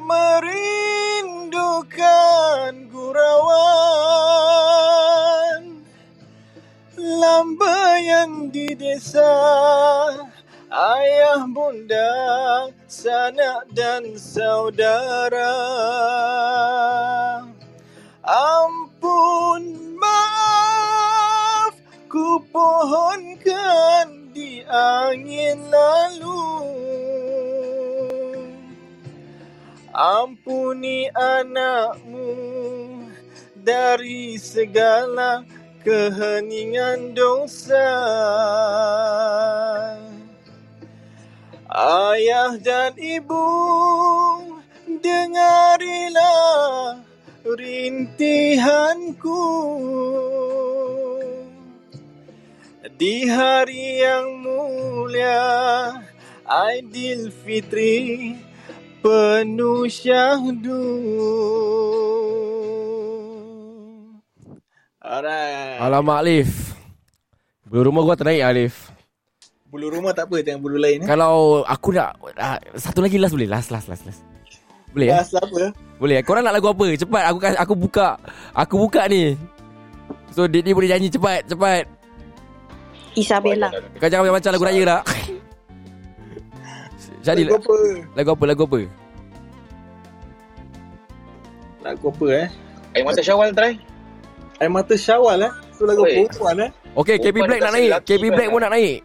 S22: Merindukan gurauan Lambayan di desa Ayah, bunda, sanak dan saudara Ampun, maaf Ku pohonkan di angin lalu Ampuni anakmu dari segala keheningan dosa. Ayah dan ibu, dengarilah rintihanku Di hari yang mulia Aidilfitri penuh syahdu Alright
S4: Alamak Alif Bulu rumah gua ternaik Alif
S22: Bulu rumah tak apa Jangan bulu lain eh.
S4: Kalau aku nak ah, Satu lagi last boleh Last last last last Boleh eh?
S22: Last apa
S4: Boleh eh? Korang nak lagu apa Cepat aku kas- aku buka Aku buka ni So Didi boleh nyanyi cepat Cepat
S8: Isabella.
S4: Kau jangan macam lagu raya lah Jadi
S22: Lagu apa
S4: Lagu apa Lagu apa
S22: Lagu apa eh Air mata syawal try Air mata syawal eh Tu lagu
S4: Oi.
S22: perempuan eh
S4: Okay KB Black nak naik KB
S15: eh.
S4: Black pun nak naik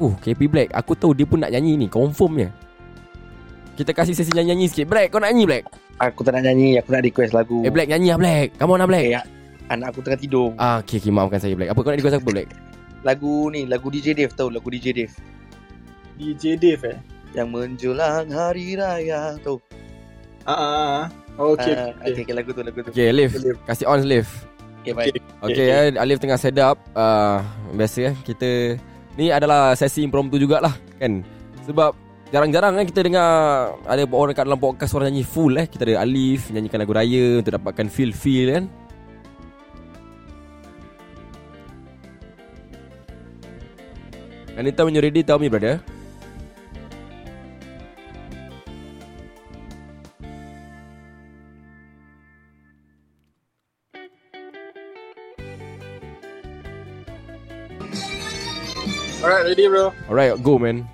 S4: Uh KB Black Aku tahu dia pun nak nyanyi ni Confirmnya Kita kasih sesi nyanyi-nyanyi sikit Black kau nak nyanyi Black
S10: Aku tak nak nyanyi Aku nak request lagu Eh,
S4: Eh Black nyanyi lah Black Come on lah Black
S10: Anak aku tengah tidur
S4: Ah okay, okay maafkan saya Black Apa kau nak request apa Black
S10: Lagu ni Lagu DJ Dave tahu Lagu DJ Dave
S22: DJ Dave eh
S10: Yang menjelang hari raya Tahu
S22: Ah, ah, ah. Okay,
S10: Ah,
S22: okay.
S10: okay, okay, lagu tu lagu tu
S4: Okay Alif Kasih on Alif
S10: Okay baik
S4: Okay, eh, Alif tengah set up uh, Biasa eh Kita Ni adalah sesi impromptu jugalah Kan Sebab Jarang-jarang kan kita dengar Ada orang kat dalam podcast Orang nyanyi full eh Kita ada Alif Nyanyikan lagu raya Untuk dapatkan feel-feel kan Anytime when you're ready Tell me brother
S22: Alright ready bro
S4: Alright go man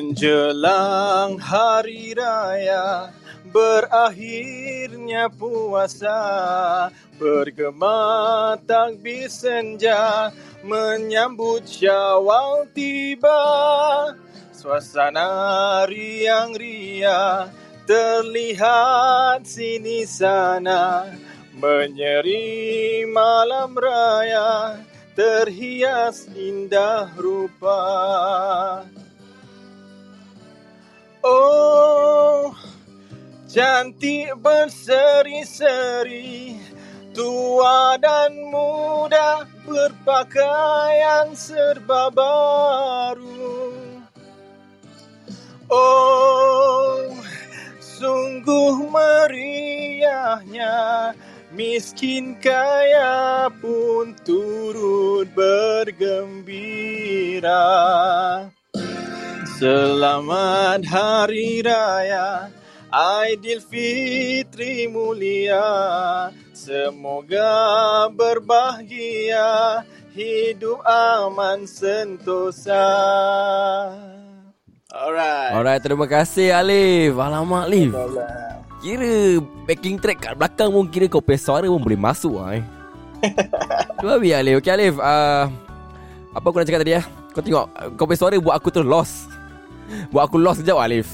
S22: Menjelang hari raya Berakhirnya puasa Bergema takbir senja Menyambut syawal tiba Suasana riang-ria Terlihat sini sana Menyeri malam raya Terhias indah rupa Oh, cantik berseri-seri Tua dan muda berpakaian serba baru Oh, sungguh meriahnya Miskin kaya pun turut bergembira Selamat Hari Raya Aidilfitri mulia Semoga berbahagia Hidup aman sentosa Alright
S4: Alright terima kasih Alif Alamak Alif
S22: Alright.
S4: Kira backing track kat belakang pun Kira kau punya suara pun boleh masuk lah eh Dua biar Alif Okay Alif uh, Apa aku nak cakap tadi ya Kau tengok uh, Kau punya suara buat aku terus lost Buat aku lost sekejap Alif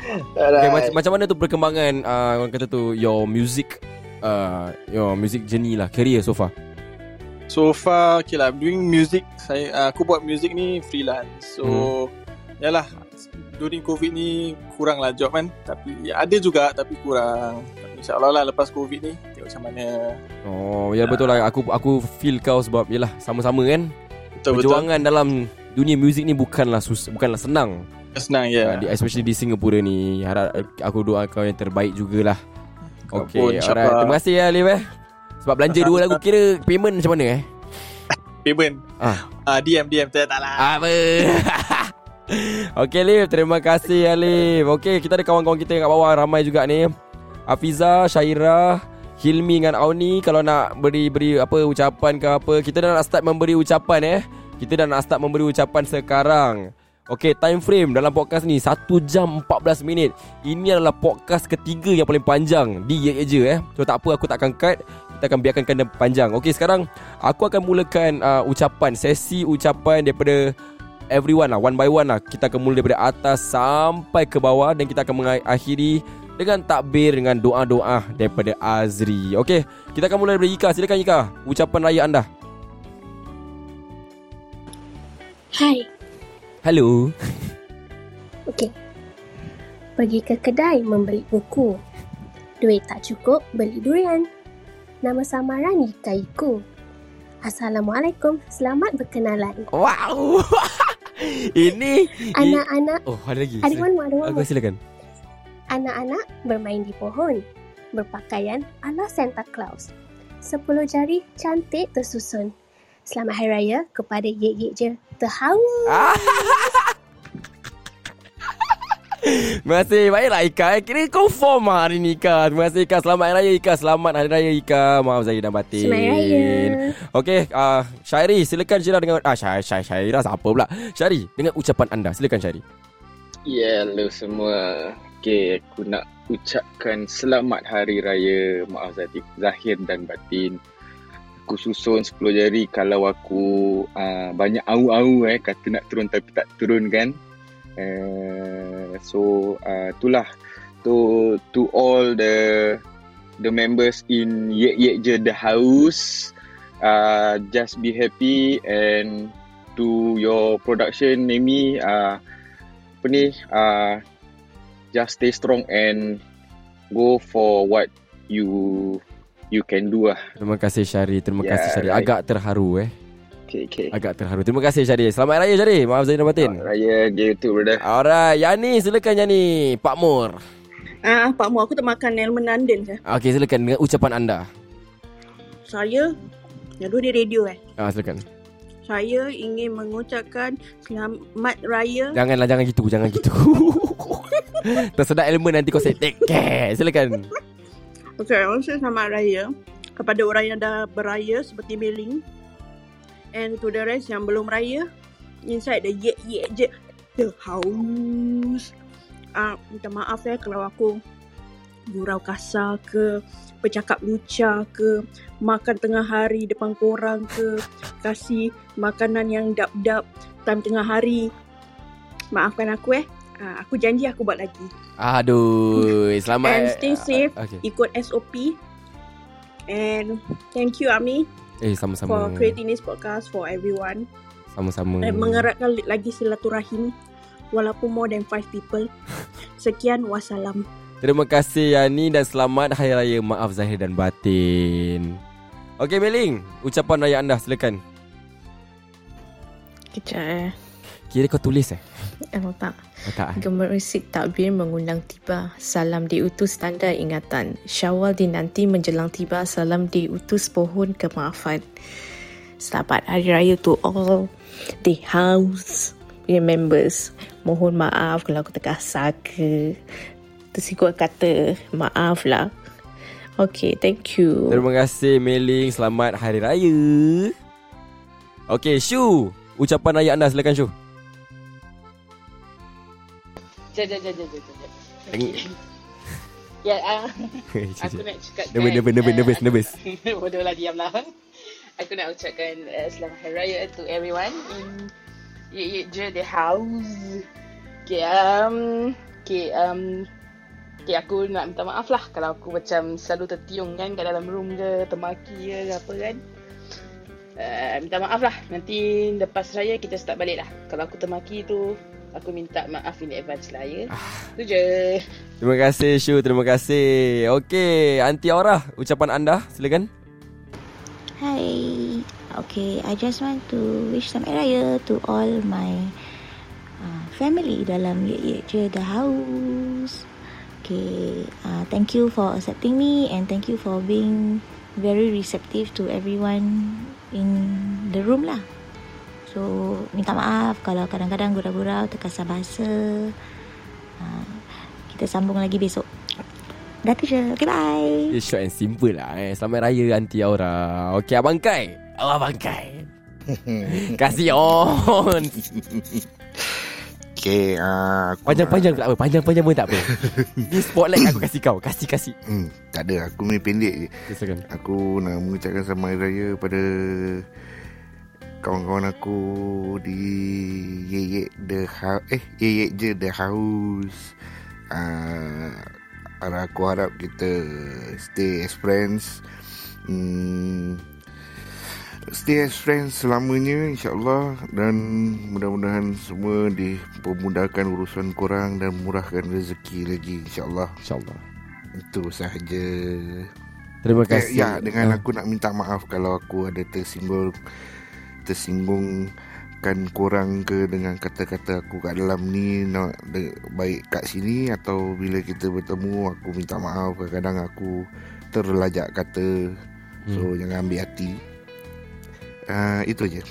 S4: okay,
S22: Alright.
S4: macam, macam mana tu perkembangan uh, Orang kata tu Your music uh, Your music journey lah Career so far
S22: So far okay lah doing music saya uh, aku buat music ni freelance. So
S4: Hmm.
S22: yalah during covid ni kurang lah job kan tapi ya, ada juga tapi kurang. Tapi insyaallah lah lepas covid ni tengok macam mana.
S4: Oh ya betul lah Aku aku feel kau sebab Yelah sama-sama kan
S22: Betul,
S4: Perjuangan dalam Dunia muzik ni bukanlah sus, Bukanlah senang
S22: Senang
S4: Ah,
S22: ya.
S4: di- Especially di Singapura ni Harap eh, aku doa kau yang terbaik jugalah
S22: Kau
S4: Okay
S22: pun,
S4: alright
S22: insyaAllah.
S4: Terima kasih ya Alif eh Sebab belanja dua lagu Kira payment macam mana eh
S22: Payment.
S4: Ah.
S22: Ah DM DM tak tak lah.
S4: Apa? Okay Alif Terima kasih Alif Okay kita ada kawan-kawan kita yang kat bawah Ramai juga ni Hafiza Syairah Hilmi dengan Auni Kalau nak beri beri apa ucapan ke apa Kita dah nak start memberi ucapan eh Kita dah nak start memberi ucapan sekarang Okay time frame dalam podcast ni 1 jam 14 minit Ini adalah podcast ketiga yang paling panjang Di Ye Ye Je eh So tak apa aku tak akan cut Kita akan biarkan kena panjang Okay sekarang Aku akan mulakan uh, ucapan Sesi ucapan daripada everyone lah One by one lah Kita akan mula daripada atas Sampai ke bawah Dan kita akan mengakhiri Dengan takbir Dengan doa-doa Daripada Azri Okay Kita akan mula daripada Ika Silakan Ika Ucapan raya anda
S6: Hai,
S4: Hello.
S6: Okey. Pergi ke kedai membeli buku. Duit tak cukup, beli durian. Nama samaran Yikaiku. Assalamualaikum, selamat berkenalan.
S4: Wow. Ini
S6: Anak-anak
S4: Oh, ada lagi.
S6: Ada one more, ada one
S4: Aku
S6: more.
S4: silakan.
S6: Anak-anak bermain di pohon, berpakaian ala Santa Claus. Sepuluh jari cantik tersusun. Selamat Hari Raya kepada Yek Yek Je terhawa.
S4: Ah! Terima kasih Baiklah Ika eh. Kira confirm lah hari ni Ika Terima kasih Ika Selamat Hari Raya Ika Selamat Hari Raya Ika Maaf Zahir dan Batin
S6: Selamat Hari Raya.
S4: Okey uh, Syairi Silakan Syairah dengan ah, Syai, Syai, Syairah Siapa pula Syairi Dengan ucapan anda Silakan Syairi
S15: Yeah, hello semua. Okay, aku nak ucapkan selamat Hari Raya Maaf Zahid, Zahir dan Batin. Aku susun 10 jari kalau aku uh, banyak au-au eh, kata nak turun tapi tak turun kan. Uh, so, uh, itulah to to all the the members in Yek Yek Je The House. Uh, just be happy and to your production Amy uh, apa ni uh, just stay strong and go for what you you can do lah
S4: Terima kasih Syari Terima
S15: Ya,
S4: kasih Syari
S15: right.
S4: Agak terharu eh
S15: okay okay
S4: Agak terharu Terima kasih Syari Selamat Hari Raya Syari Maaf Zahir dan Batin
S15: Raya dia tu brother
S4: Alright Yani silakan Yani Pak Mur
S8: Ah, Pak Mu, aku tak makan Nelman London je.
S4: Okey silakan Dengan ucapan anda
S8: Saya, yang dua di radio eh.
S4: ah, Silakan
S8: Saya ingin mengucapkan selamat raya.
S4: Janganlah jangan gitu Jangan gitu Tersedak elemen nanti kau say Take care Silakan
S8: Okay, also selamat raya kepada orang yang dah beraya seperti Meling and to the rest yang belum raya inside the yek yek je the house. Ah, minta maaf ya kalau aku gurau kasar ke, bercakap lucah ke, makan tengah hari depan korang ke, kasih makanan yang dap-dap time tengah hari. Maafkan aku eh. Ah, aku janji aku buat lagi.
S4: Aduh Selamat uh,
S8: And stay safe
S4: okay.
S8: Ikut SOP And Thank you Ami
S4: Eh
S8: For
S4: sama-sama
S8: creating this podcast For everyone
S4: Sama-sama
S8: And mengeratkan li- lagi silaturahim Walaupun more than 5 people Sekian Wassalam
S4: Terima kasih Yani Dan selamat Hari Raya Maaf Zahir dan Batin Okey Meling Ucapan raya anda silakan
S19: Kejap eh.
S4: Kira kau tulis eh
S19: Emang tak.
S4: Oh, tak eh?
S19: Gemerisik takbir mengundang tiba. Salam diutus tanda ingatan. Syawal dinanti menjelang tiba. Salam diutus pohon kemaafan. Selamat Hari Raya to all the house punya members. Mohon maaf kalau aku terkasar ke. Tersikut kata maaf lah. Okay, thank you.
S4: Terima kasih Meling Selamat Hari Raya Okey Shu Ucapan raya anda silakan Shu
S23: Jap, jap, jap, jap, jap, jap, jap.
S4: Teng-
S23: Ya, ah,
S4: Cik, cik.
S23: aku nak cakap kan, ah.
S4: Nervous, nervous, nervous, nervous, nervous.
S23: Bodohlah, diamlah Aku nak ucapkan uh, Selamat Hari Raya to everyone In Ye Ye Je The House Okay, um Okay, um Okay, aku nak minta maaf lah Kalau aku macam selalu tertiung kan Kat dalam room ke, termaki ke, apa kan uh, Minta maaf lah Nanti lepas Raya kita start balik lah Kalau aku termaki tu Aku minta maaf in advance lah ya
S4: Ah.
S23: Tu je
S4: Terima kasih Shu Terima kasih Okey Aunty Aura Ucapan anda silakan
S16: Hi. Okay, I just want to wish selamat raya to all my uh, family dalam Ye Ye Je The House. Okay, uh, thank you for accepting me and thank you for being very receptive to everyone in the room lah. So, minta maaf kalau kadang-kadang gurau-gurau, terkasar bahasa. Uh, kita sambung lagi besok. Dah tu je. Okay, bye.
S4: Dia short and simple lah eh. Selamat Raya Aunty Aura Okey Abang Kai Abang Bangkai Kasih on
S18: Okay uh,
S11: Ah,
S4: Panjang-panjang tak apa Panjang-panjang pun tak apa Ni spotlight aku kasih kau Kasih-kasih
S11: Hmm, tak ada Aku ni pendek je
S4: Silakan
S11: Aku nak mengucapkan selamat Hari Raya Pada Kawan-kawan aku Di Yeyek The House Eh Yeyek je The House uh, Aku harap kita Stay as friends hmm, stay as friends selamanya insyaAllah dan mudah-mudahan semua dipermudahkan urusan korang dan murahkan rezeki lagi insyaAllah
S4: insyaAllah
S11: itu sahaja
S4: Terima
S11: eh,
S4: kasih.
S11: ya dengan
S4: Ah.
S11: aku nak minta maaf kalau aku ada tersinggung tersinggungkan korang ke dengan kata-kata aku kat dalam ni nak de, baik kat sini atau bila kita bertemu aku minta maaf kadang-kadang aku terlajak kata
S4: Hmm.
S11: so jangan ambil hati uh, itu je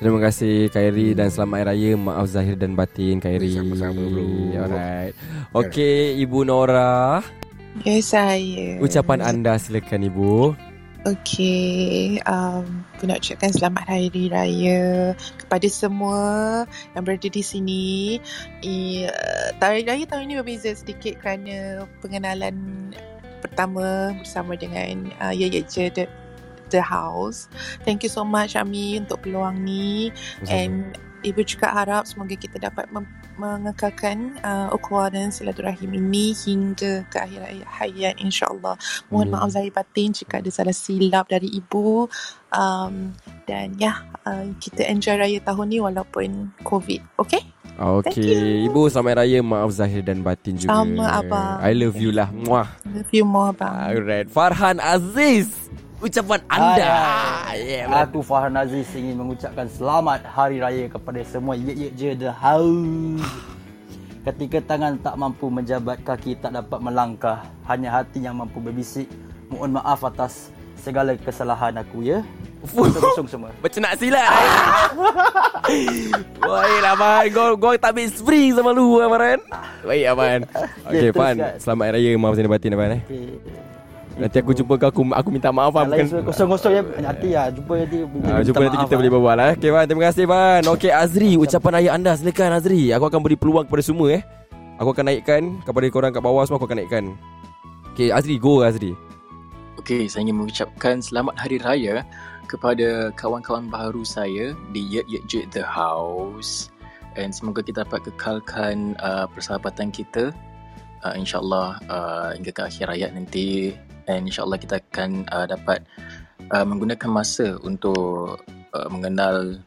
S4: Terima kasih Khairi dan selamat Hari Raya Maaf Zahir dan Batin Khairi Sama-sama bro Alright Okay Ibu Nora
S3: Ya saya
S4: Ucapan anda silakan Ibu
S3: Okey um, Aku nak ucapkan selamat Hari Raya Kepada semua Yang berada di sini I, uh, Hari Raya tahun ini berbeza sedikit Kerana pengenalan Pertama bersama dengan uh, Ya Ya Je The, The House Thank you so much Ami Untuk peluang ni
S6: Sama-sama.
S3: And Ibu juga harap semoga kita dapat mem- mengekalkan uh, ukhuwah dan silaturahim ini hingga ke akhir ay- hayat insyaAllah. Mohon
S6: Amin.
S3: maaf Zahir Batin jika ada salah silap dari ibu. Um, dan ya, uh, kita enjoy raya tahun ni walaupun COVID. Okay?
S4: Okay Ah, Ibu selamat Hari Raya Maaf Zahir dan Batin juga
S3: Sama, Abang.
S4: I love you lah Muah
S3: Love you more abang.
S4: Alright Farhan Aziz Ucapan anda Ah,
S24: Hai, Aku Farhan Aziz ingin mengucapkan selamat Hari Raya kepada semua Yek Yek Je The House. Ketika tangan tak mampu menjabat, kaki tak dapat melangkah. Hanya hati yang mampu berbisik. Mohon maaf atas segala kesalahan aku ya. Kosong-kosong semua.
S4: Bercenak silat Baik lah Farhan Kau, kau tak ambil spring sama lu lah, Farhan Baik Abang Okay
S24: Okay,
S4: Farhan
S24: teruskan.
S4: Selamat Hari Raya Maaf Zahir dan Batin Abang eh Nanti aku jumpa kau Aku, aku minta maaf
S24: Yang
S4: Abang
S24: lain
S4: bukan,
S24: semua kosong-kosong ya. Nanti ya, jumpa nanti.
S4: Ah, jumpa
S24: minta
S4: nanti
S24: maaf,
S4: kita boleh berbual eh. Okey Van, terima kasih Van. Okey Azri, ucapan ayah anda silakan Azri. Aku akan beri peluang kepada semua eh. Aku akan naikkan kepada korang kat bawah semua aku akan naikkan. Okey Azri, go Azri.
S2: Okey, saya ingin mengucapkan selamat Hari Raya kepada kawan-kawan baru saya di Yek Yek Jek The House. And semoga kita dapat kekalkan uh, persahabatan kita. Uh, InsyaAllah uh, hingga ke akhir raya nanti. And insyaAllah kita akan uh, dapat uh, menggunakan masa untuk uh, mengenal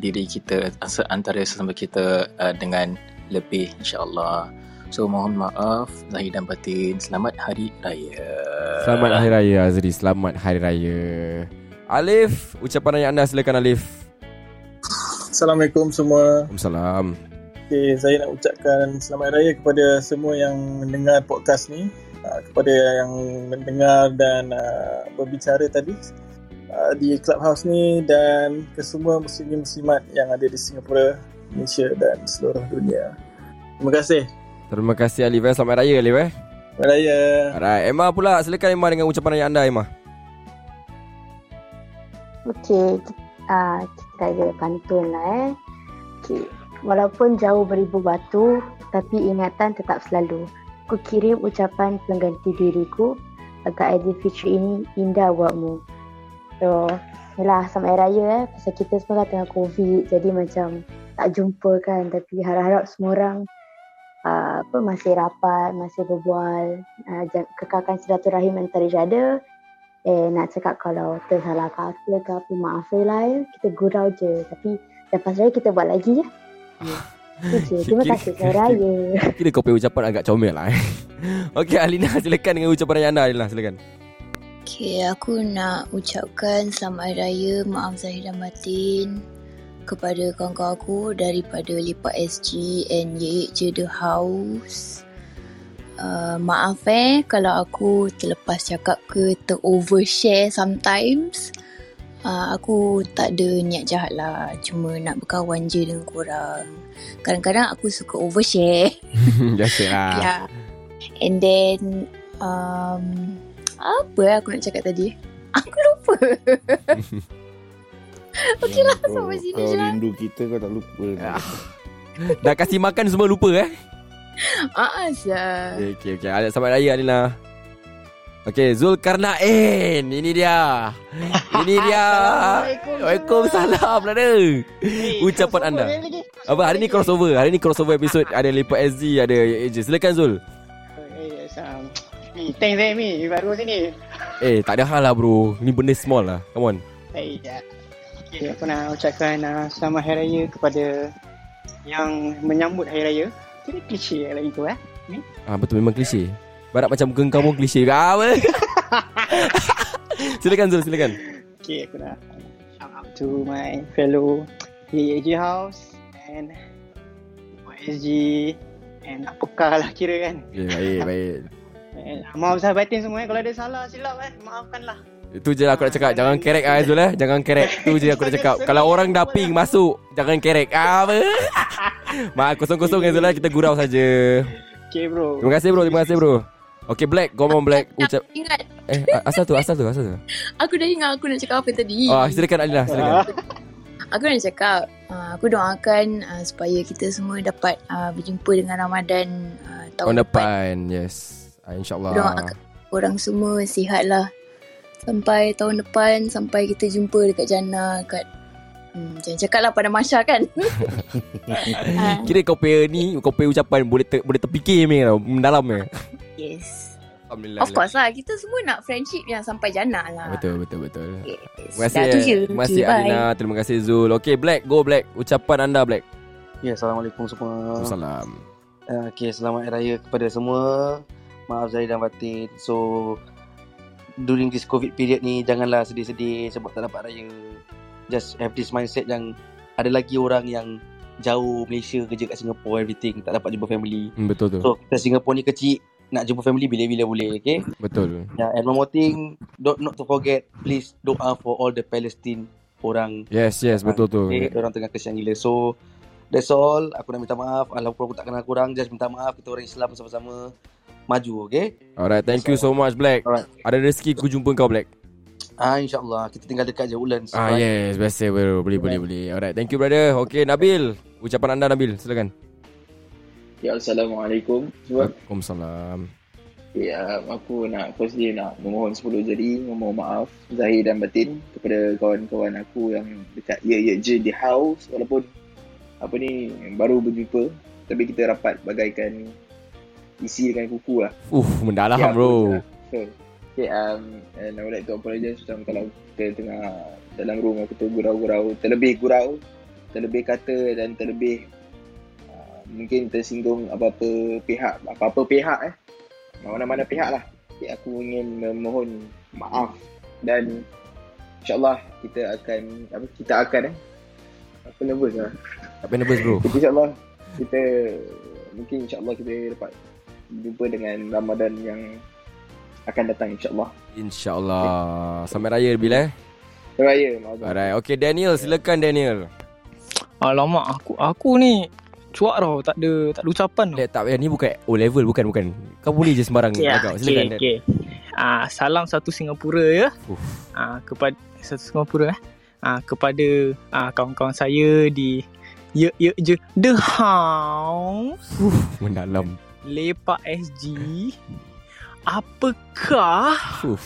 S2: diri kita asa- antara sesama kita uh, dengan lebih insyaAllah. So mohon maaf Zahir dan Batin. Selamat Hari Raya.
S4: Selamat Hari Raya Azri, selamat Hari Raya. Alif, ucapan ayah anda silakan Alif.
S25: Assalamualaikum semua.
S4: Waalaikumsalam.
S25: Okay, saya nak ucapkan selamat raya kepada semua yang mendengar podcast ni. Uh, kepada yang mendengar dan uh, berbicara tadi uh, di Clubhouse ni dan ke semua muslim-muslimat yang ada di Singapura, Malaysia dan seluruh dunia. Terima kasih.
S4: Terima kasih Alif eh. Selamat Hari Raya Alif eh.
S25: Selamat raya.
S4: Alright, Emma pula silakan Emma dengan ucapan ayah anda Emma.
S5: Okey, uh, kita ada pantun lah eh. Okey, walaupun jauh beribu batu, tapi ingatan tetap selalu. Ku kirim ucapan pengganti diriku agar Aidilfitri ini indah buatmu. So, yalah sama air raya eh. Pasal kita semua kan tengah COVID, jadi macam tak jumpa kan. Tapi harap-harap semua orang uh, apa masih rapat, masih berbual, uh, ja- kekalkan silaturahim antara jada. Eh, nak cakap kalau tersalah kata ke apa, maaf lah ya. Kita gurau je. Tapi lepas raya kita buat lagi ya. Itu je. Terima kasih. Selamat raya.
S4: Kira kau punya ucapan agak comel lah eh. Okey Alina silakan dengan ucapan ayah anda Alina silakan.
S14: Okay, aku nak ucapkan selamat Hari Raya, maaf Zahir dan Batin kepada kawan-kawan aku daripada Lepak SG and Yek Je The House. Uh, maaf eh kalau aku terlepas cakap ke ter-overshare sometimes. Uh, aku tak ada niat jahat lah. Cuma nak berkawan je dengan korang. Kadang-kadang aku suka overshare.
S4: Biasalah.
S15: Ah.
S14: Yeah. And then um, apa eh aku nak cakap tadi? Aku lupa. okay lah sampai sini
S11: kau
S14: je. lah.
S11: rindu kita kau tak lupa
S4: Ah. Dah kasih makan semua lupa eh.
S12: lah.
S14: Ah, Azhar.
S4: Okey okey okey. Ada selamat raya Alina. Okey Zulkarnain. Ini dia. Ini dia. Waalaikumsalam brother. Ucapan anda. Apa hari ni crossover. Hari ni crossover episode ada Lipat SG, ada AJ. Silakan Zul.
S9: Eh, Sam. Mi, thanks eh Mi, baru sini.
S4: Eh, tak ada hal lah bro. Ni benda small lah. Come on.
S9: Eh, ya. Okay, aku nak ucapkan uh, selamat Hari Raya kepada yang menyambut Hari Raya. Kira klise lagi tu eh. Ni.
S4: Ah betul memang klise. Barat macam muka kau pun klise juga. Ah, apa? silakan Zul, silakan.
S9: Okay, aku nak shout out to my fellow EAG House and YSG and apakah lah kira kan. Eh,
S4: Okay, Eh, baik, baik.
S9: And, maaf sahabatin semua eh. Kalau ada salah silap eh. Maafkanlah.
S4: Itu je lah aku nak cakap. Jangan kerek ah Zul eh. Jangan kerek. Itu je aku nak cakap. Kalau orang dah ping masuk, jangan kerek. Ah, apa? Mak kosong-kosong eh Zul eh. Kita gurau saja.
S9: Okay bro.
S4: Terima kasih bro, terima kasih bro. Okay Black, go on Black. Ucap
S12: Ingat
S4: eh a- asal tu, asal tu, asal tu.
S12: Aku dah ingat aku nak cakap apa tadi
S4: Ah, silakan Alila, silakan.
S12: Aku nak cakap uh, Aku doakan uh, Supaya kita semua dapat uh, Berjumpa dengan Ramadan uh,
S4: Tahun
S12: Tahun
S4: depan. Yes. Ah,
S12: Doa
S4: InsyaAllah.
S12: Orang semua sihat lah Sampai tahun depan Sampai kita jumpa dekat Jannah Dekat hmm, Jangan cakap lah pada Masya kan
S4: Kira kau pay ni, kau pay ucapan boleh ter, boleh terfikir ni tau, mendalam eh. ni.
S12: Yes
S4: Alhamdulillah.
S12: Of course lah Kita semua nak friendship Yang sampai Jannah lah
S4: Betul, betul, betul.
S12: Yes.
S4: Terima kasih.
S12: Dah tu je.
S4: Terima kasih
S12: Okay, bye.
S4: Alina, terima kasih Zul. Okay Black, go Black. Ucapan anda Black.
S10: Ya, Assalamualaikum semua.
S4: Assalam.
S10: Uh, okay, selamat Hari Raya kepada semua. Maaf Zahir dan Batin. So, during this COVID period ni, janganlah sedih-sedih sebab tak dapat raya. Just have this mindset yang ada lagi orang yang jauh Malaysia kerja kat Singapore everything tak dapat jumpa family.
S4: Hmm, betul tu.
S10: So, kita Singapore ni kecil nak jumpa family bila-bila boleh, okay?
S4: Betul.
S10: Yeah, Ya, and one more thing, don't not to forget, please doa for all the Palestine orang
S4: Yes, yes, betul tu.
S10: Okay, orang tengah kesian gila. So that's all. Aku nak minta maaf. Alam aku, aku tak kenal korang. Just minta maaf. Kita orang Islam sama-sama maju, okay?
S4: Alright, thank you so much Black.
S10: Alright.
S4: Ada rezeki aku jumpa kau Black.
S10: Ah, insyaAllah. Kita tinggal dekat je Woodlands.
S4: Ah yes, biasa bro. Boleh, boleh, boleh. Alright, thank you brother. Okay, Nabil. Ucapan anda Nabil, silakan.
S15: Ya, Assalamualaikum. Sebab
S4: Waalaikumsalam.
S15: Ya, aku nak firstly nak memohon 10 jari, memohon maaf zahir dan batin kepada kawan-kawan aku yang dekat ya ya je di house walaupun apa ni baru berjumpa tapi kita rapat bagaikan isi dengan kuku lah.
S4: Uff, mendalam
S15: Ya,
S4: bro.
S15: So, okay, um, and I would like to apologize macam kalau kita tengah dalam room aku tu gurau-gurau, terlebih gurau, terlebih kata dan terlebih uh, mungkin tersinggung apa-apa pihak, apa-apa pihak eh. Mana-mana pihak lah. Okay, aku ingin memohon maaf dan insyaAllah kita akan apa kita akan eh apa nervous lah
S4: Tak payah nervous bro.
S15: tapi insyaAllah kita mungkin insyaAllah kita dapat jumpa dengan Ramadan yang akan datang insyaAllah.
S4: InsyaAllah. Sampai raya Nabil eh.
S15: Raya maaf.
S4: Alright, okay Daniel, silakan Daniel.
S21: Alamak, aku aku ni cuak tau, tak ada tak ada ucapan tau.
S4: Eh, tak payah ni bukan O level bukan bukan. Kau boleh je sembarang
S21: Ya,
S4: agak. Hmm,
S21: okay,
S4: Silakan. Dan.
S21: okay. Ah, salam satu Singapura ya.
S4: Uf.
S21: Ah, kepada satu Singapura eh. Ah, kepada ah, kawan-kawan saya di ye ye je the house
S4: Mendalam.
S21: lepak SG apakah
S4: Uf.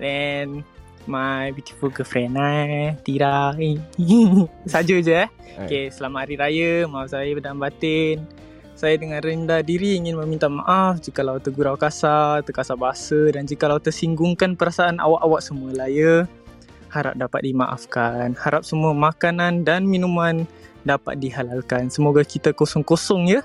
S21: and my beautiful girlfriend eh Tira eh. saja je eh Okay, selamat Hari Raya. Maaf saya dan batin. Saya dengan rendah diri ingin meminta maaf jikalau tergurau kasar, terkasar bahasa dan jikalau tersinggungkan perasaan awak-awak semua lah ya. Harap dapat dimaafkan. Harap semua makanan dan minuman dapat dihalalkan. Semoga kita kosong-kosong ya.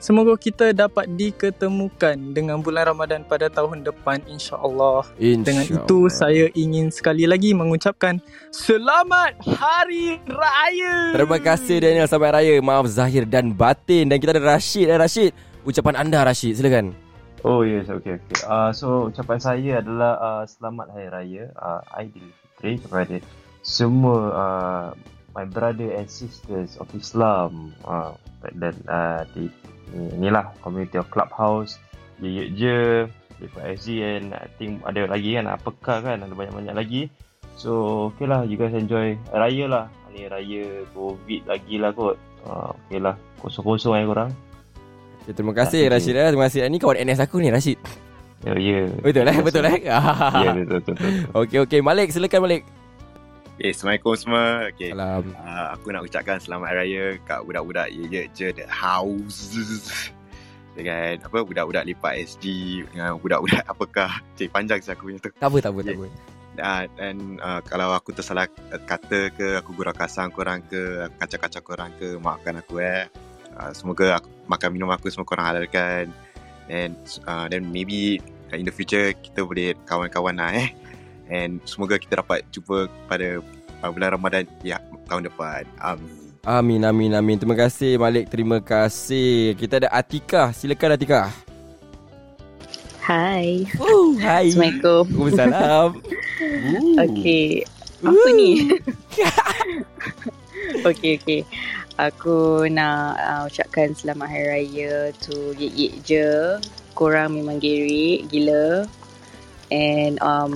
S21: Semoga kita dapat diketemukan dengan bulan Ramadan pada tahun depan insya-Allah.
S4: Insya
S21: dengan itu saya ingin sekali lagi mengucapkan selamat hari raya.
S4: Terima kasih Daniel sampai raya. Maaf zahir dan batin dan kita ada Rashid. Eh Rashid, ucapan anda Rashid, silakan.
S17: Oh yes, okay, okay. Uh, so ucapan saya adalah uh, selamat Hari Raya uh, Aidilfitri kepada semua uh, my brother and sisters of Islam uh, dan uh, di ni- inilah community of clubhouse Yeyek je Lepas SG and I think ada lagi kan Apakah kan ada banyak-banyak lagi So okay lah you guys enjoy Raya lah Ni raya covid lagi lah kot uh, Okay lah kosong-kosong eh korang
S4: Okay, terima kasih
S17: Ah,
S4: Rashid. Eh. Terima kasih. Ini kawan NS aku ni Rashid.
S17: Ya ya
S4: Betul eh, betul eh.
S17: Ya betul betul, betul.
S4: Okey okey Malik, silakan Malik.
S1: Okay, Eh, Assalamualaikum semua. Okay. Salam. Uh, aku nak ucapkan selamat Hari Raya kat budak-budak ye ye je the house. Dengan apa budak-budak lipat SG dengan budak-budak apakah. Cik panjang saya aku punya tu.
S4: Tak apa tak apa tak apa.
S1: uh, and uh, kalau aku tersalah kata ke aku gurau kasar korang ke aku kacau-kacau korang ke maafkan aku eh uh, semoga aku, makan minum aku semua korang halalkan and uh, then maybe in the future kita boleh kawan-kawan lah eh and semoga kita dapat jumpa pada uh, bulan Ramadan ya tahun depan amin
S4: Amin, amin, amin. Terima kasih Malik, terima kasih. Kita ada Atika. Silakan Atika.
S26: Hai.
S4: Oh, hai.
S26: Assalamualaikum.
S4: Waalaikumsalam.
S26: okay. Apa ni? okay, okay. Aku nak uh, ucapkan selamat Hari Raya to Yek Yek je. Korang memang gerik, gila. And um,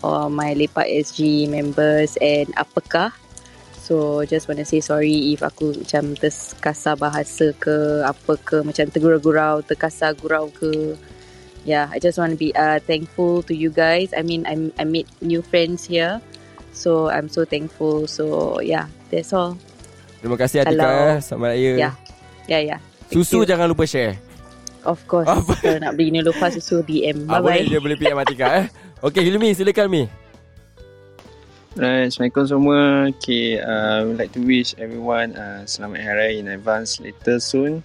S26: all my Lepak SG members and apakah. So just want to say sorry if aku macam terkasar bahasa ke apa ke macam tergurau-gurau, terkasar gurau ke. Yeah, I just want to be uh, thankful to you guys. I mean, I'm, I made new friends here. So I'm so thankful. So yeah, that's all.
S4: Terima kasih Atika.
S26: Kalau-
S4: eh. Selamat Raya.
S26: Yeah. Yeah, yeah. Ya. Thank you.
S4: Susu jangan lupa share.
S26: Of course. Kalau nak beli Nelofa susu DM.
S4: Ah, boleh
S26: Bye-bye.
S4: dia boleh PM Atika eh. Okey, Hilmi, silakan Mi.
S15: Right, Assalamualaikum semua. Okay, uh, I would like to wish everyone uh, selamat hari raya in advance later soon.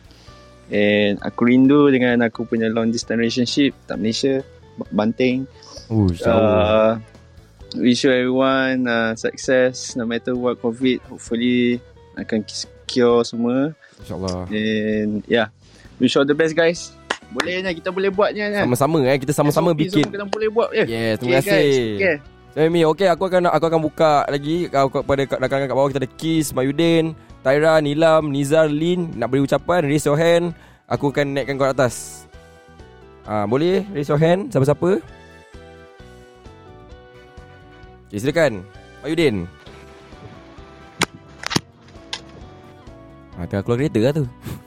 S15: And aku rindu dengan aku punya long distance relationship tak Malaysia, B- Banting.
S4: Oh,
S15: Uh, wish you everyone uh, success no matter what COVID. Hopefully akan secure semua.
S4: InsyaAllah.
S15: And yeah, wish you all the best guys. Bolehnya kita boleh buatnya kan.
S4: Sama-sama eh kita sama-sama
S15: SOP
S4: bikin.
S15: semua kita boleh buat je.
S4: Yeah, terima
S15: Okay,
S4: kasih.
S15: guys. Okay.
S4: So Eh, Mi, okay aku akan aku akan buka lagi kau kau- pada kat- rakan-rakan kat bawah kita ada Kiss, Mayudin, Taira, Nilam, Nizar, Lin nak beri ucapan raise your hand. Aku akan naikkan kau atas. Ah, boleh raise your hand siapa-siapa? Okay, silakan. Mayudin. Ah, tengah keluar kereta lah tu.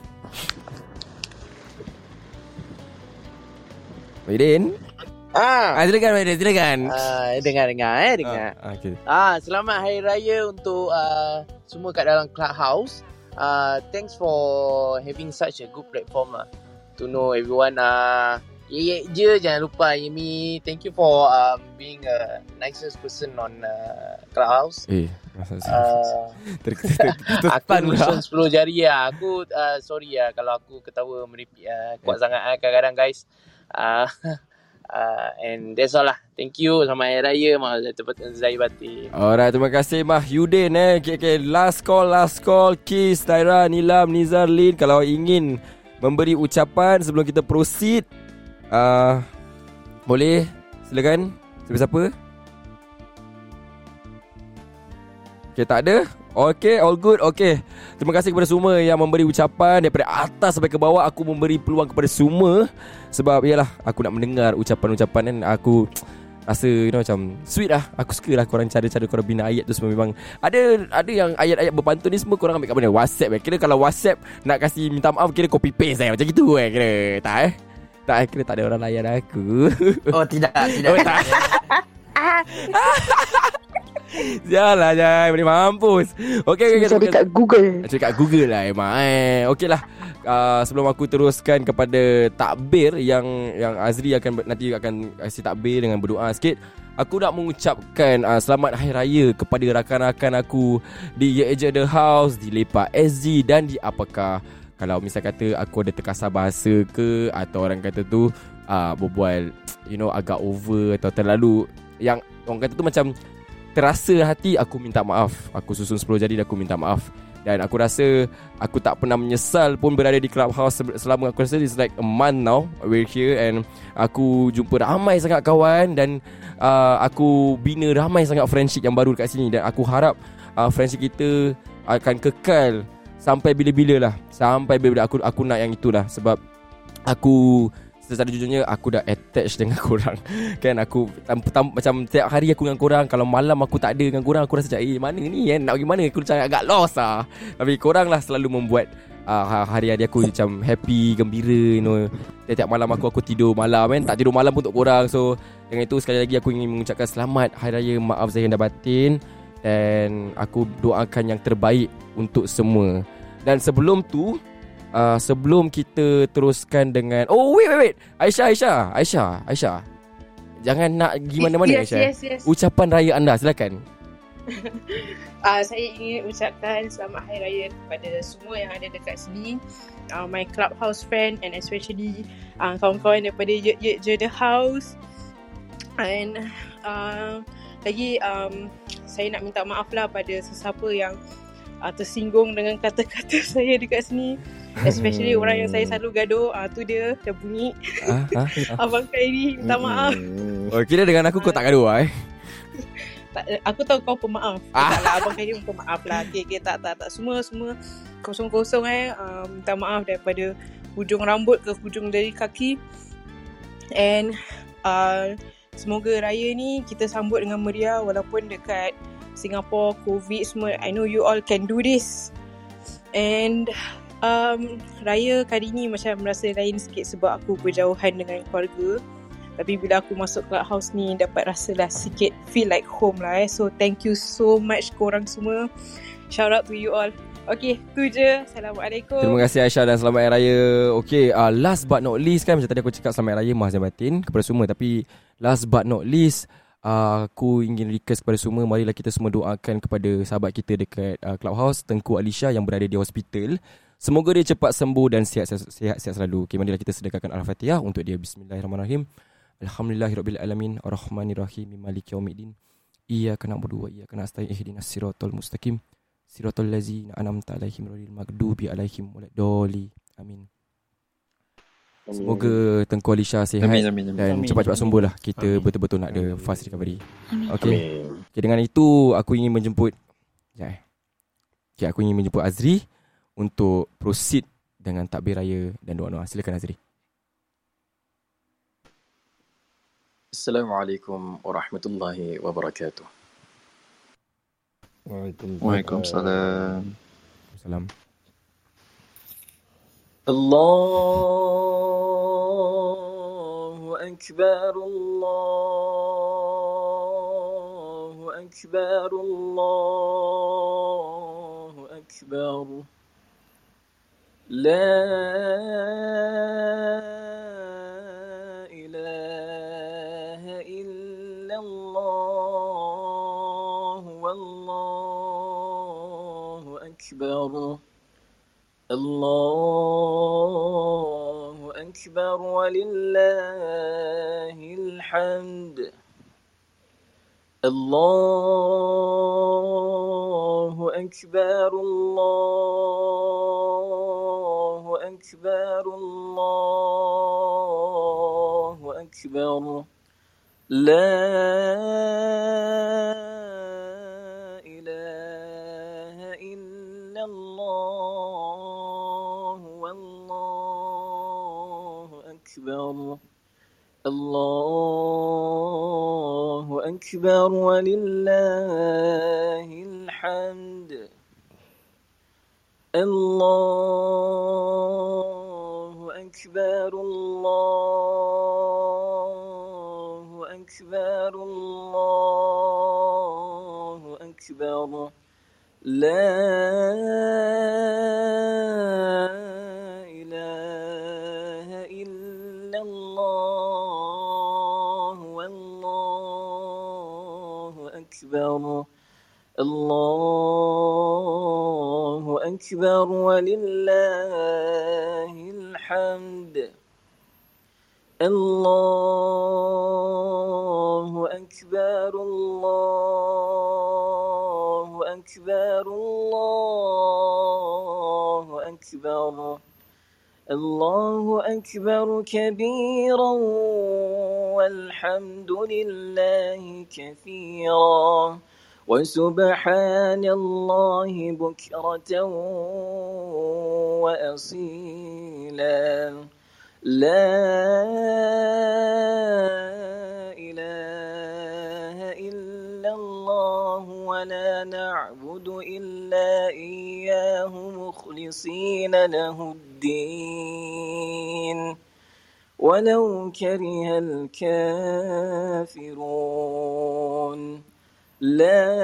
S4: Mayudin.
S18: Ah.
S4: Ah, silakan Mayudin, silakan.
S18: Ah, dengar dengar eh dengar.
S4: Ah, ah, okay.
S18: Ah, selamat Hari Raya untuk uh, semua kat dalam clubhouse. Uh, thanks for having such a good platform lah. To know everyone. Uh, ye ye je jangan lupa Yemi. Thank you for um, being a nicest person on uh, clubhouse.
S4: Eh, masa
S18: Uh,
S4: ter, ter, ter,
S18: aku
S4: tertekan pula.
S18: nusun 10 jari lah. Aku uh, sorry lah kalau aku ketawa meripik uh, kuat sangat lah kadang-kadang guys. Uh, uh, and that's all lah. Thank you. Selamat Hari Raya. Mak Zai Batin.
S4: Alright, terima kasih Mah Yudin eh. Okay, okay. Last call, last call. Kiss, Taira, Nilam, Nizar, Lin. Kalau ingin memberi ucapan sebelum kita proceed, uh, boleh silakan. Siapa-siapa? Okay, tak ada? Okay, all good. Okay. Terima kasih kepada semua yang memberi ucapan daripada atas sampai ke bawah. Aku memberi peluang kepada semua sebab ialah aku nak mendengar ucapan-ucapan dan aku rasa you know macam sweet lah. Aku suka lah korang cara-cara korang bina ayat tu semua memang ada ada yang ayat-ayat berpantun ni semua korang ambil kat mana? WhatsApp eh. Kira kalau WhatsApp nak kasih minta maaf kira copy paste eh. Macam gitu eh kira. Tak eh? Tak eh, kira tak ada orang layan aku.
S22: Oh tidak, tidak.
S4: Oh, tak. Sialah Jai Boleh mampus Okay, okay, okay
S27: Cari kat
S4: Google Cari kat Google lah Emma eh. Okay lah uh, Sebelum aku teruskan kepada takbir Yang yang Azri akan ber- nanti akan kasi takbir dengan berdoa sikit Aku nak mengucapkan uh, selamat Hari Raya kepada rakan-rakan aku Di Ye Eja The House, di Lepak SG dan di Apakah Kalau misal kata aku ada terkasar bahasa ke Atau orang kata tu uh, berbual you know agak over atau terlalu Yang orang kata tu macam terasa hati aku minta maaf. Aku susun 10 jari dan aku minta maaf. Dan aku rasa aku tak pernah menyesal pun berada di clubhouse se- selama aku rasa it's like a month now we're here and aku jumpa ramai sangat kawan dan uh, aku bina ramai sangat friendship yang baru dekat sini dan aku harap uh, friendship kita akan kekal sampai bila-bila lah. Sampai bila-bila aku aku nak yang itulah sebab aku secara jujurnya aku dah attached dengan korang kan aku tam, tam, macam tiap hari aku dengan korang kalau malam aku tak ada dengan korang aku rasa macam eh mana ni eh nak pergi mana aku macam agak lost lah tapi korang lah selalu membuat uh, hari-hari aku macam happy gembira you know tiap-tiap malam aku aku tidur malam kan tak tidur malam pun untuk korang so dengan itu sekali lagi aku ingin mengucapkan selamat hari raya maaf zahir dan batin dan aku doakan yang terbaik untuk semua dan sebelum tu uh, sebelum kita teruskan dengan Oh wait wait wait Aisyah Aisyah Aisyah Aisyah Jangan nak pergi mana-mana
S28: Yes,
S4: Aisyah. eh.
S28: yes, yes.
S4: Ucapan raya anda silakan.
S28: Uh, saya ingin ucapkan selamat Hari Raya kepada semua yang ada dekat sini. Uh, my clubhouse friend and especially uh, kawan-kawan daripada Ye Ye Je The House. And uh, lagi um, saya nak minta maaf lah pada sesiapa yang uh, tersinggung dengan kata-kata saya dekat sini. Especially orang yang saya selalu gaduh. Uh, tu dia, dah bunyi.
S4: Ah, ah, ah.
S28: Abang Khairi, minta maaf.
S4: Oh, kira dengan aku kau tak gaduh eh.
S28: tak, eh, aku tahu kau pemaaf. Ah. Taklah abang Khairi minta maaf lah. Okay, okay, tak, tak, tak. Semua, semua kosong-kosong eh. Uh, minta maaf daripada hujung rambut ke hujung dari kaki. And uh, semoga raya ni kita sambut dengan meriah walaupun dekat Singapore, COVID semua. I know you all can do this. And um, raya kali ni macam rasa lain sikit sebab aku berjauhan dengan keluarga. Tapi bila aku masuk clubhouse ni dapat rasalah sikit feel like home lah eh. So thank you so much korang semua. Shout out to you all. Okay, tu je. Assalamualaikum.
S4: Terima kasih Aisyah dan selamat Hari Raya. Okey, uh, last but not least kan macam tadi aku cakap selamat Hari Raya Mahzan Batin kepada semua tapi last but not least uh, aku ingin request kepada semua marilah kita semua doakan kepada sahabat kita dekat uh, Clubhouse Tengku Alisha yang berada di hospital. Semoga dia cepat sembuh dan sihat sihat, sihat, sihat selalu. Okey, marilah kita sedekahkan Al-Fatihah untuk dia. Bismillahirrahmanirrahim. Alhamdulillahirabbil alamin arrahmanirrahim maliki yaumiddin. Iyyaka na'budu wa iyyaka nasta'in ihdinas siratal mustaqim. Siratal ladzina an'amta alaihim ghairil maghdubi alaihim waladdallin. Amin. Semoga Tengku Alisha sihat
S17: Amin, amin, amin.
S4: dan
S17: Amin.
S4: cepat-cepat sembuh lah. Kita
S17: Amin.
S4: betul-betul nak ada fast recovery.
S17: Amin.
S4: Okay. okay. dengan itu aku ingin menjemput ya. Okay, aku ingin menjemput Azri untuk proceed dengan takbir raya dan doa-doa. Silakan Azri.
S29: Assalamualaikum warahmatullahi wabarakatuh.
S2: Waalaikumsalam.
S29: Waalaikumsalam.
S4: Salam.
S29: الله أكبر الله أكبر الله أكبر لا إله إلا الله والله أكبر الله أكبر ولله الحمد الله أكبر الله أكبر الله أكبر لا إله إلا الله والله أكبر الله أكبر ولله الحمد الله أكبر الله أكبر الله أكبر لا إله إلا الله والله أكبر الله أكبر ولله الحمد الله أكبر الله أكبر الله أكبر الله أكبر كبيرا والحمد لله كثيرا وسبحان الله بكرة وأصيلا لا إله إلا الله ولا نعبد إلا إياه مخلصين له الدين ولو كره الكافرون لا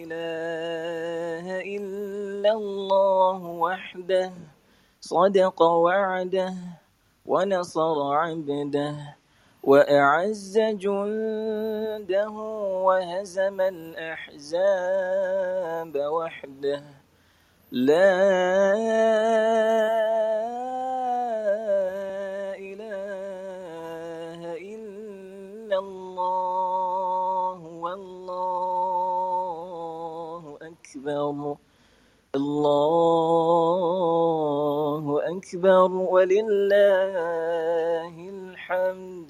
S29: إله إلا الله وحده صدق وعده
S2: ونصر عبده وأعز جنده وهزم الأحزاب وحده لا إله إلا الله والله أكبر الله أكبر ولله الحمد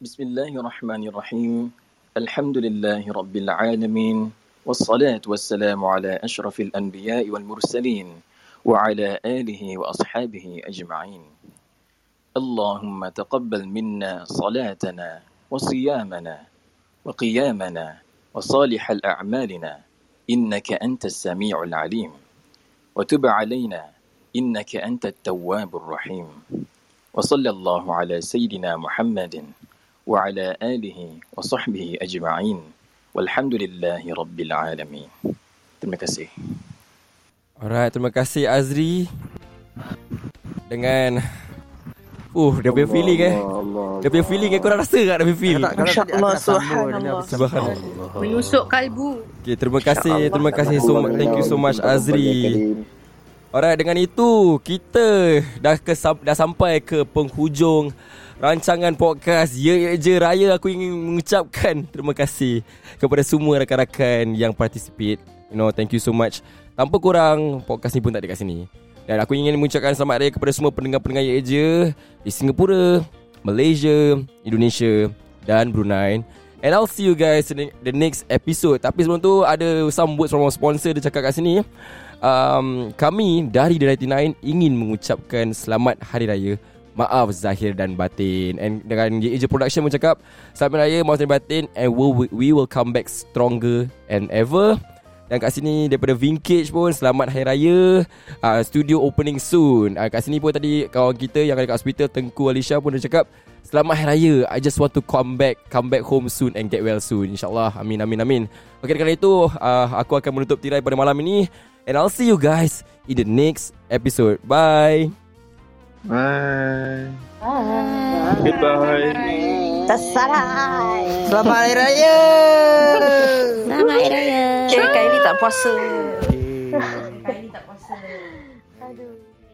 S2: بسم الله الرحمن الرحيم الحمد لله رب العالمين والصلاة والسلام على أشرف الأنبياء والمرسلين وعلى آله وأصحابه أجمعين اللهم تقبل منا صلاتنا وصيامنا وقيامنا وصالح الأعمالنا إنك أنت السميع العليم وتب علينا إنك أنت التواب الرحيم وصلى الله على سيدنا محمد وعلى آله وصحبه أجمعين والحمد لله رب العالمين Terima kasih.
S4: Alright, terima kasih Azri dengan Uh, dia punya
S2: Allah,
S4: feeling eh.
S2: Allah, Allah,
S4: Dia punya feeling eh. Korang rasa tak dia punya feel?
S6: InsyaAllah, subhanallah.
S4: Subhanallah.
S6: Menusuk kalbu.
S4: Okay, terima kasih. Terima kasih so much. Thank you so much Azri.
S15: Karim.
S4: Alright, dengan itu kita dah ke, dah sampai ke penghujung rancangan podcast Ya Ya Je Raya. Aku ingin mengucapkan terima kasih kepada semua rakan-rakan yang participate. You know, thank you so much. Tanpa korang, podcast ni pun tak ada kat sini. Dan aku ingin mengucapkan selamat raya kepada semua pendengar-pendengar Ya Ya Je di Singapura, Malaysia, Indonesia dan Brunei. And I'll see you guys in the next episode. Tapi sebelum tu ada some words from our sponsor dia cakap kat sini. Um, kami dari The 99 ingin mengucapkan selamat Hari Raya. Maaf Zahir dan Batin And dengan YJ Production pun cakap Selamat Hari Raya, maaf Zahir dan Batin And we will, we will come back stronger and ever Dan kat sini daripada Vinkage pun Selamat Hari Raya uh, Studio opening soon uh, Kat sini pun tadi kawan kita yang ada kat hospital Tengku Alisha pun dia cakap Selamat Hari Raya I just want to come back Come back home soon And get well soon InsyaAllah Amin amin amin Okay dengan itu uh, Aku akan menutup tirai pada malam ini And I'll see you guys In the next episode Bye
S18: Bye
S15: Goodbye.
S5: Tersarai.
S24: Selamat Hari Raya.
S5: Selamat Hari Raya.
S6: Cik, Kylie tak puasa.
S5: Aduh.